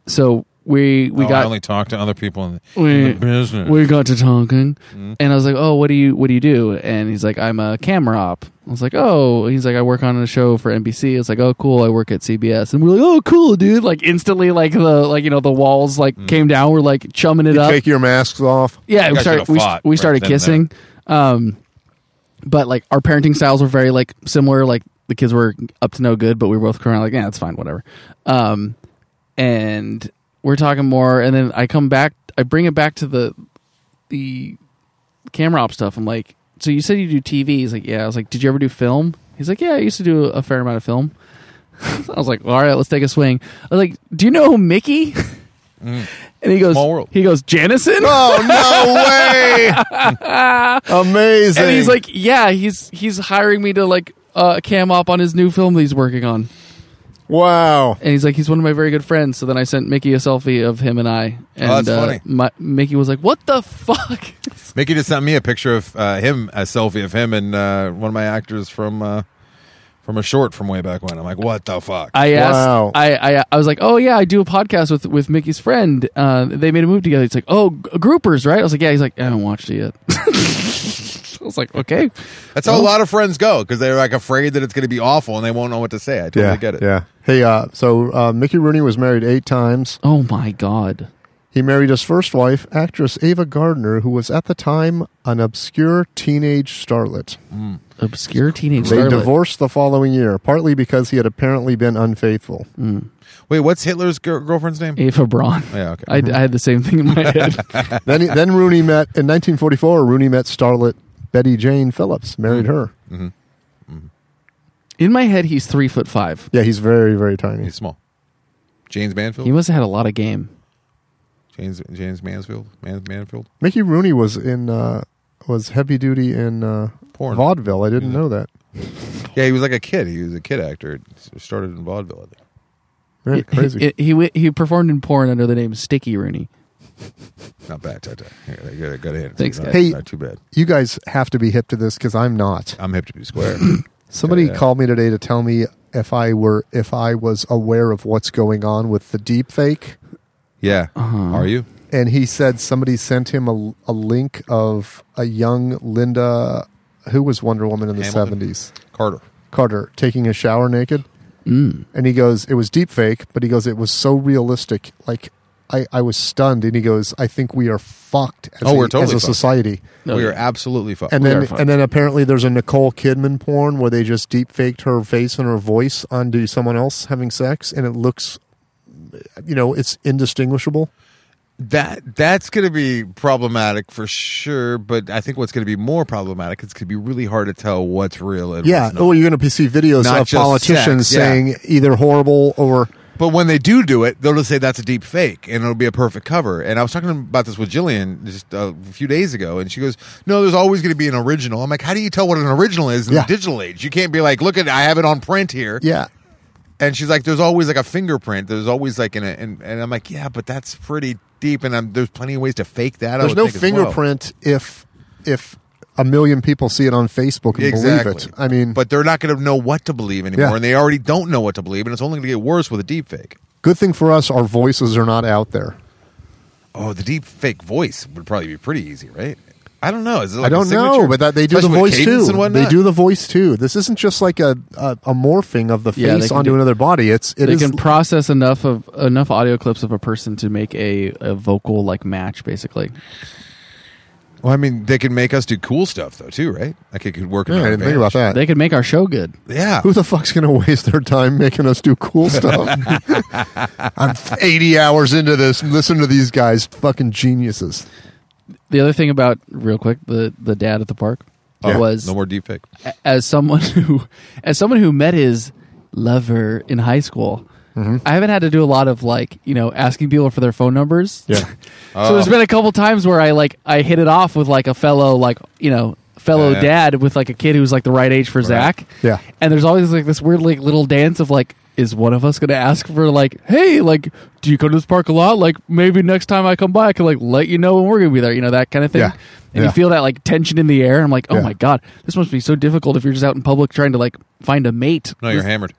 Speaker 3: So we we
Speaker 5: Mm. Oh, I
Speaker 3: got
Speaker 5: only talk to other people in the,
Speaker 3: We-
Speaker 5: in the business.
Speaker 3: we got to talking, and I was like, Oh, what do you what do you do? And he's like, I'm a camera op. I was like, Oh, he's like, I work on a show for NBC. It's like, Oh, cool, I work at CBS. And we're like, Oh, cool, dude! Like instantly, like the like you know the walls like came down. We're like chumming it
Speaker 4: You
Speaker 3: up.
Speaker 4: take your masks off.
Speaker 3: Yeah, we
Speaker 5: guys
Speaker 3: started,
Speaker 5: should've
Speaker 3: we,
Speaker 5: fought
Speaker 3: we
Speaker 5: right
Speaker 3: started
Speaker 5: then and
Speaker 3: kissing. Um, but like our parenting styles were very like similar. Like the kids were up to no good, but we were both kind of like, yeah, it's fine, whatever. Um, and we're talking more, and then I come back, I bring it back to the the camera op stuff. I'm like, so you said you do TV? He's like, yeah. I was like, did you ever do film? He's like, yeah, I used to do a fair amount of film. I was like, all right, let's take a swing. I was like, do you know Mickey? And he goes,
Speaker 5: Mm. Small world.
Speaker 3: he goes, Janison.
Speaker 4: Oh no way! Amazing.
Speaker 3: and he's like, yeah, he's he's hiring me to like uh, cam up on his new film that he's working on.
Speaker 4: wow.
Speaker 3: And he's like, he's one of my very good friends. So then I sent Mickey a selfie of him and
Speaker 4: Oh,
Speaker 3: I. And
Speaker 5: that's
Speaker 3: uh,
Speaker 5: funny.
Speaker 3: my- Mickey was like, what the fuck?
Speaker 5: Mickey just sent me a picture of uh, him, a selfie of him and uh, one of my actors from uh, from a short from way back when. I'm like, what the fuck?
Speaker 3: I asked,
Speaker 4: Wow.
Speaker 3: I, I I was like, oh yeah, I do a podcast with with Mickey's friend. Uh, they made a move together. He's like, oh, g- groupers, right? I was like, yeah. He's like, I haven't watched it yet. I was like, okay,
Speaker 5: That's how a lot of friends go because they're like afraid that it's going to be awful and they won't know what to say. I totally
Speaker 4: yeah,
Speaker 5: get it.
Speaker 4: yeah. Hey, uh, so uh, Mickey Rooney was married eight times.
Speaker 3: oh my god,
Speaker 4: He married his first wife, actress Ava Gardner, who was at the time an obscure teenage starlet.
Speaker 3: obscure teenage
Speaker 4: They
Speaker 3: starlet.
Speaker 4: divorced the following year, partly because he had apparently been unfaithful.
Speaker 5: Wait, what's Hitler's gir- girlfriend's name? Oh,
Speaker 3: Ava Braun.
Speaker 5: Yeah, okay.
Speaker 3: I, I had the same thing in my head.
Speaker 4: then, he, then Rooney met in 1944. Rooney met starlet Betty Jane Phillips, married
Speaker 3: Hmm.
Speaker 4: her.
Speaker 3: in my head, he's three foot five.
Speaker 4: Yeah, he's very, very tiny.
Speaker 5: He's small. James Manfield.
Speaker 3: He must have had a lot of game.
Speaker 5: James James Mansfield. Man, Manfield.
Speaker 4: Mickey Rooney was in uh, was heavy duty in uh,
Speaker 5: Porn.
Speaker 4: vaudeville. I didn't know that.
Speaker 5: Yeah, he was like a kid. He was a kid actor. He started in vaudeville. I think.
Speaker 4: Yeah, crazy.
Speaker 3: He, he, he he performed in porn under the name Sticky Rooney.
Speaker 5: Not bad. Not bad. Here, I got, I got a hint.
Speaker 3: Thanks,
Speaker 5: Not-
Speaker 3: guys.
Speaker 4: Hey-
Speaker 5: not too bad.
Speaker 4: you guys have to be hip to this because I'm not.
Speaker 5: I'm hip to be square.
Speaker 4: Somebody
Speaker 5: Yeah.
Speaker 4: called me today to tell me if I were if I was aware of what's going on with the deep fake,
Speaker 5: yeah.
Speaker 3: Uh-huh.
Speaker 5: Are you?
Speaker 4: and he said somebody sent him a, a link of a young Linda, who was Wonder Woman in the
Speaker 5: Hamilton.
Speaker 4: seventies,
Speaker 5: Carter.
Speaker 4: Carter taking a shower naked, mm. and he goes, it was deep fake, but he goes, it was so realistic, like. I, I was stunned, and he goes, "I think we are fucked as,
Speaker 5: Oh,
Speaker 4: a,
Speaker 5: we're totally
Speaker 4: as a
Speaker 5: fucked.
Speaker 4: society."
Speaker 3: Oh,
Speaker 5: we are
Speaker 3: yeah.
Speaker 5: absolutely fucked.
Speaker 4: And
Speaker 3: We
Speaker 4: then
Speaker 3: are fucked.
Speaker 4: and then apparently there's a Nicole Kidman porn where they just deep faked her face and her voice onto someone else having sex and it looks you know, it's indistinguishable.
Speaker 5: that that's going to be problematic for sure. But I think what's going to be more problematic is it's going to be really hard to tell what's real and
Speaker 4: Yeah.
Speaker 5: what's not.
Speaker 4: Oh, you're gonna be- see videos
Speaker 5: Not
Speaker 4: of
Speaker 5: just
Speaker 4: politicians
Speaker 5: sex, yeah.
Speaker 4: saying either horrible or
Speaker 5: But when they do do it, they'll just say that's a deep fake, and it'll be a perfect cover. And I was talking about this with Jillian just a few days ago, and she goes, "No, there's always going to be an original." I'm like, "How do you tell what an original is in
Speaker 4: Yeah.
Speaker 5: the digital age? You can't be like, look at, I have it on print here."
Speaker 4: yeah.
Speaker 5: And she's like, "There's always like a fingerprint. There's always like an," and, and I'm like, "Yeah, but that's pretty deep, and I'm, there's plenty of ways to fake that." I
Speaker 4: There's
Speaker 5: would
Speaker 4: no
Speaker 5: think as well."
Speaker 4: fingerprint if if a million people see it on Facebook and
Speaker 5: Exactly.
Speaker 4: believe it. I mean
Speaker 5: but they're not going to know what to believe anymore,
Speaker 4: Yeah.
Speaker 5: and they already don't know what to believe, and it's only going to get worse with a deep fake.
Speaker 4: good thing for us our voices are not out there.
Speaker 5: Oh, the deep fake voice would probably be pretty easy, right? I don't know. Is it like
Speaker 4: I
Speaker 5: a
Speaker 4: don't know,
Speaker 5: signature?
Speaker 4: but that they do
Speaker 5: Especially
Speaker 4: the
Speaker 5: with
Speaker 4: voice
Speaker 5: cadence
Speaker 4: too.
Speaker 5: and whatnot?
Speaker 4: They do the voice too. This isn't just like a a, a morphing of the
Speaker 3: Yeah, they
Speaker 4: face
Speaker 3: can
Speaker 4: onto
Speaker 3: do-
Speaker 4: another body. It's it
Speaker 3: they
Speaker 4: is
Speaker 3: can process enough of enough audio clips of a person to make a, a vocal like match basically
Speaker 5: Well, I mean, they can make us do cool stuff though, too, right? Like it could work. in
Speaker 4: Yeah, I
Speaker 5: our
Speaker 4: didn't think about
Speaker 5: advantage.
Speaker 4: that.
Speaker 3: they could make our show good
Speaker 5: Yeah.
Speaker 4: Who the fuck's gonna waste their time making us do cool stuff? I'm 80 hours into this. and Listen to these guys, fucking geniuses.
Speaker 3: the other thing about real quick the the dad at the park
Speaker 5: Oh,
Speaker 3: was
Speaker 5: no more deep fake.
Speaker 3: a- as someone who as someone who met his lover in high school
Speaker 4: Mm-hmm.
Speaker 3: i haven't had to do a lot of like you know asking people for their phone numbers
Speaker 4: Yeah.
Speaker 3: so
Speaker 5: Oh.
Speaker 3: there's been a couple times where i like i hit it off with like a fellow like you know fellow
Speaker 5: Yeah, yeah.
Speaker 3: dad with like a kid who's like the right age for zach
Speaker 4: Yeah.
Speaker 3: and there's always like this weird like little dance of like is one of us gonna ask for like hey like do you go to this park a lot like maybe next time i come by i can like let you know when we're gonna be there you know that kind of thing
Speaker 4: Yeah.
Speaker 3: and
Speaker 4: Yeah.
Speaker 3: you feel that like tension in the air i'm like oh
Speaker 4: Yeah.
Speaker 3: my god this must be so difficult if you're just out in public trying to like find a mate
Speaker 5: No, you're hammered.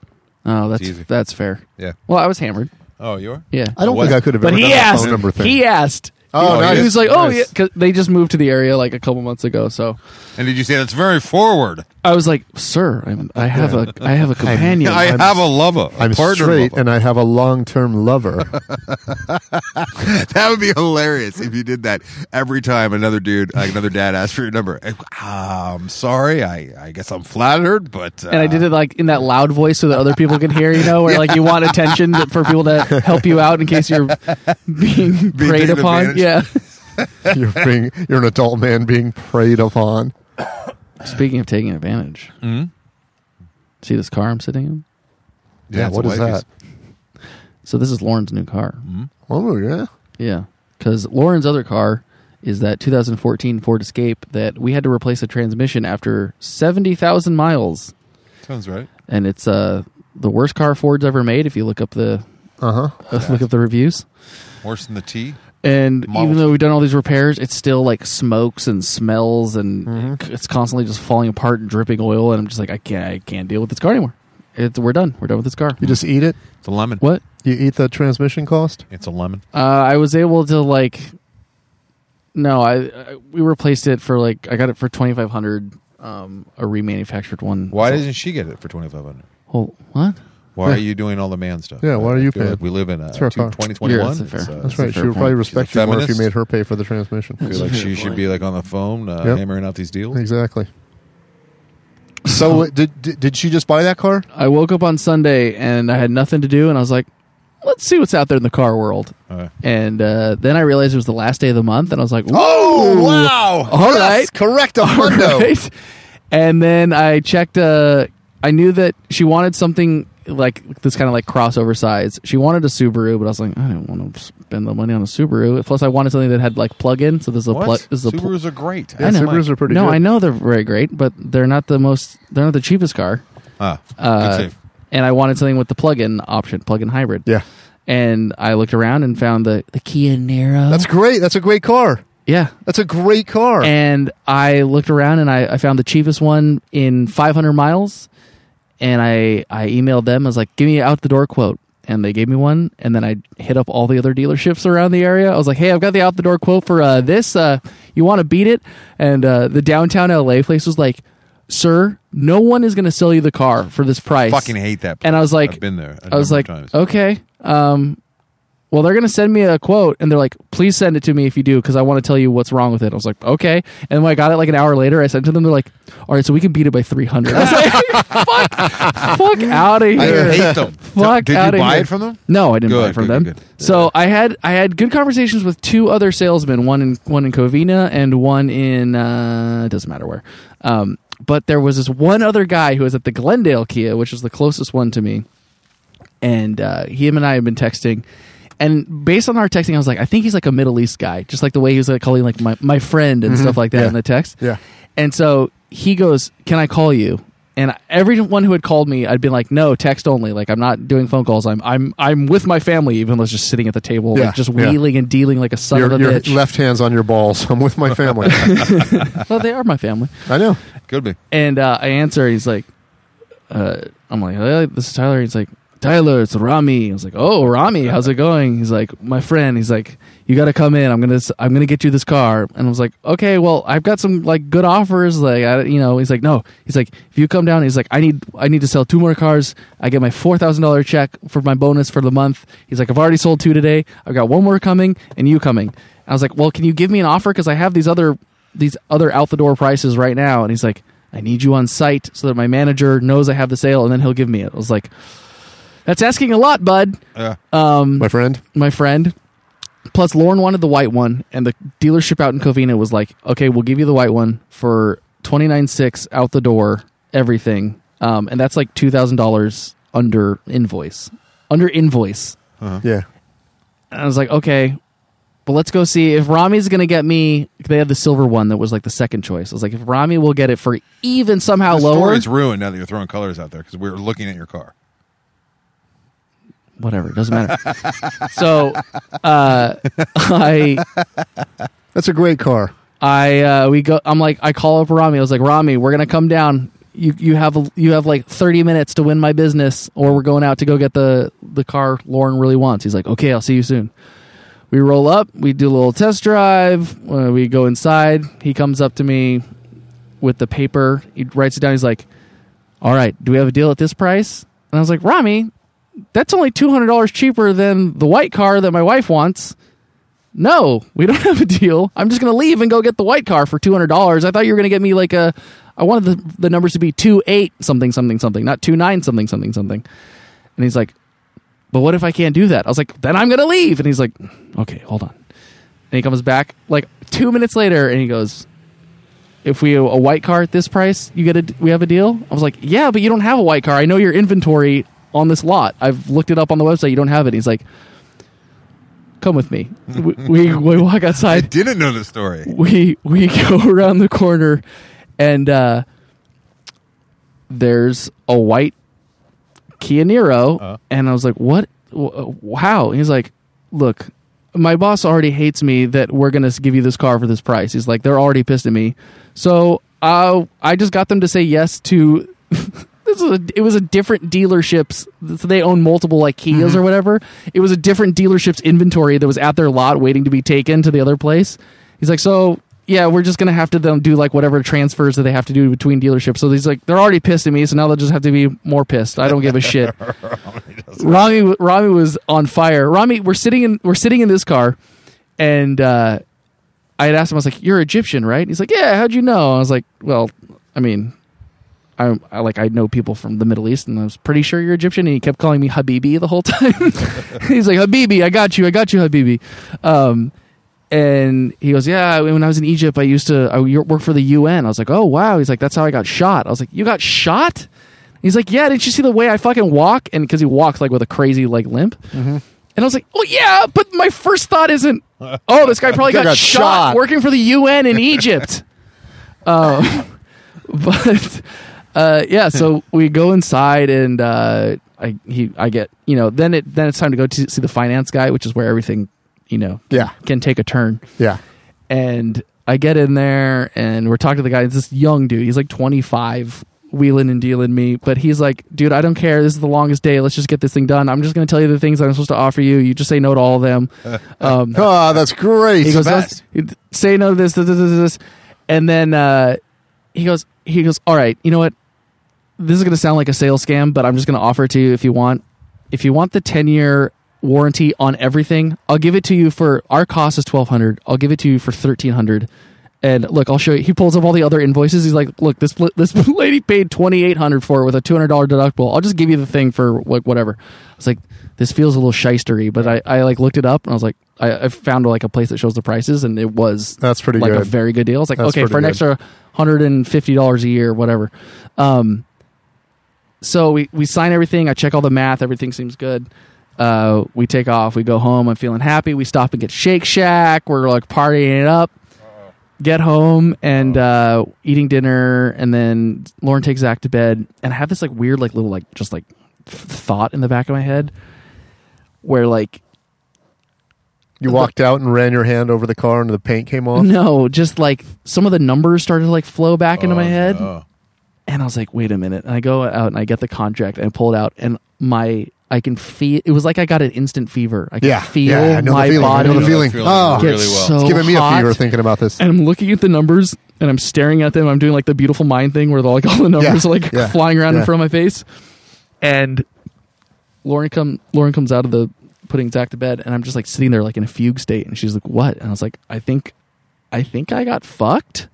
Speaker 3: oh that's
Speaker 5: easy.
Speaker 3: that's fair
Speaker 5: Yeah.
Speaker 3: well i was hammered
Speaker 5: Oh, you are.
Speaker 3: yeah
Speaker 4: I don't
Speaker 5: What?
Speaker 4: think I could have
Speaker 3: but
Speaker 4: ever
Speaker 3: he
Speaker 4: done a
Speaker 3: asked
Speaker 4: phone number thing.
Speaker 3: he asked
Speaker 4: oh,
Speaker 5: Oh,
Speaker 4: nice.
Speaker 3: he was like oh
Speaker 4: Nice.
Speaker 3: yeah because they just moved to the area like a couple months ago so
Speaker 5: And did you say that's very forward?
Speaker 3: i was like sir I'm, i have a i have a companion
Speaker 5: I
Speaker 3: I'm-
Speaker 5: have a lover. a
Speaker 4: I'm
Speaker 5: partner
Speaker 4: straight
Speaker 5: lover.
Speaker 4: and I have a long-term lover.
Speaker 5: that would be hilarious if you did that every time another dude, like another dad, asked for your number. Uh, I'm sorry. I, I guess I'm flattered, but uh,
Speaker 3: and I did it like in that loud voice so that other people can hear, you know, where like you want attention that- for people to help you out in case you're being preyed
Speaker 5: taken
Speaker 3: upon.
Speaker 5: advantage.
Speaker 3: Yeah.
Speaker 4: you're being you're an adult man being preyed upon.
Speaker 3: Speaking of taking advantage,
Speaker 5: Mm-hmm.
Speaker 3: see this car I'm sitting in?
Speaker 4: Yeah,
Speaker 5: it's
Speaker 4: what
Speaker 5: a
Speaker 4: is
Speaker 5: wifey's.
Speaker 4: that?
Speaker 3: So this is Lauren's new car.
Speaker 5: Mm-hmm.
Speaker 4: Oh yeah.
Speaker 3: Yeah. Because Lauren's other car is that 2014 Ford Escape that we had to replace a transmission after 70,000 miles.
Speaker 5: Sounds right.
Speaker 3: And it's uh, the worst car Ford's ever made if you look up the.
Speaker 4: Uh huh.
Speaker 3: Look up the reviews.
Speaker 5: Worse than the tea.
Speaker 3: And
Speaker 5: Model.
Speaker 3: even though we've done all these repairs, it still like smokes and smells, and
Speaker 4: Mm-hmm.
Speaker 3: it's constantly just falling apart and dripping oil. And I'm just like, I can't, I can't deal with this car anymore. It's, we're done. We're done with this car.
Speaker 4: You just eat it.
Speaker 5: It's a lemon.
Speaker 3: What?
Speaker 4: You eat the transmission cost.
Speaker 5: It's a lemon.
Speaker 3: Uh, I was able to like No, I, I we replaced it for like I got it for twenty five hundred, um, a remanufactured one.
Speaker 5: Why
Speaker 3: So-
Speaker 5: doesn't she get it for twenty five hundred?
Speaker 3: Well, what?
Speaker 5: Why are you doing all the man stuff?
Speaker 4: Yeah, why
Speaker 5: I
Speaker 4: are you
Speaker 5: feel like
Speaker 4: paying?
Speaker 5: we live in a
Speaker 4: It's her car.
Speaker 5: twenty twenty
Speaker 3: Yeah,
Speaker 5: one.
Speaker 3: that's fair.
Speaker 4: That's
Speaker 3: a
Speaker 4: right. She
Speaker 3: fair
Speaker 4: would probably
Speaker 3: point.
Speaker 4: respect
Speaker 5: She's a
Speaker 4: you more if you
Speaker 5: feminist.
Speaker 4: made her pay for the transmission.
Speaker 5: I feel like
Speaker 3: That's a
Speaker 5: she
Speaker 3: fair
Speaker 5: should
Speaker 3: point.
Speaker 5: be like on the phone uh,
Speaker 4: Yep.
Speaker 5: hammering out these deals.
Speaker 4: Exactly. So uh, did, did did she just buy that car?
Speaker 3: I woke up on Sunday and I had nothing to do, and I was like, let's see what's out there in the car world.
Speaker 5: Uh,
Speaker 3: And uh, then I realized it was the last day of the month, and I was like,
Speaker 4: Oh
Speaker 3: "Ooh,
Speaker 4: wow!
Speaker 3: All
Speaker 4: Yes,
Speaker 3: right.
Speaker 4: correct.
Speaker 3: all
Speaker 4: Mundo.
Speaker 3: right." And then I checked. Uh, I knew that she wanted something like this kind of like crossover size. She wanted a Subaru, but I was like, I don't want to spend the money on a Subaru. Plus, I wanted something that had like plug-in. So this is a
Speaker 5: what?
Speaker 3: plug. This is a pl-
Speaker 5: Subarus are great.
Speaker 4: Yeah,
Speaker 3: I know.
Speaker 4: Subarus are pretty
Speaker 3: No,
Speaker 4: good.
Speaker 3: I know they're very great, but they're not the most. They're not the cheapest car.
Speaker 5: Ah, good
Speaker 3: Uh,
Speaker 5: save.
Speaker 3: and I wanted something with the plug-in option, plug-in hybrid.
Speaker 4: Yeah,
Speaker 3: And I looked around and found the the Kia Niro.
Speaker 4: that's great. That's a great car.
Speaker 3: yeah.
Speaker 4: That's a great car.
Speaker 3: And I looked around and I, I found the cheapest one in 500 miles. And I I emailed them. I was like, "Give me an out the door quote." And they gave me one. And then I hit up all the other dealerships around the area. I was like, "Hey, I've got the out the door quote for uh, this. Uh, you want to beat it?" And uh, the downtown LA place was like, "Sir, no one is going to sell you the car for this price."
Speaker 5: Fucking hate that.
Speaker 3: And I was like,
Speaker 5: I've been there.
Speaker 3: I
Speaker 5: I
Speaker 3: was like,
Speaker 5: times.
Speaker 3: okay. Um, well, they're gonna send me a quote, and they're like, please send it to me if you do, because I want to tell you what's wrong with it. I was like, okay. And when I got it like an hour later, I sent it to them. They're like, all right, so we can beat it by three hundred. I was like, fuck, fuck out of
Speaker 5: I
Speaker 3: here.
Speaker 5: hate them.
Speaker 3: Fuck
Speaker 5: Did you
Speaker 3: outta
Speaker 5: buy
Speaker 3: here.
Speaker 5: it from them?
Speaker 3: No, I didn't buy
Speaker 5: Good,
Speaker 3: it from
Speaker 5: good,
Speaker 3: them.
Speaker 5: good, good.
Speaker 3: So I had I had good conversations with two other salesmen, one in one in Covina and one in uh, it doesn't matter where. Um, but there was this one other guy who was at the Glendale Kia, which is the closest one to me, and uh, him and I had been texting. And based on our texting, I was like, I think he's like a Middle East guy, just like the way he was like calling like my, my friend
Speaker 5: Mm-hmm.
Speaker 3: and stuff like that
Speaker 4: Yeah.
Speaker 3: in the text.
Speaker 4: Yeah.
Speaker 3: And so he goes, "Can I call you?" And everyone who had called me, I'd been like, "No, text only. Like I'm not doing phone calls. I'm I'm I'm with my family, even though it's just sitting at the table,
Speaker 4: Yeah,
Speaker 3: like just
Speaker 4: yeah.
Speaker 3: wheeling and dealing like a son
Speaker 4: your
Speaker 3: of a
Speaker 4: your
Speaker 3: bitch."
Speaker 4: left hand's on your balls. I'm with my family.
Speaker 3: well, they are my family.
Speaker 4: I know.
Speaker 5: Could be.
Speaker 3: And uh, I answer. He's like, uh, "I'm like, "Hey, this is Tyler." He's like, "Tyler, it's Rami." I was like, "Oh, Rami, how's it going?" He's like, "My friend." He's like, "You got to come in. I'm gonna s- I'm gonna get you this car." And I was like, "Okay, well, I've got some like good offers. Like, I, you know." He's like, "No." He's like, "If you come down," he's like, "I need I need to sell two more cars. I get my four thousand dollar check for my bonus for the month." He's like, "I've already sold two today. I've got one more coming, and you coming." I was like, "Well, can you give me an offer? Because I have these other these other out the door prices right now. And he's like, I need you on site so that my manager knows I have the sale and then he'll give me it. I was like, that's asking a lot, bud,
Speaker 5: Yeah.
Speaker 3: Uh,
Speaker 4: My friend.
Speaker 3: my friend. Plus, Lauren wanted the white one, and the dealership out in Covina was like, okay, we'll give you the white one for twenty nine six out the door, everything. Um, and that's like $2,000 under invoice. Under invoice.
Speaker 4: Yeah.
Speaker 3: And I was like, okay, but let's go see if Rami's going to get me. They had the silver one that was like the second choice. I was like, if Rami will get it for even somehow
Speaker 5: The
Speaker 3: lower,
Speaker 5: story's ruined now that you're throwing colors out there because we were looking at your car.
Speaker 3: whatever, it doesn't matter. so uh, I,
Speaker 4: That's a great car.
Speaker 3: I, uh, we go. I'm like, I call up Rami. I was like, Rami, we're gonna come down. You, you have a, you have like 30 minutes to win my business, or we're going out to go get the the car Lauren really wants. He's like, okay, I'll see you soon. We roll up. We do a little test drive. Uh, we go inside. He comes up to me with the paper. He writes it down. He's like, "All right, do we have a deal at this price?" And I was like, "Rami, that's only two hundred dollars cheaper than the white car that my wife wants." No, we don't have a deal. I'm just gonna leave and go get the white car for two hundred dollars. I thought you were gonna get me like a. I wanted the the numbers to be two eight something something something, not two nine something something something. And he's like, "But what if I can't do that?" I was like, "Then I'm gonna leave." And he's like, "Okay, hold on." And he comes back like two minutes later, and he goes, "If we a white car at this price, you get a we have a deal." I was like, "Yeah, but you don't have a white car. I know your inventory on this lot. I've looked it up on the website. You don't have it." He's like. Come with me. We, we, we walk
Speaker 5: I
Speaker 3: outside
Speaker 5: didn't know the story.
Speaker 3: we we go around the corner and uh there's a white Kia Niro and I was like what Wh- how and he's like look my boss already hates me that we're going to give you this car for this price he's like they're already pissed at me so uh, I just got them to say yes to this was a, it was a different dealership's so they own multiple like Kias or whatever. It was a different dealership's inventory that was at their lot waiting to be taken to the other place. He's like, so yeah, we're just gonna have to then do like whatever transfers that they have to do between dealerships. So he's like, they're already pissed at me, so now they'll just have to be more pissed. I don't give a shit. Rami, Rami was on fire. Rami, we're sitting in we're sitting in this car, and uh, I had asked him, I was like, "You're Egyptian, right?" And he's like, "Yeah." How'd you know? I was like, "Well, I mean, I, I like I know people from the Middle East, and I was pretty sure you're Egyptian." And he kept calling me Habibi the whole time. he's like, "Habibi, I got you, I got you, Habibi." Um, and he goes, "Yeah, when I was in Egypt, I used to I work for the UN." I was like, "Oh wow." He's like, "That's how I got shot." I was like, "You got shot?" He's like, "Yeah, didn't you see the way I fucking walk?" And because he walks like with a crazy like limp. And I was like, "Oh yeah," but my first thought isn't, "Oh, this guy probably got,
Speaker 4: got
Speaker 3: shot,
Speaker 4: shot.
Speaker 3: working for the UN in Egypt." Um, but uh, yeah, so we go inside and uh, I he I get you know then it then it's time to go to see the finance guy, which is where everything you know
Speaker 4: Yeah.
Speaker 3: can take a turn
Speaker 4: Yeah.
Speaker 3: and I get in there and we're talking to the guy. It's this young dude. He's like 25, wheeling and dealing me. But he's like, dude, I don't care. This is the longest day. Let's just get this thing done. I'm just going to tell you the things that I'm supposed to offer you. You just say no to all of them. Um,
Speaker 4: Oh, that's great.
Speaker 3: he goes,
Speaker 5: best.
Speaker 3: "No, say no to this, this, this, this, this. And then uh, he goes, he goes, all right, you know what? This is going to sound like a sales scam, but I'm just going to offer it to you if you want. If you want the 10 year warranty on everything, I'll give it to you for our cost is 1200. I'll give it to you for 1300. And look, I'll show you. He pulls up all the other invoices. He's like, "Look, this this lady paid twenty eight hundred for it with a two hundred dollar deductible. I'll just give you the thing for like whatever." I was like, "This feels a little shystery," but I, I like looked it up and I was like, I, I found like a place that shows the prices and it was
Speaker 4: That's pretty
Speaker 3: like a
Speaker 4: good.
Speaker 3: very good deal. It's like
Speaker 4: That's
Speaker 3: okay
Speaker 4: pretty
Speaker 3: for an
Speaker 4: good.
Speaker 3: extra hundred and fifty dollars a year, whatever. Um, so we we sign everything. I check all the math. Everything seems good. Uh, we take off. We go home. I'm feeling happy. We stop and get Shake Shack. We're like partying it up. Get home and uh, eating dinner, and then Lauren takes Zach to bed. And I have this like weird, like little, like just like th- thought in the back of my head, where like
Speaker 4: you walked out and ran your hand over the car and the paint came off.
Speaker 3: no, just like some of the numbers started to like flow back into my head.
Speaker 5: Oh.
Speaker 3: and I was like, wait a minute. And I go out and I get the contract and I pull it out and my I can feel it was like I got an instant fever. I can
Speaker 4: Yeah.
Speaker 3: feel
Speaker 4: yeah, I know
Speaker 3: my
Speaker 4: the feeling.
Speaker 3: body
Speaker 4: I know the
Speaker 5: that
Speaker 4: feeling.
Speaker 5: feeling.
Speaker 4: Oh,
Speaker 3: get
Speaker 5: really well.
Speaker 3: so
Speaker 4: it's giving me a
Speaker 3: hot.
Speaker 4: fever thinking about this.
Speaker 3: And I'm looking at the numbers and I'm staring at them. I'm doing like the beautiful mind thing where like all the numbers
Speaker 4: Yeah,
Speaker 3: are like
Speaker 4: yeah,
Speaker 3: flying around
Speaker 4: yeah.
Speaker 3: in front of my face. And Lauren come Lauren comes out of the putting Zach to bed and I'm just like sitting there like in a fugue state and she's like, What? And I was like, I think I think I got fucked.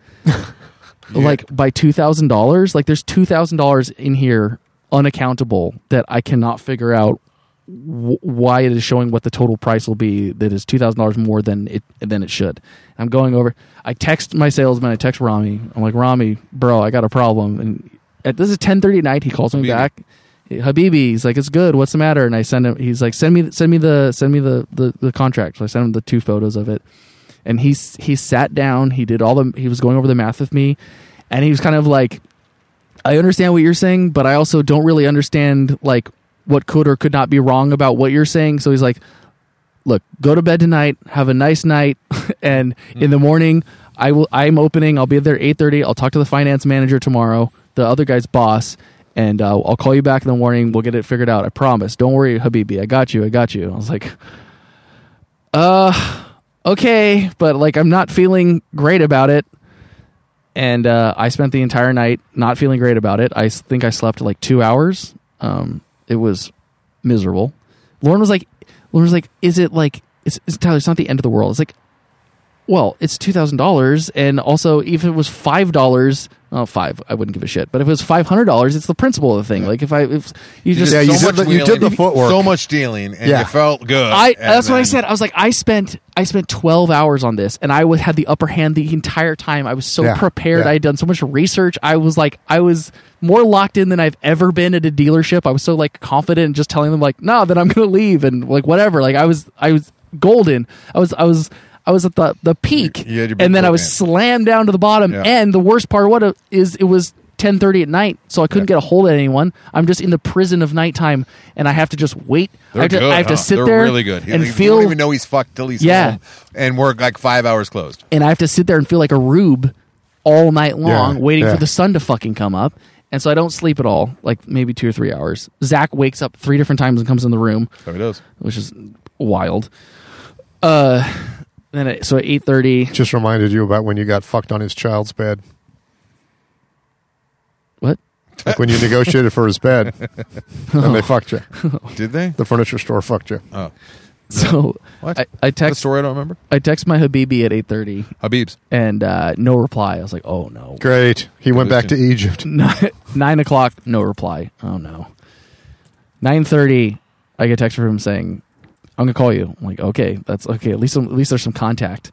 Speaker 3: Like by two thousand dollars. Like there's two thousand dollars in here unaccountable that I cannot figure out w- why it is showing what the total price will be that is two thousand dollars more than it than it should. I'm going over. I text my salesman. I text Rami. I'm like, Rami, bro, I got a problem. And at, this is ten thirty at night. He calls me
Speaker 5: Habibi.
Speaker 3: back. Habibi, he's like, it's good. What's the matter? And I send him. He's like, send me send me the send me the the, the contract. So I sent him the two photos of it. And he s- he sat down. He did all the. He was going over the math with me, and he was kind of like I understand what you're saying, but I also don't really understand like what could or could not be wrong about what you're saying. So he's like, "Look, go to bed tonight, have a nice night, and in the morning, I will. I'm opening. I'll be there eight thirty. I'll talk to the finance manager tomorrow, the other guy's boss, and uh, I'll call you back in the morning. We'll get it figured out. I promise. Don't worry, Habibi. I got you. I got you." I was like, "Uh, okay, but like I'm not feeling great about it." and uh, I spent the entire night not feeling great about it. I s- think I slept like two hours. Um, it was miserable. Lauren was like, Lauren was like, is it like, it's, it's Tyler? It's not the end of the world. It's like, well, it's two thousand dollars, and also if it was five dollars, oh, five, I wouldn't give a shit. But if it was five hundred dollars, it's the principle of the thing. Like if I, if you just
Speaker 4: Yeah, you
Speaker 5: so
Speaker 4: did
Speaker 5: much
Speaker 4: the- you did
Speaker 5: wheeling,
Speaker 4: the footwork.
Speaker 5: So much dealing, and
Speaker 4: Yeah.
Speaker 5: you felt good.
Speaker 3: I
Speaker 5: and
Speaker 3: that's what I
Speaker 5: then-
Speaker 3: said. I was like, I spent I spent twelve hours on this, and I was had the upper hand the entire time. I was so
Speaker 4: Yeah,
Speaker 3: prepared.
Speaker 4: yeah.
Speaker 3: I had done so much research. I was like, I was more locked in than I've ever been at a dealership. I was so like confident, and just telling them like, no, then I'm gonna leave and like whatever. Like I was I was golden. I was I was. I was at the, the peak,
Speaker 5: You- you had your big
Speaker 3: and then I
Speaker 5: book
Speaker 3: was
Speaker 5: hand.
Speaker 3: slammed down to the bottom.
Speaker 5: Yeah.
Speaker 3: And the worst part, what it- is it was ten thirty at night, so I couldn't get a hold of anyone. I'm just in the prison of nighttime, and I have to just wait. I
Speaker 5: They're
Speaker 3: have to,
Speaker 5: good,
Speaker 3: I have
Speaker 5: huh?
Speaker 3: to sit
Speaker 5: They're
Speaker 3: there
Speaker 5: really good.
Speaker 3: and
Speaker 5: you
Speaker 3: feel,
Speaker 5: don't even know he's fucked till he's
Speaker 3: Yeah.
Speaker 5: home, and we're like five hours closed.
Speaker 3: and I have to sit there and feel like a rube all night long,
Speaker 4: Yeah,
Speaker 3: waiting
Speaker 4: yeah.
Speaker 3: for the sun to fucking come up. And so I don't sleep at all, like maybe two or three hours. Zach wakes up three different times and comes in the room,
Speaker 5: So it is.
Speaker 3: which is wild. Uh, then at, so at eight thirty.
Speaker 4: Just reminded you about when you got fucked on his child's bed.
Speaker 3: What?
Speaker 4: Like when you negotiated for his bed and they fucked you.
Speaker 5: Did they?
Speaker 4: The furniture store fucked you.
Speaker 5: Oh,
Speaker 3: So
Speaker 5: What?
Speaker 3: I, I
Speaker 5: that
Speaker 3: text
Speaker 5: story I don't remember.
Speaker 3: I text my Habibi at eight thirty
Speaker 5: Habib's.
Speaker 3: and uh, no reply. I was like, oh no.
Speaker 4: Great. He went back to
Speaker 5: Good.
Speaker 4: Egypt.
Speaker 3: Nine, nine o'clock, no reply. Oh no. Nine thirty, I get a text from him saying, "I'm gonna call you." I'm like, okay, that's okay. At least, at least there's some contact.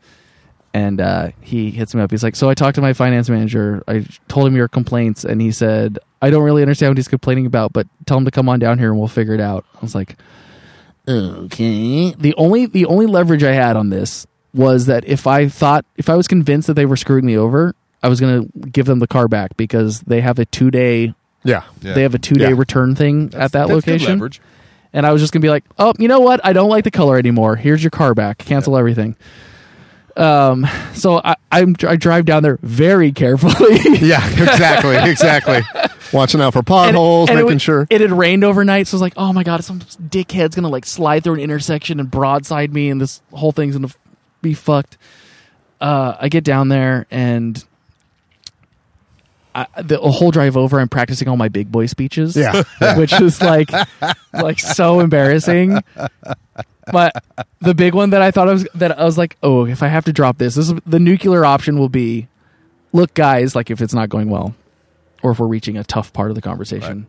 Speaker 3: And uh, he hits me up. He's like, "So I talked to my finance manager. I told him your complaints, and he said I don't really understand what he's complaining about, but tell him to come on down here and we'll figure it out." I was like, "Okay." The only the only leverage I had on this was that if I thought if I was convinced that they were screwing me over, I was going to give them the car back because they have a two day
Speaker 4: Yeah.
Speaker 5: Yeah.
Speaker 3: they have a two day
Speaker 4: Yeah.
Speaker 3: return thing at that
Speaker 5: That's good
Speaker 3: location.
Speaker 5: leverage.
Speaker 3: And I was just gonna be like, oh, you know what? I don't like the color anymore. Here's your car back. Cancel everything. Um, so I I'm, I drive down there very carefully.
Speaker 4: Yeah, exactly. Exactly. Watching out for potholes,
Speaker 3: And it
Speaker 4: making
Speaker 3: was-
Speaker 4: sure.
Speaker 3: it had rained overnight, so I was like, "Oh my god, some dickhead's gonna like slide through an intersection and broadside me, and this whole thing's gonna f- be fucked." Uh, I get down there, and I, the whole drive over, I'm practicing all my big boy speeches,
Speaker 4: Yeah.
Speaker 3: which is like, like so embarrassing. But the big one that I thought I was that I was like, "Oh, if I have to drop this, this is, the nuclear option will be." Look, guys, like if it's not going well, or if we're reaching a tough part of the conversation.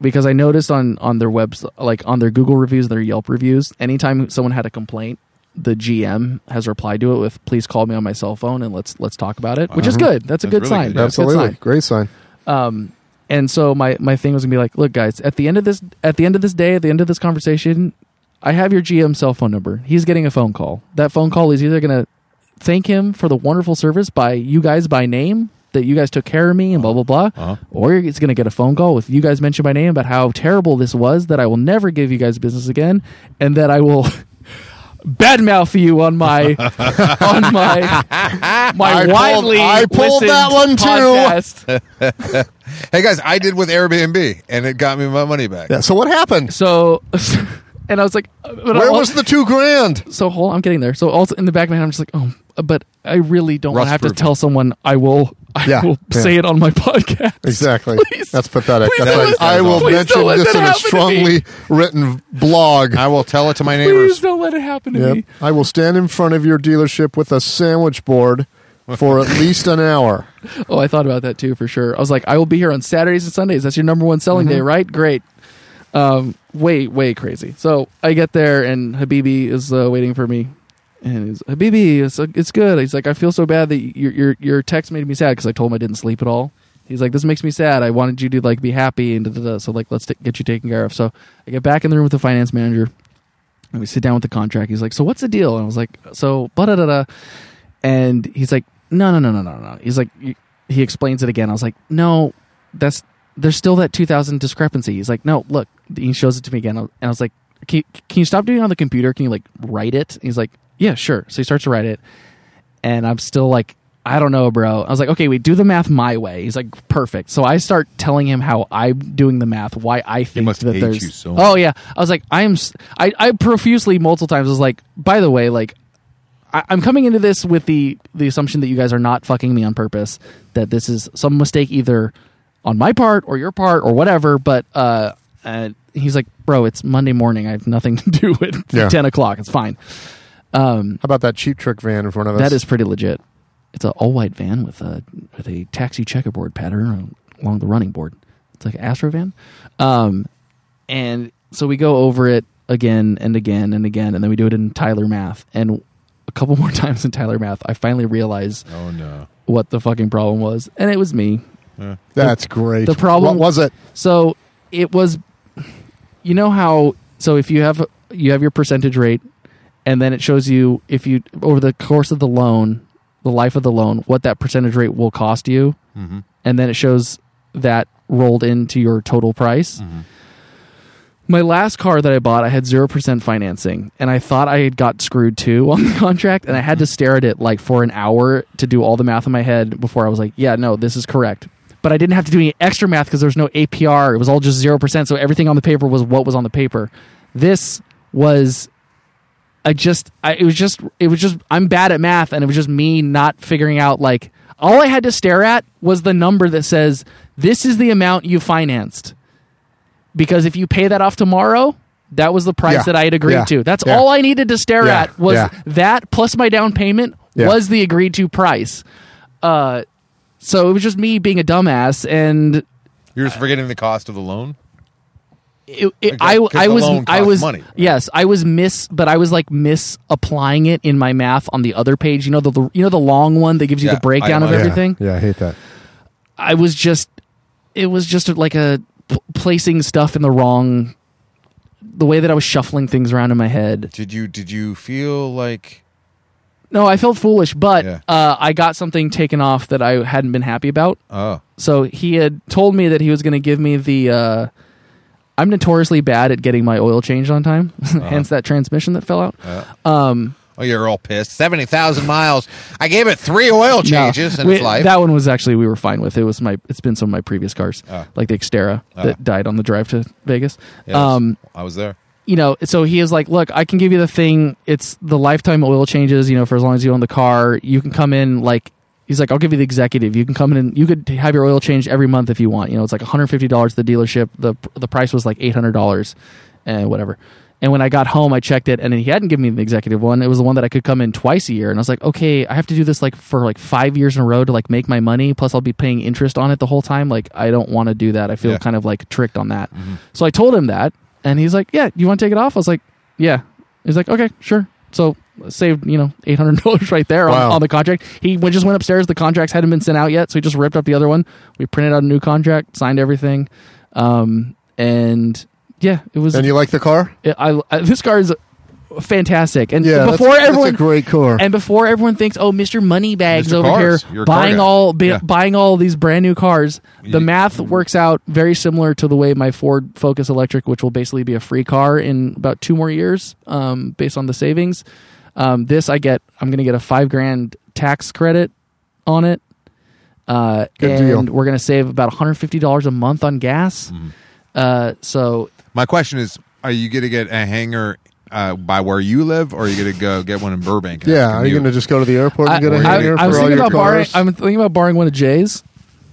Speaker 3: Because I noticed on on their webs like on their Google reviews, their Yelp reviews, anytime someone had a complaint, the GM has replied to it with "Please call me on my cell phone and let's let's talk about it," which is good. That's a
Speaker 5: Mm-hmm. That's
Speaker 3: good
Speaker 5: really
Speaker 3: sign.
Speaker 5: good.
Speaker 3: That's a good
Speaker 4: Absolutely.
Speaker 3: sign.
Speaker 4: Great sign.
Speaker 3: And so my my thing was gonna be like, look, guys, at the end of this at the end of this day, at the end of this conversation, I have your GM cell phone number. He's getting a phone call. That phone call is either gonna thank him for the wonderful service by you guys by name that you guys took care of me and blah blah blah,
Speaker 4: Uh-huh.
Speaker 3: or it's gonna get a phone call with you guys mention my name about how terrible this was that I will never give you guys business again, and that I will. Badmouth you on my on my my
Speaker 4: I pulled-
Speaker 3: widely
Speaker 4: I pulled
Speaker 3: listened
Speaker 4: that one too.
Speaker 3: podcast.
Speaker 5: Hey guys, I did with Airbnb, and it got me my money back.
Speaker 4: Yeah. So what happened?
Speaker 3: So, and I was like, but
Speaker 4: Where
Speaker 3: I'll-
Speaker 4: was the two grand?
Speaker 3: so hold. I'm getting there. So also in the back of my head, I'm just like, oh, but I really don't want
Speaker 5: Rust
Speaker 3: to have to
Speaker 5: proof.
Speaker 3: tell someone. I will. I
Speaker 4: Yeah,
Speaker 3: will
Speaker 4: yeah.
Speaker 3: say it on my podcast.
Speaker 4: Exactly.
Speaker 3: Please.
Speaker 4: That's pathetic.
Speaker 3: Please
Speaker 4: That's
Speaker 3: don't
Speaker 4: why
Speaker 3: let-
Speaker 4: I will
Speaker 3: please
Speaker 4: mention
Speaker 3: don't let
Speaker 4: this
Speaker 3: that
Speaker 4: in a
Speaker 3: happen to me.
Speaker 4: strongly written blog.
Speaker 5: I will tell it to my
Speaker 3: Please
Speaker 5: neighbors.
Speaker 3: don't let it happen to
Speaker 4: Yep.
Speaker 3: me.
Speaker 4: I will stand in front of your dealership with a sandwich board for at least an hour.
Speaker 3: Oh, I thought about that too for sure. I was like, I will be here on Saturdays and Sundays. That's your number one selling day, right? Great. Um, way, way crazy. So I get there and Habibi is uh, waiting for me. And he's, Habibi, it's, uh, it's good. He's like, I feel so bad that your, your, your text made me sad because I told him I didn't sleep at all. He's like, this makes me sad. I wanted you to like be happy and da, da, da. so like let's t- get you taken care of. So I get back in the room with the finance manager and we sit down with the contract. He's like, so what's the deal? And I was like, so da da da and he's like, no, no, no, no, no, no. He's like, y- he explains it again. I was like, no, that's there's still that 2000 discrepancy. He's like, no, look. He shows it to me again, and I was like, can, can you stop doing it on the computer? Can you like write it? And he's like, yeah, sure. So he starts to write it, and I'm still like, I don't know, bro. I was like, okay, wait, do the math my way. He's like, perfect. So I start telling him how I'm doing the math, why I think
Speaker 5: must
Speaker 3: that
Speaker 5: hate
Speaker 3: there's.
Speaker 5: you so
Speaker 3: oh yeah, I was like, I am. s- I I profusely multiple times was like, by the way, like I, I'm coming into this with the the assumption that you guys are not fucking me on purpose. That this is some mistake either on my part or your part or whatever. But uh, uh he's like, bro, it's Monday morning. I have nothing to do with
Speaker 4: Yeah.
Speaker 3: ten o'clock. It's fine.
Speaker 4: How about that cheap trick van in front of us?
Speaker 3: That is pretty legit. It's an all white van with a with a taxi checkerboard pattern along the running board. It's like an Astro van. Um, and so we go over it again and again and again, and then we do it in Tyler math. And a couple more times in Tyler math, I finally realize
Speaker 5: Oh no!
Speaker 3: what the fucking problem was, and it was me.
Speaker 4: That's great.
Speaker 3: the problem-
Speaker 4: What was it?
Speaker 3: So it was, you know how so if you have you have your percentage rate, and then it shows you if you over the course of the loan, the life of the loan, what that percentage rate will cost you, and then it shows that rolled into your total price. My last car that I bought, I had 0% financing, and I thought I had got screwed too on the contract, and I had to stare at it like for an hour to do all the math in my head before I was like, yeah, no, this is correct. But I didn't have to do any extra math because there was no APR. It was all just 0%, so everything on the paper was what was on the paper. This was I just I, it was just it was just I'm bad at math and it was just me not figuring out like all I had to stare at was the number that says this is the amount you financed. Because if you pay that off tomorrow, that was the price
Speaker 5: Yeah.
Speaker 3: that I had agreed
Speaker 5: Yeah.
Speaker 3: to. That's
Speaker 5: Yeah.
Speaker 3: all I needed to stare
Speaker 5: Yeah.
Speaker 3: at was
Speaker 5: Yeah.
Speaker 3: that plus my down payment
Speaker 5: Yeah.
Speaker 3: was the agreed to price. Uh so it was just me being a dumbass and
Speaker 5: You're just forgetting the cost of the loan.
Speaker 3: it, it, I,
Speaker 5: 'cause
Speaker 3: I
Speaker 5: the
Speaker 3: was
Speaker 5: loan
Speaker 3: I
Speaker 5: costs
Speaker 3: was
Speaker 5: money.
Speaker 3: yes I was miss but I was like misapplying it in my math on the other page you know the, the you know the long one that gives you
Speaker 5: Yeah,
Speaker 3: the breakdown of
Speaker 5: itemized.
Speaker 3: everything
Speaker 5: Yeah, I hate that.
Speaker 3: I was just it was just like a p- placing stuff in the wrong the way that I was shuffling things around in my head
Speaker 5: Did you did you feel like
Speaker 3: no I felt foolish but
Speaker 5: Yeah.
Speaker 3: uh, I got something taken off that I hadn't been happy about
Speaker 5: oh
Speaker 3: so he had told me that he was going to give me the uh, I'm notoriously bad at getting my oil changed on time
Speaker 5: Uh-huh.
Speaker 3: hence that transmission that fell out
Speaker 5: oh you're all pissed seventy thousand miles? I gave it three oil
Speaker 3: No,
Speaker 5: changes in
Speaker 3: we-
Speaker 5: its life.
Speaker 3: That one was actually we were fine with. It was my it's been some of my previous cars, like the Xterra that died on the drive to Vegas.
Speaker 5: Ah. Yes,
Speaker 3: Um,
Speaker 5: I was there.
Speaker 3: you know, so he is like, look, I can give you the thing. It's the lifetime oil changes. You know, for as long as you own the car, you can come in like. He's like, I'll give you the executive. You can come in and you could have your oil changed every month if you want. You know, it's like $150 to the dealership. The the price was like $800 and whatever. And when I got home, I checked it and he hadn't given me the executive one. It was the one that I could come in twice a year. And I was like, okay, I have to do this like for like five years in a row to like make my money. Plus, I'll be paying interest on it the whole time. Like, I don't want to do that. I feel
Speaker 5: Yeah.
Speaker 3: kind of like tricked on that.
Speaker 4: Mm-hmm.
Speaker 3: So I told him that. And he's like, yeah, you want to take it off? I was like, yeah. He's like, okay, sure. So saved, you know, eight hundred dollars right there
Speaker 4: Wow.
Speaker 3: on, on the contract. He went, just went upstairs. The contracts hadn't been sent out yet, so he just ripped up the other one. We printed out a new contract, signed everything, um, and yeah, it was.
Speaker 4: And you like the car?
Speaker 3: it- I, I- this car is fantastic. And
Speaker 4: Yeah.
Speaker 3: before
Speaker 4: that's,
Speaker 3: everyone,
Speaker 4: that's a great car.
Speaker 3: and before everyone thinks, oh, Mister Moneybags
Speaker 5: Mr.
Speaker 3: over
Speaker 5: Cars, you're
Speaker 3: here
Speaker 5: a car
Speaker 3: buying
Speaker 5: guy.
Speaker 3: all bi-
Speaker 5: Yeah.
Speaker 3: buying all these brand new cars, the
Speaker 5: You-
Speaker 3: math works out very similar to the way my Ford Focus Electric, which will basically be a free car in about two more years, um, based on the savings. Um, this I get, I'm going to get a five grand tax credit on it, uh,
Speaker 4: Good
Speaker 3: and
Speaker 4: deal.
Speaker 3: we're going to save about 150 dollars a month on gas.
Speaker 5: Mm-hmm.
Speaker 3: Uh, so
Speaker 5: My question is: Are you going to get a hangar uh, by where you live, or are you going to go get one in Burbank? and
Speaker 4: yeah,
Speaker 5: have to
Speaker 4: are you
Speaker 5: commute?
Speaker 4: going to just go to the airport
Speaker 3: I,
Speaker 4: and get a
Speaker 5: I-
Speaker 4: hangar
Speaker 3: I, I was
Speaker 4: for all
Speaker 3: thinking
Speaker 4: your
Speaker 3: about borrowing.
Speaker 4: cars?
Speaker 3: I'm thinking about borrowing one of Jay's.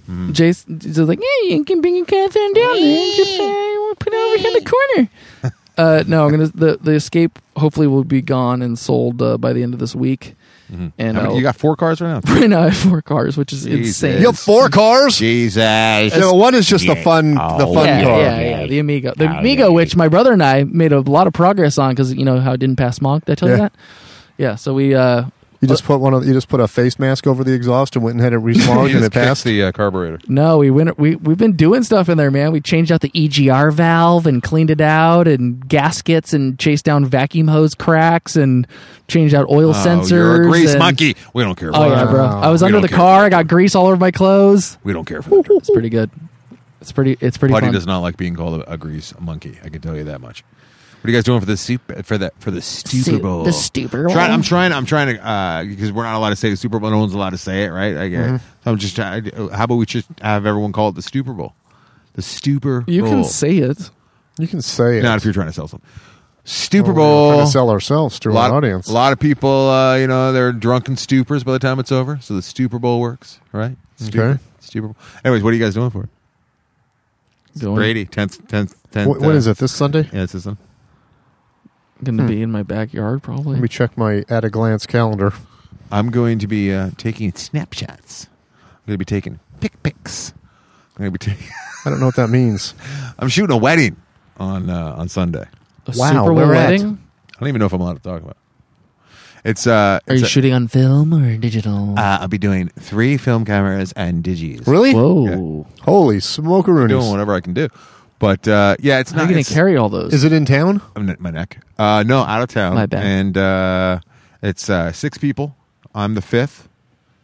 Speaker 5: Mm-hmm.
Speaker 3: Jay's is like, yeah, you can bring your car down there. and Just uh, we'll put it over here in the corner. uh, no, I'm gonna the the escape. Hopefully, will be gone and sold uh, by the end of this week. And
Speaker 5: Mm-hmm. How many-
Speaker 3: I'll
Speaker 5: you got four cars right now.
Speaker 3: print out four cars, which is
Speaker 5: Jesus.
Speaker 3: insane.
Speaker 4: you have four cars.
Speaker 5: Jesus.
Speaker 4: No, one is just the fun,
Speaker 5: Oh,
Speaker 4: the fun
Speaker 3: yeah,
Speaker 4: car.
Speaker 3: yeah, yeah, the Amigo, the Amigo, which my brother and I made a lot of progress on because you know how it didn't pass smog. Did I tell you
Speaker 4: Yeah.
Speaker 3: that? Yeah. So we uh,
Speaker 4: You just put one of you just put a face mask over the exhaust and went and had it resmogged
Speaker 5: You
Speaker 4: and
Speaker 5: just
Speaker 4: it passed.
Speaker 5: kicked the uh, carburetor.
Speaker 3: No, we went. We we've been doing stuff in there, man. We changed out the EGR valve and cleaned it out, and gaskets, and chased down vacuum hose cracks, and changed out oil sensors.
Speaker 5: Oh, you're a grease
Speaker 3: and-
Speaker 5: monkey. We don't care.
Speaker 3: Oh yeah, bro.
Speaker 4: Wow.
Speaker 3: I was
Speaker 5: We
Speaker 3: under
Speaker 5: don't
Speaker 3: the
Speaker 5: care.
Speaker 3: car. I got grease all over my clothes.
Speaker 5: We don't care for that.
Speaker 3: It's pretty good. It's pretty. It's pretty
Speaker 5: Putty
Speaker 3: fun.
Speaker 5: does not like being called a, a grease monkey. I can tell you that much. What are you guys doing for the soup, for the for the Super
Speaker 3: Su-
Speaker 5: Bowl?
Speaker 3: the Super Bowl.
Speaker 5: Try- I'm trying. I'm trying to uh, because we're not allowed to say the Super Bowl. No one's allowed to say it, right? I get.
Speaker 3: Mm-hmm.
Speaker 5: it. So I'm just. trying How about we just have everyone call it the Super Bowl? The Super.
Speaker 3: you
Speaker 5: Bowl.
Speaker 3: can say it.
Speaker 4: You can say it.
Speaker 5: not if you're trying to sell something. Super
Speaker 4: We're trying
Speaker 5: Bowl.
Speaker 4: to sell ourselves to
Speaker 5: a lot,
Speaker 4: an audience.
Speaker 5: A lot of people, uh, you know, they're drunken stupors by the time it's over. So the Super Bowl works, right? Stupor,
Speaker 4: Okay.
Speaker 5: Stupor Bowl. Anyways, what are you guys doing for it? Brady, 10th, 10th, 10th.
Speaker 4: Wh- what is it this Sunday?
Speaker 5: uh, Yeah, it's this one.
Speaker 3: Going to be in my backyard probably.
Speaker 4: Let me check my at a glance calendar.
Speaker 5: I'm going to be uh, taking snapshots. I'm going to be taking pick pics. I'm going to be taking.
Speaker 4: I don't know what that means.
Speaker 5: I'm shooting a wedding on uh, on Sunday.
Speaker 3: A
Speaker 4: Wow,
Speaker 3: Super Bowl
Speaker 4: where at?
Speaker 3: wedding.
Speaker 5: I don't even know if I'm allowed to talk about. It. It's uh,
Speaker 3: Are
Speaker 5: it's
Speaker 3: you
Speaker 5: a-
Speaker 3: shooting on film or digital?
Speaker 5: uh, I'll be doing three film cameras and digis.
Speaker 4: Really?
Speaker 3: Whoa.
Speaker 4: Holy
Speaker 5: doing
Speaker 4: smokeroonies!
Speaker 5: whatever I can do. But uh, yeah, it's
Speaker 3: How are
Speaker 5: not
Speaker 3: you going
Speaker 5: it's-
Speaker 3: to carry all those?
Speaker 4: Is it in town?
Speaker 5: I'm n- my neck. Uh, no, out of town.
Speaker 3: My bad.
Speaker 5: And uh, it's uh, six people. I'm the fifth.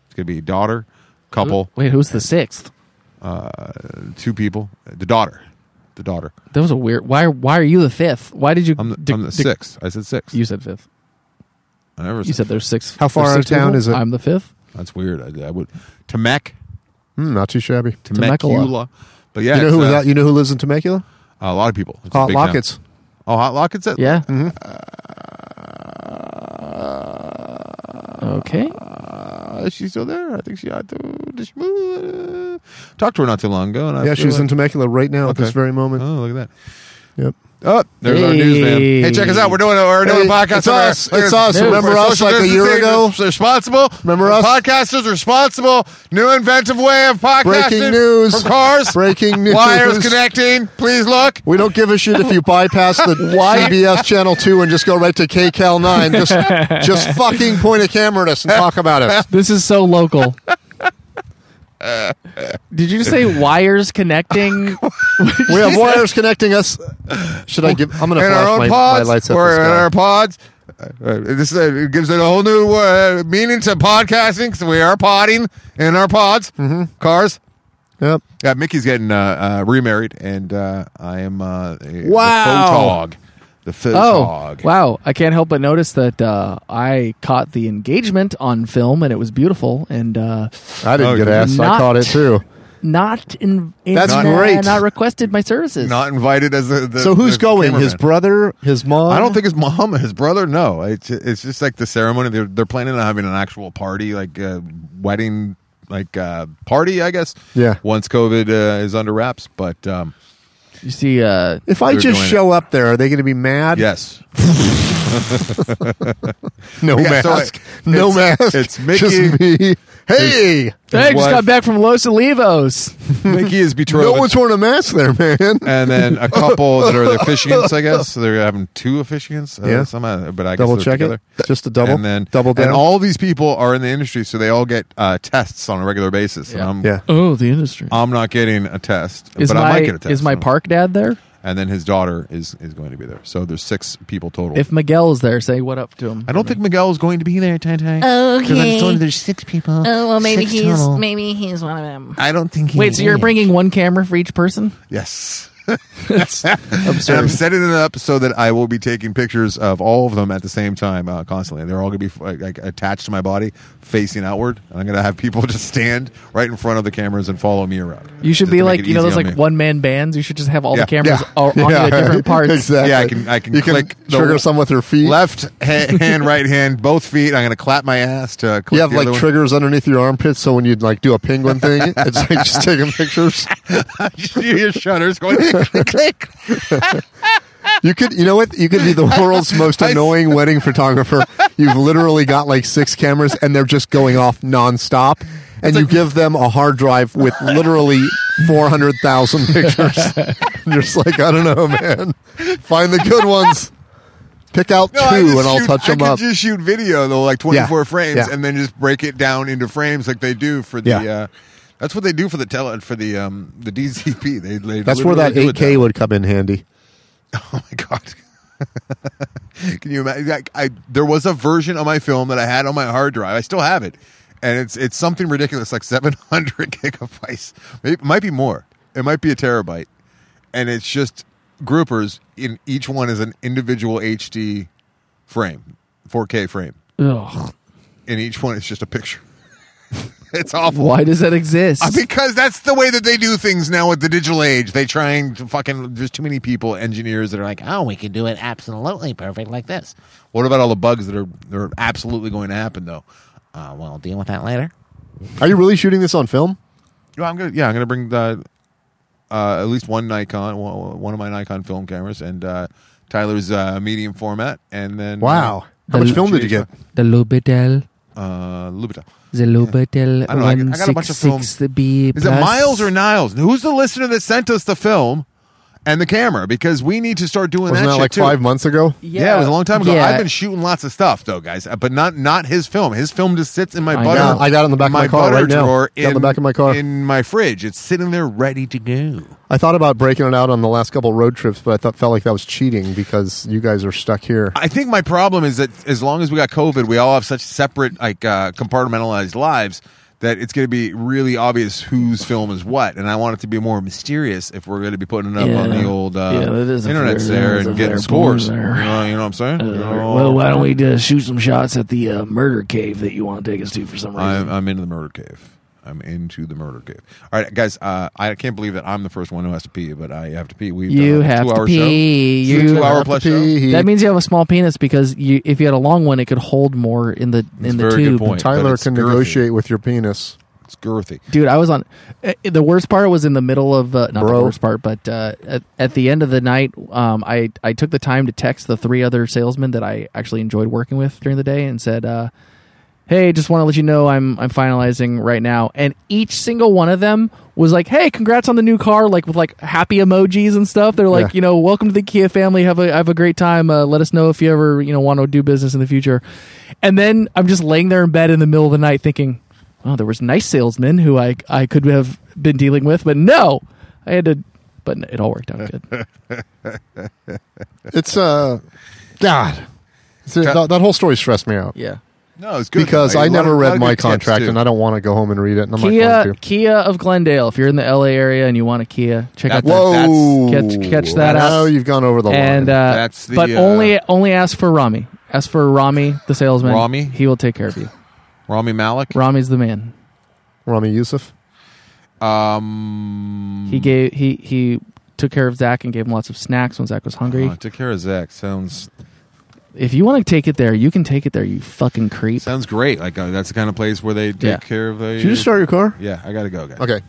Speaker 5: It's gonna be a daughter, couple,
Speaker 3: Wait, who's the sixth?
Speaker 5: two people. The daughter, the daughter.
Speaker 3: That was a weird. Why? Why are you the fifth? Why did you?
Speaker 5: I'm the,
Speaker 3: de-
Speaker 5: I'm the
Speaker 3: de-
Speaker 5: sixth. I said six.
Speaker 3: You said fifth.
Speaker 5: I never.
Speaker 3: You said there's six.
Speaker 4: How far
Speaker 3: there's
Speaker 4: out of
Speaker 3: six
Speaker 4: town
Speaker 3: people?
Speaker 4: is it?
Speaker 3: I'm the fifth.
Speaker 5: that's weird. I, I would Temec,
Speaker 4: Hmm, not too shabby.
Speaker 5: Temecula. But yeah,
Speaker 4: you know
Speaker 5: it's,
Speaker 4: who?
Speaker 5: uh,
Speaker 4: that- you know who lives in Temecula?
Speaker 5: a Oh, lot of people. It's a
Speaker 4: Hot
Speaker 5: big town.
Speaker 4: Lockets.
Speaker 5: Oh, hot lockets. At,
Speaker 3: Yeah.
Speaker 4: mm-hmm.
Speaker 3: Okay.
Speaker 5: Uh, is she still there? I think she. I do- did she move? Uh, Talked to her not too long ago. And I
Speaker 4: yeah,
Speaker 5: feel
Speaker 4: she's in
Speaker 5: like,
Speaker 4: Temecula right now at this
Speaker 5: Okay.
Speaker 4: very moment.
Speaker 5: Oh, look at that.
Speaker 4: Yep.
Speaker 5: Oh, there's our news van.
Speaker 3: Hey.
Speaker 5: Hey, check us out. We're doing. We're doing
Speaker 4: Hey,
Speaker 5: a podcast.
Speaker 4: it's
Speaker 5: on our-
Speaker 4: us.
Speaker 5: look at
Speaker 4: It's
Speaker 5: this.
Speaker 4: us.
Speaker 5: We're
Speaker 4: Remember us
Speaker 5: social
Speaker 4: like a
Speaker 5: distancing.
Speaker 4: year ago?
Speaker 5: Responsible.
Speaker 4: Remember us?
Speaker 5: Podcasters responsible. New inventive way of podcasting.
Speaker 4: Breaking news.
Speaker 5: from cars.
Speaker 4: Breaking news.
Speaker 5: Wires connecting. Please look.
Speaker 4: We don't give a shit if you bypass the CBS channel two and just go right to KCAL nine. Just, just fucking point a camera at us and talk about us.
Speaker 3: This is so local. Did you say wires connecting?
Speaker 4: We have wires connecting us. Should I give? I'm gonna
Speaker 5: in
Speaker 4: flash
Speaker 5: our own
Speaker 4: my, my
Speaker 5: pods.
Speaker 4: lights at
Speaker 5: we're
Speaker 4: this
Speaker 5: in
Speaker 4: guy.
Speaker 5: our pods. Uh, uh, this uh, it gives it a whole new uh, meaning to podcasting. 'cause we are podding in our pods, mm-hmm. cars.
Speaker 4: Yep.
Speaker 5: Yeah, Mickey's getting uh, uh, remarried, and uh, I am uh, a-
Speaker 3: Wow.
Speaker 5: the photog. The
Speaker 3: Oh,
Speaker 5: photog.
Speaker 3: wow. I can't help but notice that uh, I caught the engagement on film and it was beautiful and uh,
Speaker 4: I didn't
Speaker 5: Oh,
Speaker 4: get
Speaker 5: you're
Speaker 4: asked. I
Speaker 3: not-
Speaker 4: caught it too.
Speaker 3: not in, in-
Speaker 4: That's
Speaker 3: uh,
Speaker 4: great.
Speaker 3: Not requested my services.
Speaker 5: Not invited as the. the
Speaker 4: So who's
Speaker 5: the
Speaker 4: going? His
Speaker 5: cameraman.
Speaker 4: brother? His mom?
Speaker 5: I don't think his mom, his brother. No, it's it's just like the ceremony. They're they're planning on having an actual party, like uh, wedding, like uh, party. I guess.
Speaker 4: Yeah.
Speaker 5: Once COVID uh, is under wraps, but um,
Speaker 3: you see, uh,
Speaker 4: If I
Speaker 5: They're
Speaker 4: just
Speaker 5: doing it.
Speaker 4: show up there, are they going to be mad?
Speaker 5: yes,
Speaker 4: No
Speaker 5: Yeah,
Speaker 4: mask.
Speaker 5: so
Speaker 4: no
Speaker 5: it's-
Speaker 4: mask.
Speaker 5: it's
Speaker 4: Just me. Hey,
Speaker 3: I just
Speaker 5: wife-
Speaker 3: got back from Los Olivos.
Speaker 5: Mickey is betrothed.
Speaker 4: no one's wearing a mask there, man.
Speaker 5: and then a couple that are the officiants, I guess. So they're having two officiants. Uh,
Speaker 4: Yeah.
Speaker 5: Somehow, but I
Speaker 4: Double
Speaker 5: guess they're
Speaker 4: check
Speaker 5: together.
Speaker 4: it. Just a double.
Speaker 5: And then
Speaker 4: double down.
Speaker 5: And all these people are in the industry, so they all get uh, tests on a regular basis.
Speaker 3: Yeah.
Speaker 5: And I'm,
Speaker 4: yeah.
Speaker 3: Oh, the industry.
Speaker 5: I'm not getting a test,
Speaker 3: is
Speaker 5: Uh, but
Speaker 3: my
Speaker 5: I might get a test.
Speaker 3: is my park dad there?
Speaker 5: And then his daughter is is going to be there. So there's six people total.
Speaker 3: If Miguel's there, say what up to him.
Speaker 5: I don't think Miguel is going to be there, Tante.
Speaker 8: Okay.
Speaker 5: there's six people.
Speaker 8: Oh well, maybe he's maybe he's one of them.
Speaker 5: I don't think. He
Speaker 3: Wait, so you're bringing one camera for each person?
Speaker 5: Yes.
Speaker 3: That's
Speaker 5: And I'm
Speaker 3: absurd.
Speaker 5: setting it up so that I will be taking pictures of all of them at the same time, uh, constantly. They're all going to be like, like attached to my body, facing outward. And I'm going to have people just stand right in front of the cameras and follow me around.
Speaker 3: You should
Speaker 5: Just
Speaker 3: be
Speaker 5: to make
Speaker 3: like
Speaker 5: it
Speaker 3: you know
Speaker 5: easy
Speaker 3: those
Speaker 5: on
Speaker 3: like
Speaker 5: me.
Speaker 3: one man bands. You should just have all
Speaker 5: Yeah.
Speaker 3: the cameras
Speaker 5: Yeah.
Speaker 3: o- on the different parts.
Speaker 4: Exactly.
Speaker 5: Yeah, I can. I can.
Speaker 4: You can
Speaker 5: click the
Speaker 4: trigger some with your feet.
Speaker 5: left ha- hand, right hand, both feet. I'm going to clap my ass to. Click
Speaker 4: You have
Speaker 5: the
Speaker 4: like
Speaker 5: other one.
Speaker 4: triggers underneath your armpits, so when you'd like do a penguin thing, it's like just taking pictures.
Speaker 5: you hear shutters going. click, click.
Speaker 4: You could, you know what? You could be the world's most annoying wedding photographer. You've literally got like six cameras, and they're just going off nonstop. And you give them a hard drive with literally four hundred thousand pictures. and you're just like, I don't know, man. Find the good ones. Pick out
Speaker 5: No, I
Speaker 4: two,
Speaker 5: just
Speaker 4: and I'll
Speaker 5: shoot-
Speaker 4: touch
Speaker 5: I
Speaker 4: them
Speaker 5: could
Speaker 4: up.
Speaker 5: Just shoot video though, like twenty four
Speaker 4: Yeah,
Speaker 5: frames,
Speaker 4: yeah.
Speaker 5: and then just break it down into frames like they do for the.
Speaker 4: Yeah.
Speaker 5: Uh, that's what they do for the tele for the um the DCP. They, they
Speaker 4: That's where that
Speaker 5: literally do
Speaker 4: eight
Speaker 5: it
Speaker 4: K would come in handy.
Speaker 5: Oh my god! Can you imagine? Like, I there was a version of my film that I had on my hard drive. I still have it, and it's it's something ridiculous, like seven hundred gigabytes. Maybe, it might be more. It might be a terabyte, and it's just groupers. In each one is an individual HD frame, four K frame.
Speaker 3: Ugh,
Speaker 5: In each one, it's just a picture. it's awful.
Speaker 3: why does that exist?
Speaker 5: Uh, Because that's the way that they do things now with the digital age. They trying to fucking. There's too many people, engineers that are like, oh, we can do it absolutely perfect like this. What about all the bugs that are they're absolutely going to happen though? Uh, well, deal with that later.
Speaker 4: Are you really shooting this on film?
Speaker 5: Well, I'm gonna yeah, I'm gonna bring the uh, at least one Nikon, one one of my Nikon film cameras, and uh, Tyler's uh, medium format, and then
Speaker 4: Wow. How much
Speaker 3: The-
Speaker 4: film did you get?
Speaker 3: the Lobitel,
Speaker 5: uh, uh, Lubitel.
Speaker 3: the Lobitel
Speaker 5: I don't know, I got- I got a bunch of film.
Speaker 3: 166B
Speaker 5: Is it
Speaker 3: plus.
Speaker 5: Miles or Niles? Who's the listener that sent us the film and the camera? Because we need to start doing
Speaker 4: Wasn't that
Speaker 5: that, shit
Speaker 4: like
Speaker 5: too.
Speaker 4: five months ago?
Speaker 5: Yeah, it was a long time ago.
Speaker 3: Yeah.
Speaker 5: I've been shooting lots of stuff though, guys, uh, but not not his film. His film just sits in my
Speaker 3: I
Speaker 5: butter.
Speaker 3: know.
Speaker 4: I got it in the back of my car
Speaker 5: butter
Speaker 4: right now.
Speaker 5: drawer
Speaker 4: Got it in the back of my car.
Speaker 5: in my fridge. It's sitting there ready to go.
Speaker 4: I thought about breaking it out on the last couple road trips, but I thought felt like that was cheating because you guys are stuck here.
Speaker 5: I think my problem is that as long as we got COVID, we all have such separate, like uh, compartmentalized lives that it's going to be really obvious whose film is what. And I want it to be more mysterious if we're going to be putting it up
Speaker 3: Yeah,
Speaker 5: on the
Speaker 3: that-
Speaker 5: old
Speaker 3: yeah,
Speaker 5: uh,
Speaker 3: that is a
Speaker 5: internet's
Speaker 3: fair- that
Speaker 5: there
Speaker 3: is a
Speaker 5: and
Speaker 3: fair
Speaker 5: getting scores.
Speaker 3: point
Speaker 5: You
Speaker 3: there.
Speaker 5: know, you know what I'm saying?
Speaker 3: Uh,
Speaker 5: You know,
Speaker 3: well, why don't we just shoot some shots at the uh, murder cave that you want to take us to for some reason?
Speaker 5: I'm, I'm into the murder cave. I'm into the murder cave. All right, guys. Uh, I can't believe that I'm the first one who has to pee, but I have to pee. We
Speaker 3: You have to
Speaker 5: two-hour
Speaker 3: pee.
Speaker 5: Show.
Speaker 3: You
Speaker 5: two hour plus show.
Speaker 4: He-
Speaker 3: That means you have a small penis because you, if you had a long one, it could hold more in the in the
Speaker 5: That's a very
Speaker 3: tube.
Speaker 5: good point. but
Speaker 4: Tyler
Speaker 5: it's
Speaker 4: can
Speaker 5: girthy.
Speaker 4: negotiate with your penis.
Speaker 5: It's girthy.
Speaker 3: Dude, I was on. eh, The worst part was in the middle of uh, not
Speaker 4: Bro.
Speaker 3: the worst part, but uh, at, at the end of the night, um, I I took the time to text the three other salesmen that I actually enjoyed working with during the day and said, uh, "Hey, just want to let you know I'm I'm finalizing right now." And each single one of them was like, "Hey, congrats on the new car!" Like with like happy emojis and stuff. They're like,
Speaker 4: Yeah.
Speaker 3: you know, welcome to the Kia family. Have a have a great time. Uh, let us know if you ever you know want to do business in the future. And then I'm just laying there in bed in the middle of the night thinking, "Oh, there was nice salesmen who I I could have been dealing with, but no, I had to." But it all worked out good.
Speaker 4: It's uh, God, It's- that, that whole story stressed me out
Speaker 3: Yeah.
Speaker 5: No, it's good
Speaker 4: because
Speaker 5: Like,
Speaker 4: I
Speaker 5: a lot
Speaker 4: never
Speaker 5: of- lot
Speaker 4: read
Speaker 5: of
Speaker 4: my
Speaker 5: good tips,
Speaker 4: contract
Speaker 5: too.
Speaker 4: and I don't want to go home and read it. And I'm not
Speaker 3: Kia
Speaker 4: going to.
Speaker 3: Kia of Glendale. If you're in the LA area and you want a Kia, check out
Speaker 5: That-
Speaker 3: that
Speaker 4: Whoa!
Speaker 3: Catch- catch that
Speaker 4: Now
Speaker 3: out.
Speaker 4: you've gone over the line.
Speaker 3: and uh,
Speaker 5: That's the,
Speaker 3: but
Speaker 5: uh,
Speaker 3: only only ask for Rami. Ask for Rami, the salesman.
Speaker 5: Rami?
Speaker 3: he will take care of you.
Speaker 5: Rami Malik.
Speaker 3: Rami's the man.
Speaker 4: Rami Yusuf.
Speaker 5: Um,
Speaker 3: He gave he he took care of Zach and gave him lots of snacks when Zach was hungry.
Speaker 5: oh, took care of Zach. Sounds
Speaker 3: If you want to take it there, you can take it there. You fucking creep.
Speaker 5: sounds great. Like uh, that's the kind of place where they take
Speaker 3: Yeah.
Speaker 5: care of. The,
Speaker 4: Did you just start your car?
Speaker 5: Yeah, I gotta go, guys.
Speaker 4: Okay.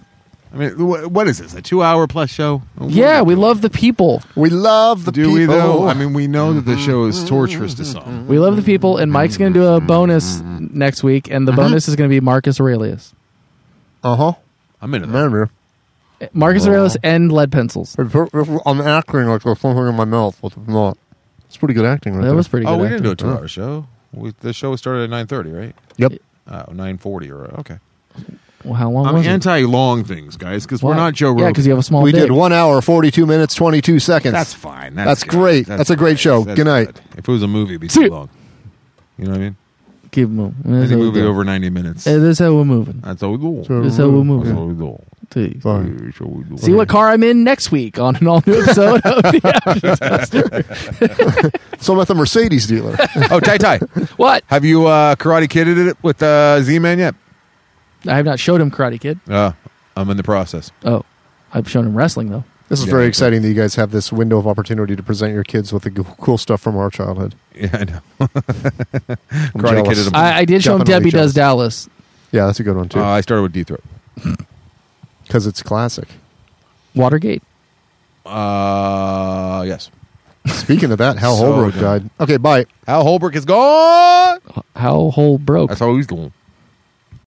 Speaker 5: I mean, wh- what is this? A two-hour plus show? Oh,
Speaker 3: Yeah, we love the people.
Speaker 4: We love the
Speaker 5: Do
Speaker 4: people.
Speaker 5: we though? I mean, we know that the show is torturous
Speaker 3: Mm-hmm.
Speaker 5: to some.
Speaker 3: We love the people. And Mike's going to do a bonus next week, and the
Speaker 5: Uh-huh.
Speaker 3: bonus is going to be Marcus Aurelius,
Speaker 4: uh huh.
Speaker 5: I'm into that.
Speaker 4: Remember,
Speaker 5: Oh.
Speaker 3: Marcus Aurelius, and lead pencils.
Speaker 4: I'm acting like there's something in my mouth, but it's not. It's pretty good acting. Right
Speaker 3: That
Speaker 4: there.
Speaker 3: was pretty.
Speaker 5: Oh,
Speaker 3: good
Speaker 5: we didn't do a
Speaker 3: acting.
Speaker 5: two-hour show. We, the show started at nine thirty, right?
Speaker 4: Yep.
Speaker 5: Oh, 940 or okay.
Speaker 3: Well, how long
Speaker 5: I'm
Speaker 3: was it?
Speaker 5: anti long things, guys, because we're
Speaker 3: Why?
Speaker 5: not Joe Rogan.
Speaker 3: Yeah, because you have a small.
Speaker 4: we
Speaker 3: dick.
Speaker 4: did one hour, forty-two minutes, twenty-two seconds.
Speaker 5: That's fine. That's,
Speaker 4: That's
Speaker 5: good.
Speaker 4: great. That's a great show. Good night.
Speaker 5: good. If it was a movie, it'd be too
Speaker 3: See-
Speaker 5: long. You know what I mean?
Speaker 3: Keep moving.
Speaker 5: Any
Speaker 3: That's how we
Speaker 5: movie
Speaker 3: do it.
Speaker 5: over 90 minutes.
Speaker 3: Eh, That's how we're moving.
Speaker 5: That's all we do.
Speaker 4: So-
Speaker 3: That's how we're
Speaker 5: That's all
Speaker 3: moving.
Speaker 5: we do.
Speaker 3: Too.
Speaker 4: Fine.
Speaker 5: That's all we do.
Speaker 3: See what car I'm in next week on an all new episode of the After Disaster.
Speaker 4: So I'm at the Mercedes dealer.
Speaker 5: oh, Tai Tai.
Speaker 3: What?
Speaker 5: Have you uh, karate kidded it with uh, Z Man yet?
Speaker 3: I have not showed him Karate Kid.
Speaker 5: Uh, I'm in the process.
Speaker 3: Oh, I've shown him wrestling though.
Speaker 4: This is
Speaker 5: Yeah.
Speaker 4: very exciting that you guys have this window of opportunity to present your kids with the g- cool stuff from our childhood.
Speaker 5: Yeah, I know.
Speaker 4: I'm
Speaker 5: Karate
Speaker 4: jealous.
Speaker 5: Kid at a-
Speaker 3: I, I did show him Debbie
Speaker 4: Definitely jealous.
Speaker 3: Does Dallas.
Speaker 4: yeah, that's a good one
Speaker 5: Uh,
Speaker 4: too
Speaker 5: I started with D Throat.
Speaker 4: because it's classic.
Speaker 3: Watergate.
Speaker 5: Uh, yes.
Speaker 4: Speaking of that, Hal
Speaker 5: So
Speaker 4: Holbrook
Speaker 5: dumb.
Speaker 4: died. Okay, bye.
Speaker 5: Al Holbrook is gone.
Speaker 3: How whole broke.
Speaker 5: That's all he's doing.